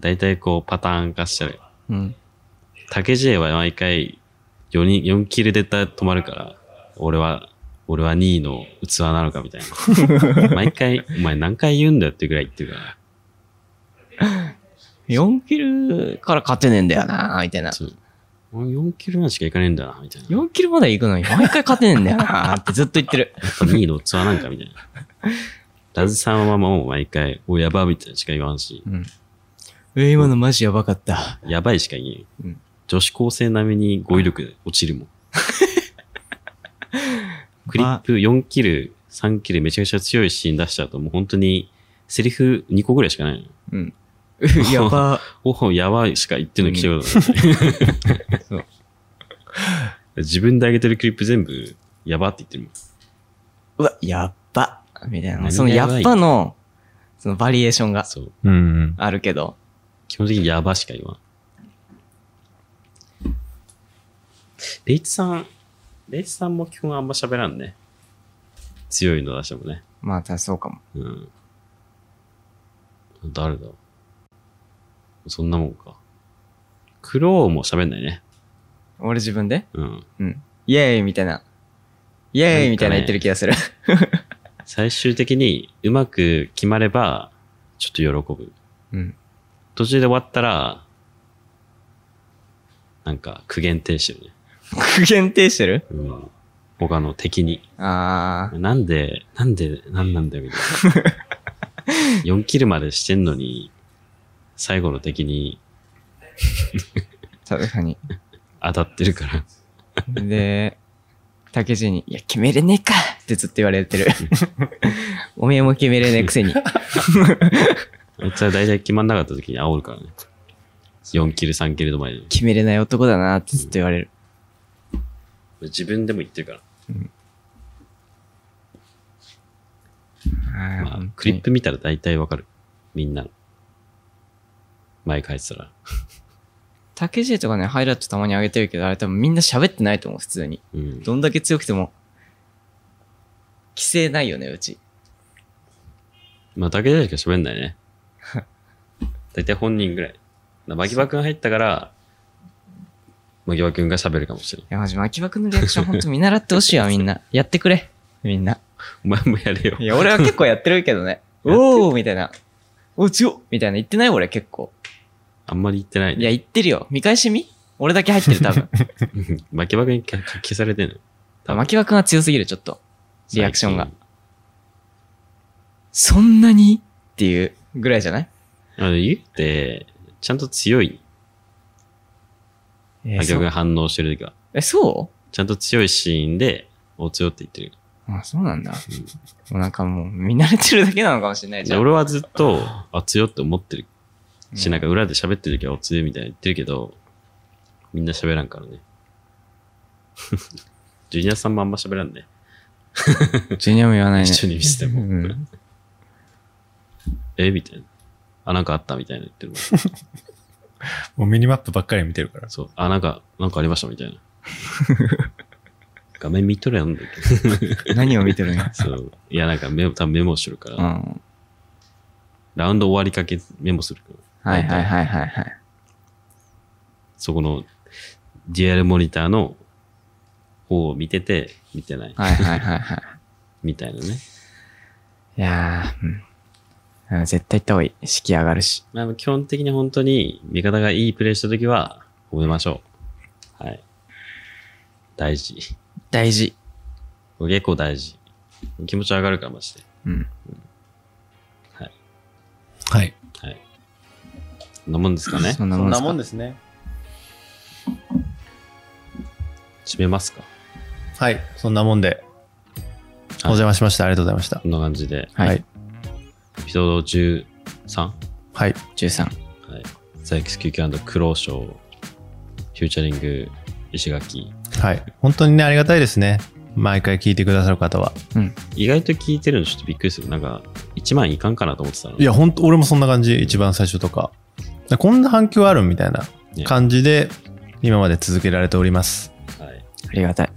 Speaker 1: 大体こうパターン化してる。
Speaker 2: うん。
Speaker 1: 竹 J は毎回4人、4キルで止まるから、俺は、俺は2位の器なのかみたいな。毎回、お前何回言うんだよってぐらい言ってるから。
Speaker 2: 4キルから勝てねえんだよな、みたいな。
Speaker 1: そう。俺4キルまでしかいかねえんだな、みたいな。やっ
Speaker 2: 4キルまで行くのに毎回勝てねえんだよな、ってずっと言ってる。
Speaker 1: ぱ2位の器なんかみたいな。 ラズさんはもう毎回、お、やばみたいなしか言わんし、
Speaker 2: うん。え、今のマジやばかった。
Speaker 1: やばいしか言えんよ。
Speaker 2: うん
Speaker 1: 女子高生並みに語彙力で落ちるも ん。クリップ4キル、3キルめちゃくちゃ強いシーン出しちゃうと、もう本当にセリフ2個ぐらいしかないの。
Speaker 2: うん。やば。
Speaker 1: おほ、やばいしか言ってんの聞いたことない。
Speaker 2: そう
Speaker 1: 自分で上げてるクリップ全部、やばって言ってるもん。
Speaker 2: うわ、やっば。みたいな。
Speaker 1: 何
Speaker 2: その
Speaker 1: がや
Speaker 2: や
Speaker 1: ばい
Speaker 2: っばの、そのバリエーションが
Speaker 1: そう。
Speaker 3: うんうん。
Speaker 2: あるけど。
Speaker 1: 基本的にやばしか言わん。レイチさん、レイチさんも基本あんま喋らんね。強いの出してもね。
Speaker 2: まあ、たそうかも。
Speaker 1: うん。誰だろうそんなもんか。クローも喋んないね。
Speaker 2: 俺自分で
Speaker 1: うん。
Speaker 2: うん。イエーイみたいな。イエーイみたいな言ってる気がする。
Speaker 1: 最終的にうまく決まれば、ちょっと喜ぶ。
Speaker 2: うん。
Speaker 1: 途中で終わったら、なんか苦言呈してるね。
Speaker 2: 苦言呈してる
Speaker 1: うん。他の敵に。
Speaker 2: あー。
Speaker 1: なんで、なんで、なんなんだよ、みたいな。4キルまでしてんのに、最後の敵に
Speaker 2: 確かに。
Speaker 1: 当たってるから。
Speaker 2: で、竹内に、いや、決めれねえかってずっと言われ てる。おめえも決めれねえくせに。
Speaker 1: あいつは大体決まんなかった時に煽るからね。4キル、3キルの前に。
Speaker 2: 決めれない男だなってずっと言われる。
Speaker 1: 自分でも言ってるから。まあ、クリップ見たら大体わかる。みんなの。前書いてたら。
Speaker 2: 竹内とかね、ハイライトたまに上げてるけど、あれ多分みんな喋ってないと思う、普通に。
Speaker 1: うん。
Speaker 2: どんだけ強くても。規制ないよね、うち。
Speaker 1: まあ、だけでしか喋んないね。大体本人ぐらい。な牧場くん入ったから、牧場くんが喋るかもしれない。
Speaker 2: いや、マジ、牧場くんのリアクションほんと見習ってほしいわ、みん な。やってくれ。みんな。
Speaker 1: お前もやれよ
Speaker 2: い。や、俺は結 構やってるけどね。おーみたいな。お、強っみたいな言ってない俺結構。
Speaker 1: あんまり言ってない
Speaker 2: い
Speaker 1: ね。
Speaker 2: や、言ってるよ。見返し見俺だけ入ってる、多 分。
Speaker 1: 牧場くんに消消されてんの。多分
Speaker 2: 牧場くんは強すぎる、ちょっと。リアクションが
Speaker 1: 最。
Speaker 2: そんなにっていうぐらいじゃない
Speaker 1: 近。あの、言って、ちゃんと強い。
Speaker 2: えー
Speaker 1: 牧場
Speaker 2: そ
Speaker 1: くん
Speaker 2: う
Speaker 1: が反応してる時は。
Speaker 2: え、そ
Speaker 1: ちゃんと強いシーンで、お強って言ってる。
Speaker 2: うあ、そうなんだ。もうなんかもう、見慣れてるだけなのかもしれないじ
Speaker 1: で
Speaker 2: ゃん。
Speaker 1: 俺はずっと、あ、強って思ってるし、
Speaker 2: うん
Speaker 1: なんか裏で喋ってる時はお強いみたいな言ってるけど、みんな喋らんからね。 ジュニアさんもあんま喋らんね。
Speaker 2: ジュニアも言わないね。
Speaker 1: 一緒に見せても
Speaker 2: うん
Speaker 1: えみたいな。あ、なんかあったみたいな言ってるもん。
Speaker 3: もうミニマップばっかり見てるから。
Speaker 1: そう。あ、なんか、なんかありましたみたい な。画面見とれやんだけど。
Speaker 2: 何を見てるん や。
Speaker 1: そう。いや、なんかメモ、多分メモしてるから、
Speaker 2: うん。
Speaker 1: ラウンド終わりかけメモするから。
Speaker 2: はいは
Speaker 1: 大
Speaker 2: い
Speaker 1: 体
Speaker 2: はいはいはい。
Speaker 1: そこの、DL モニターの方を見てて、見てない。
Speaker 2: はいはいはいはい。
Speaker 1: みたいなね。
Speaker 2: いやー、うんうん。絶対行った方がいい。式上がるし。
Speaker 1: まあ、基本的に本当に味方がいいプレイしたときは褒めましょう。はい。大事。
Speaker 2: 大事。
Speaker 1: これ結構大事。気持ち上がるから、マジで。
Speaker 2: うん。
Speaker 1: はい。
Speaker 3: はい。
Speaker 1: はい。そんなもんですかね
Speaker 2: そ。んなもんですか
Speaker 3: ですね。
Speaker 1: 締めますか。
Speaker 3: はい。そんなもんで。お
Speaker 1: はい
Speaker 3: 邪魔しました。ありがとうございました
Speaker 1: こ。んな感じで、
Speaker 2: はい。
Speaker 1: エピソード 13? は
Speaker 3: はい。
Speaker 2: 13。
Speaker 1: い。ザイクスキューキクローショー、フューチャリング、石垣。
Speaker 3: はい。本当にね、ありがたいですね。毎回聞いてくださる方は。
Speaker 2: うん。
Speaker 1: 意外と聞いてるのちょっとびっくりする。なんか、1万いかんかなと思ってたの。
Speaker 3: いや、本当俺もそんな感じ。一番最初とか。こんな反響あるみたいな
Speaker 1: ね
Speaker 3: 感じで、今まで続けられております。
Speaker 1: はい。
Speaker 2: ありがたい。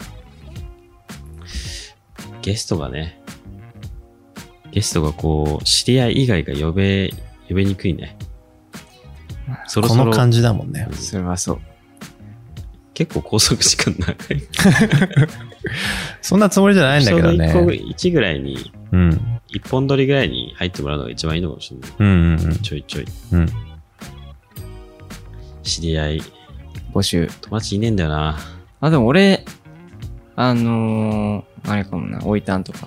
Speaker 1: ゲストがね、ゲストがこう、知り合い以外が呼べ、呼べにくいね。そろ
Speaker 3: こ
Speaker 1: そろ
Speaker 3: の感じだもんね。
Speaker 2: それはそう。
Speaker 1: 結構拘束時間長い。
Speaker 3: そんなつもりじゃないんだけど
Speaker 1: エピソード
Speaker 3: ね。
Speaker 1: 1個1ぐらいに、
Speaker 3: うん。
Speaker 1: 1本撮りぐらいに入ってもらうのが一番いいのかもしれない。
Speaker 3: うんうんうん
Speaker 1: ちょいちょい。
Speaker 3: うん。
Speaker 1: 知り合い、
Speaker 2: 募集。
Speaker 1: 友達いねえんだよな。
Speaker 2: あ、でも俺、あのー、あれかもな、おいたんとか。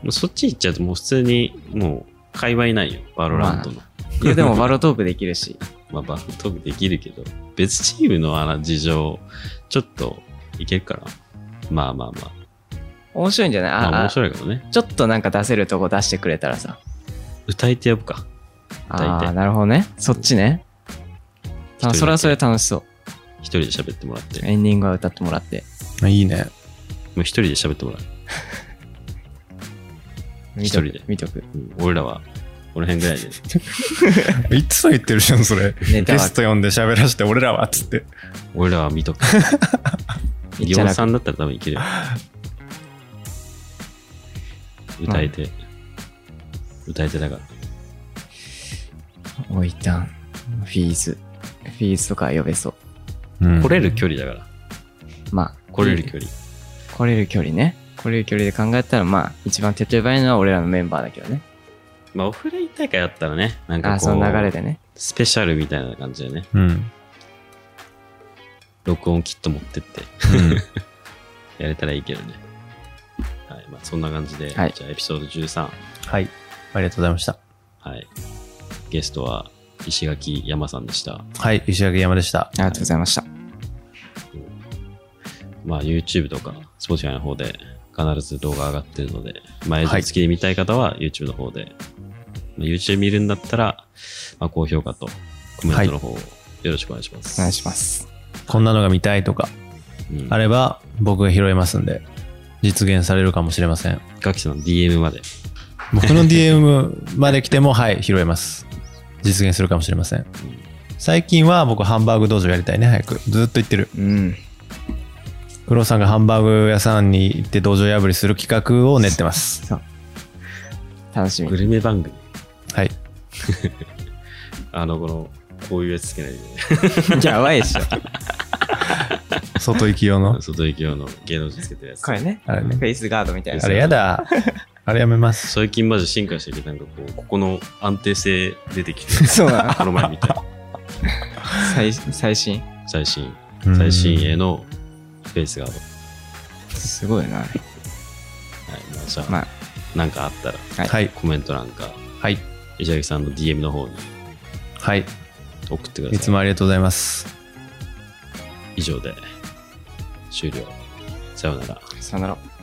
Speaker 1: もうそっち行っちゃうともう普通に、もう、会話いないよ。バロラントの。
Speaker 2: いや、でもバロトークできる し。
Speaker 1: まあ、バロトークできるけど、別チームのあの事情、ちょっといけるから。まあまあまあ。
Speaker 2: 面白いんじゃない
Speaker 1: まあ
Speaker 2: あ、
Speaker 1: 面
Speaker 2: あ、ちょ
Speaker 1: 白いけどね。
Speaker 2: っとなんか出せるとこ出してくれたらさ。
Speaker 1: 歌い手呼ぶか。
Speaker 2: あ
Speaker 1: 大
Speaker 2: あ、
Speaker 1: 体
Speaker 2: なるほどね。そっちね。
Speaker 1: 人だ
Speaker 2: あ
Speaker 1: け
Speaker 2: それはそれで楽しそう。
Speaker 1: 一人で喋ってもらって。も
Speaker 2: エンディングは歌ってもらって。
Speaker 3: あいいね。
Speaker 1: う一人で喋ってもらう。
Speaker 2: 見とく
Speaker 1: 一人で
Speaker 2: 見とく。
Speaker 1: うん俺らは、この辺ぐらい で。
Speaker 3: いつも言ってるじゃん、それ。
Speaker 2: ネタ
Speaker 3: ゲ
Speaker 2: は
Speaker 3: スト呼んで喋らせて、俺らは、つって。
Speaker 1: 俺らは見とく。
Speaker 2: 言っ
Speaker 1: リ
Speaker 2: ちゃ
Speaker 1: オ
Speaker 2: なく
Speaker 1: ンさんだったら多分いけるよ。歌い手。歌い手だから。
Speaker 2: おいたん。フィーズ。フィーズとか呼べそう。
Speaker 1: 来れる距離だから。
Speaker 2: まあ。
Speaker 1: 来れる距離。
Speaker 2: 来れる距離ね。来れる距離で考えたら、まあ、一番手っ取り早いのは俺らのメンバーだけどね。
Speaker 1: まあ、オフライン大会やったらね、なん
Speaker 2: あ
Speaker 1: か
Speaker 2: あ、
Speaker 1: こ
Speaker 2: その流れ
Speaker 1: う、
Speaker 2: でね。
Speaker 1: スペシャルみたいな感じでね、
Speaker 3: うん。うん。
Speaker 1: 録音キット持ってって、やれたらいいけどね。はい、まあ、そんな感じで、
Speaker 2: はい
Speaker 1: じゃあエピソード13。
Speaker 3: はい。ありがとうございました。
Speaker 1: はい。ゲストは石垣山さんでした。
Speaker 3: はい。石垣山でした。
Speaker 2: ありがとうございました。
Speaker 1: まあ YouTube とか Spotify の方で必ず動画上がってるので、まあ映
Speaker 3: は
Speaker 1: 像
Speaker 3: い
Speaker 1: 付きで見たい方は YouTube の方で、まあ YouTube 見るんだったら、まあ高評価とコメントの方をよろしくお願いします。
Speaker 2: お願いします。
Speaker 3: こんなのが見たいとか
Speaker 1: うん
Speaker 3: あれば僕が拾いますんで実現されるかもしれま せん
Speaker 1: ガキさんの DM まで。
Speaker 3: 僕の DM まで来てもはい拾えます実現するかもしれません最近は僕ハンバーグ道場やりたいね早くずっと言ってる
Speaker 4: うん。
Speaker 3: 黒さんがハンバーグ屋さんに行って道場破りする企画を練ってます
Speaker 2: 楽しみ
Speaker 1: グ。ルメ番組。
Speaker 3: はい
Speaker 1: あの、この、こういうやつつけないで、
Speaker 4: やばいっしょ。
Speaker 3: 外行き 用の
Speaker 1: 外行き用の芸能人つけてるやつ。
Speaker 4: これね。
Speaker 3: あれ
Speaker 4: フ
Speaker 3: ね
Speaker 4: ェイスガードみたいな。、
Speaker 3: あれ やだあれやめます
Speaker 1: 最近マジ進化してきて、なんかこう、ここの安定性出てきて
Speaker 4: そうなの
Speaker 1: この前みたいな。
Speaker 4: 最最新。
Speaker 1: 最新、
Speaker 3: うん
Speaker 1: 最新鋭のフェイスガード。
Speaker 4: すごいな。
Speaker 1: はい、まあ、じゃあ、
Speaker 4: まあ
Speaker 1: なんかあったら、
Speaker 4: はい
Speaker 3: はい
Speaker 1: コメント欄か、
Speaker 3: はい
Speaker 1: 石垣さんの DM の方に
Speaker 3: はい
Speaker 1: 送ってください。
Speaker 3: いつもありがとうございます
Speaker 1: 以上で終了。さようなら。
Speaker 2: さよなら。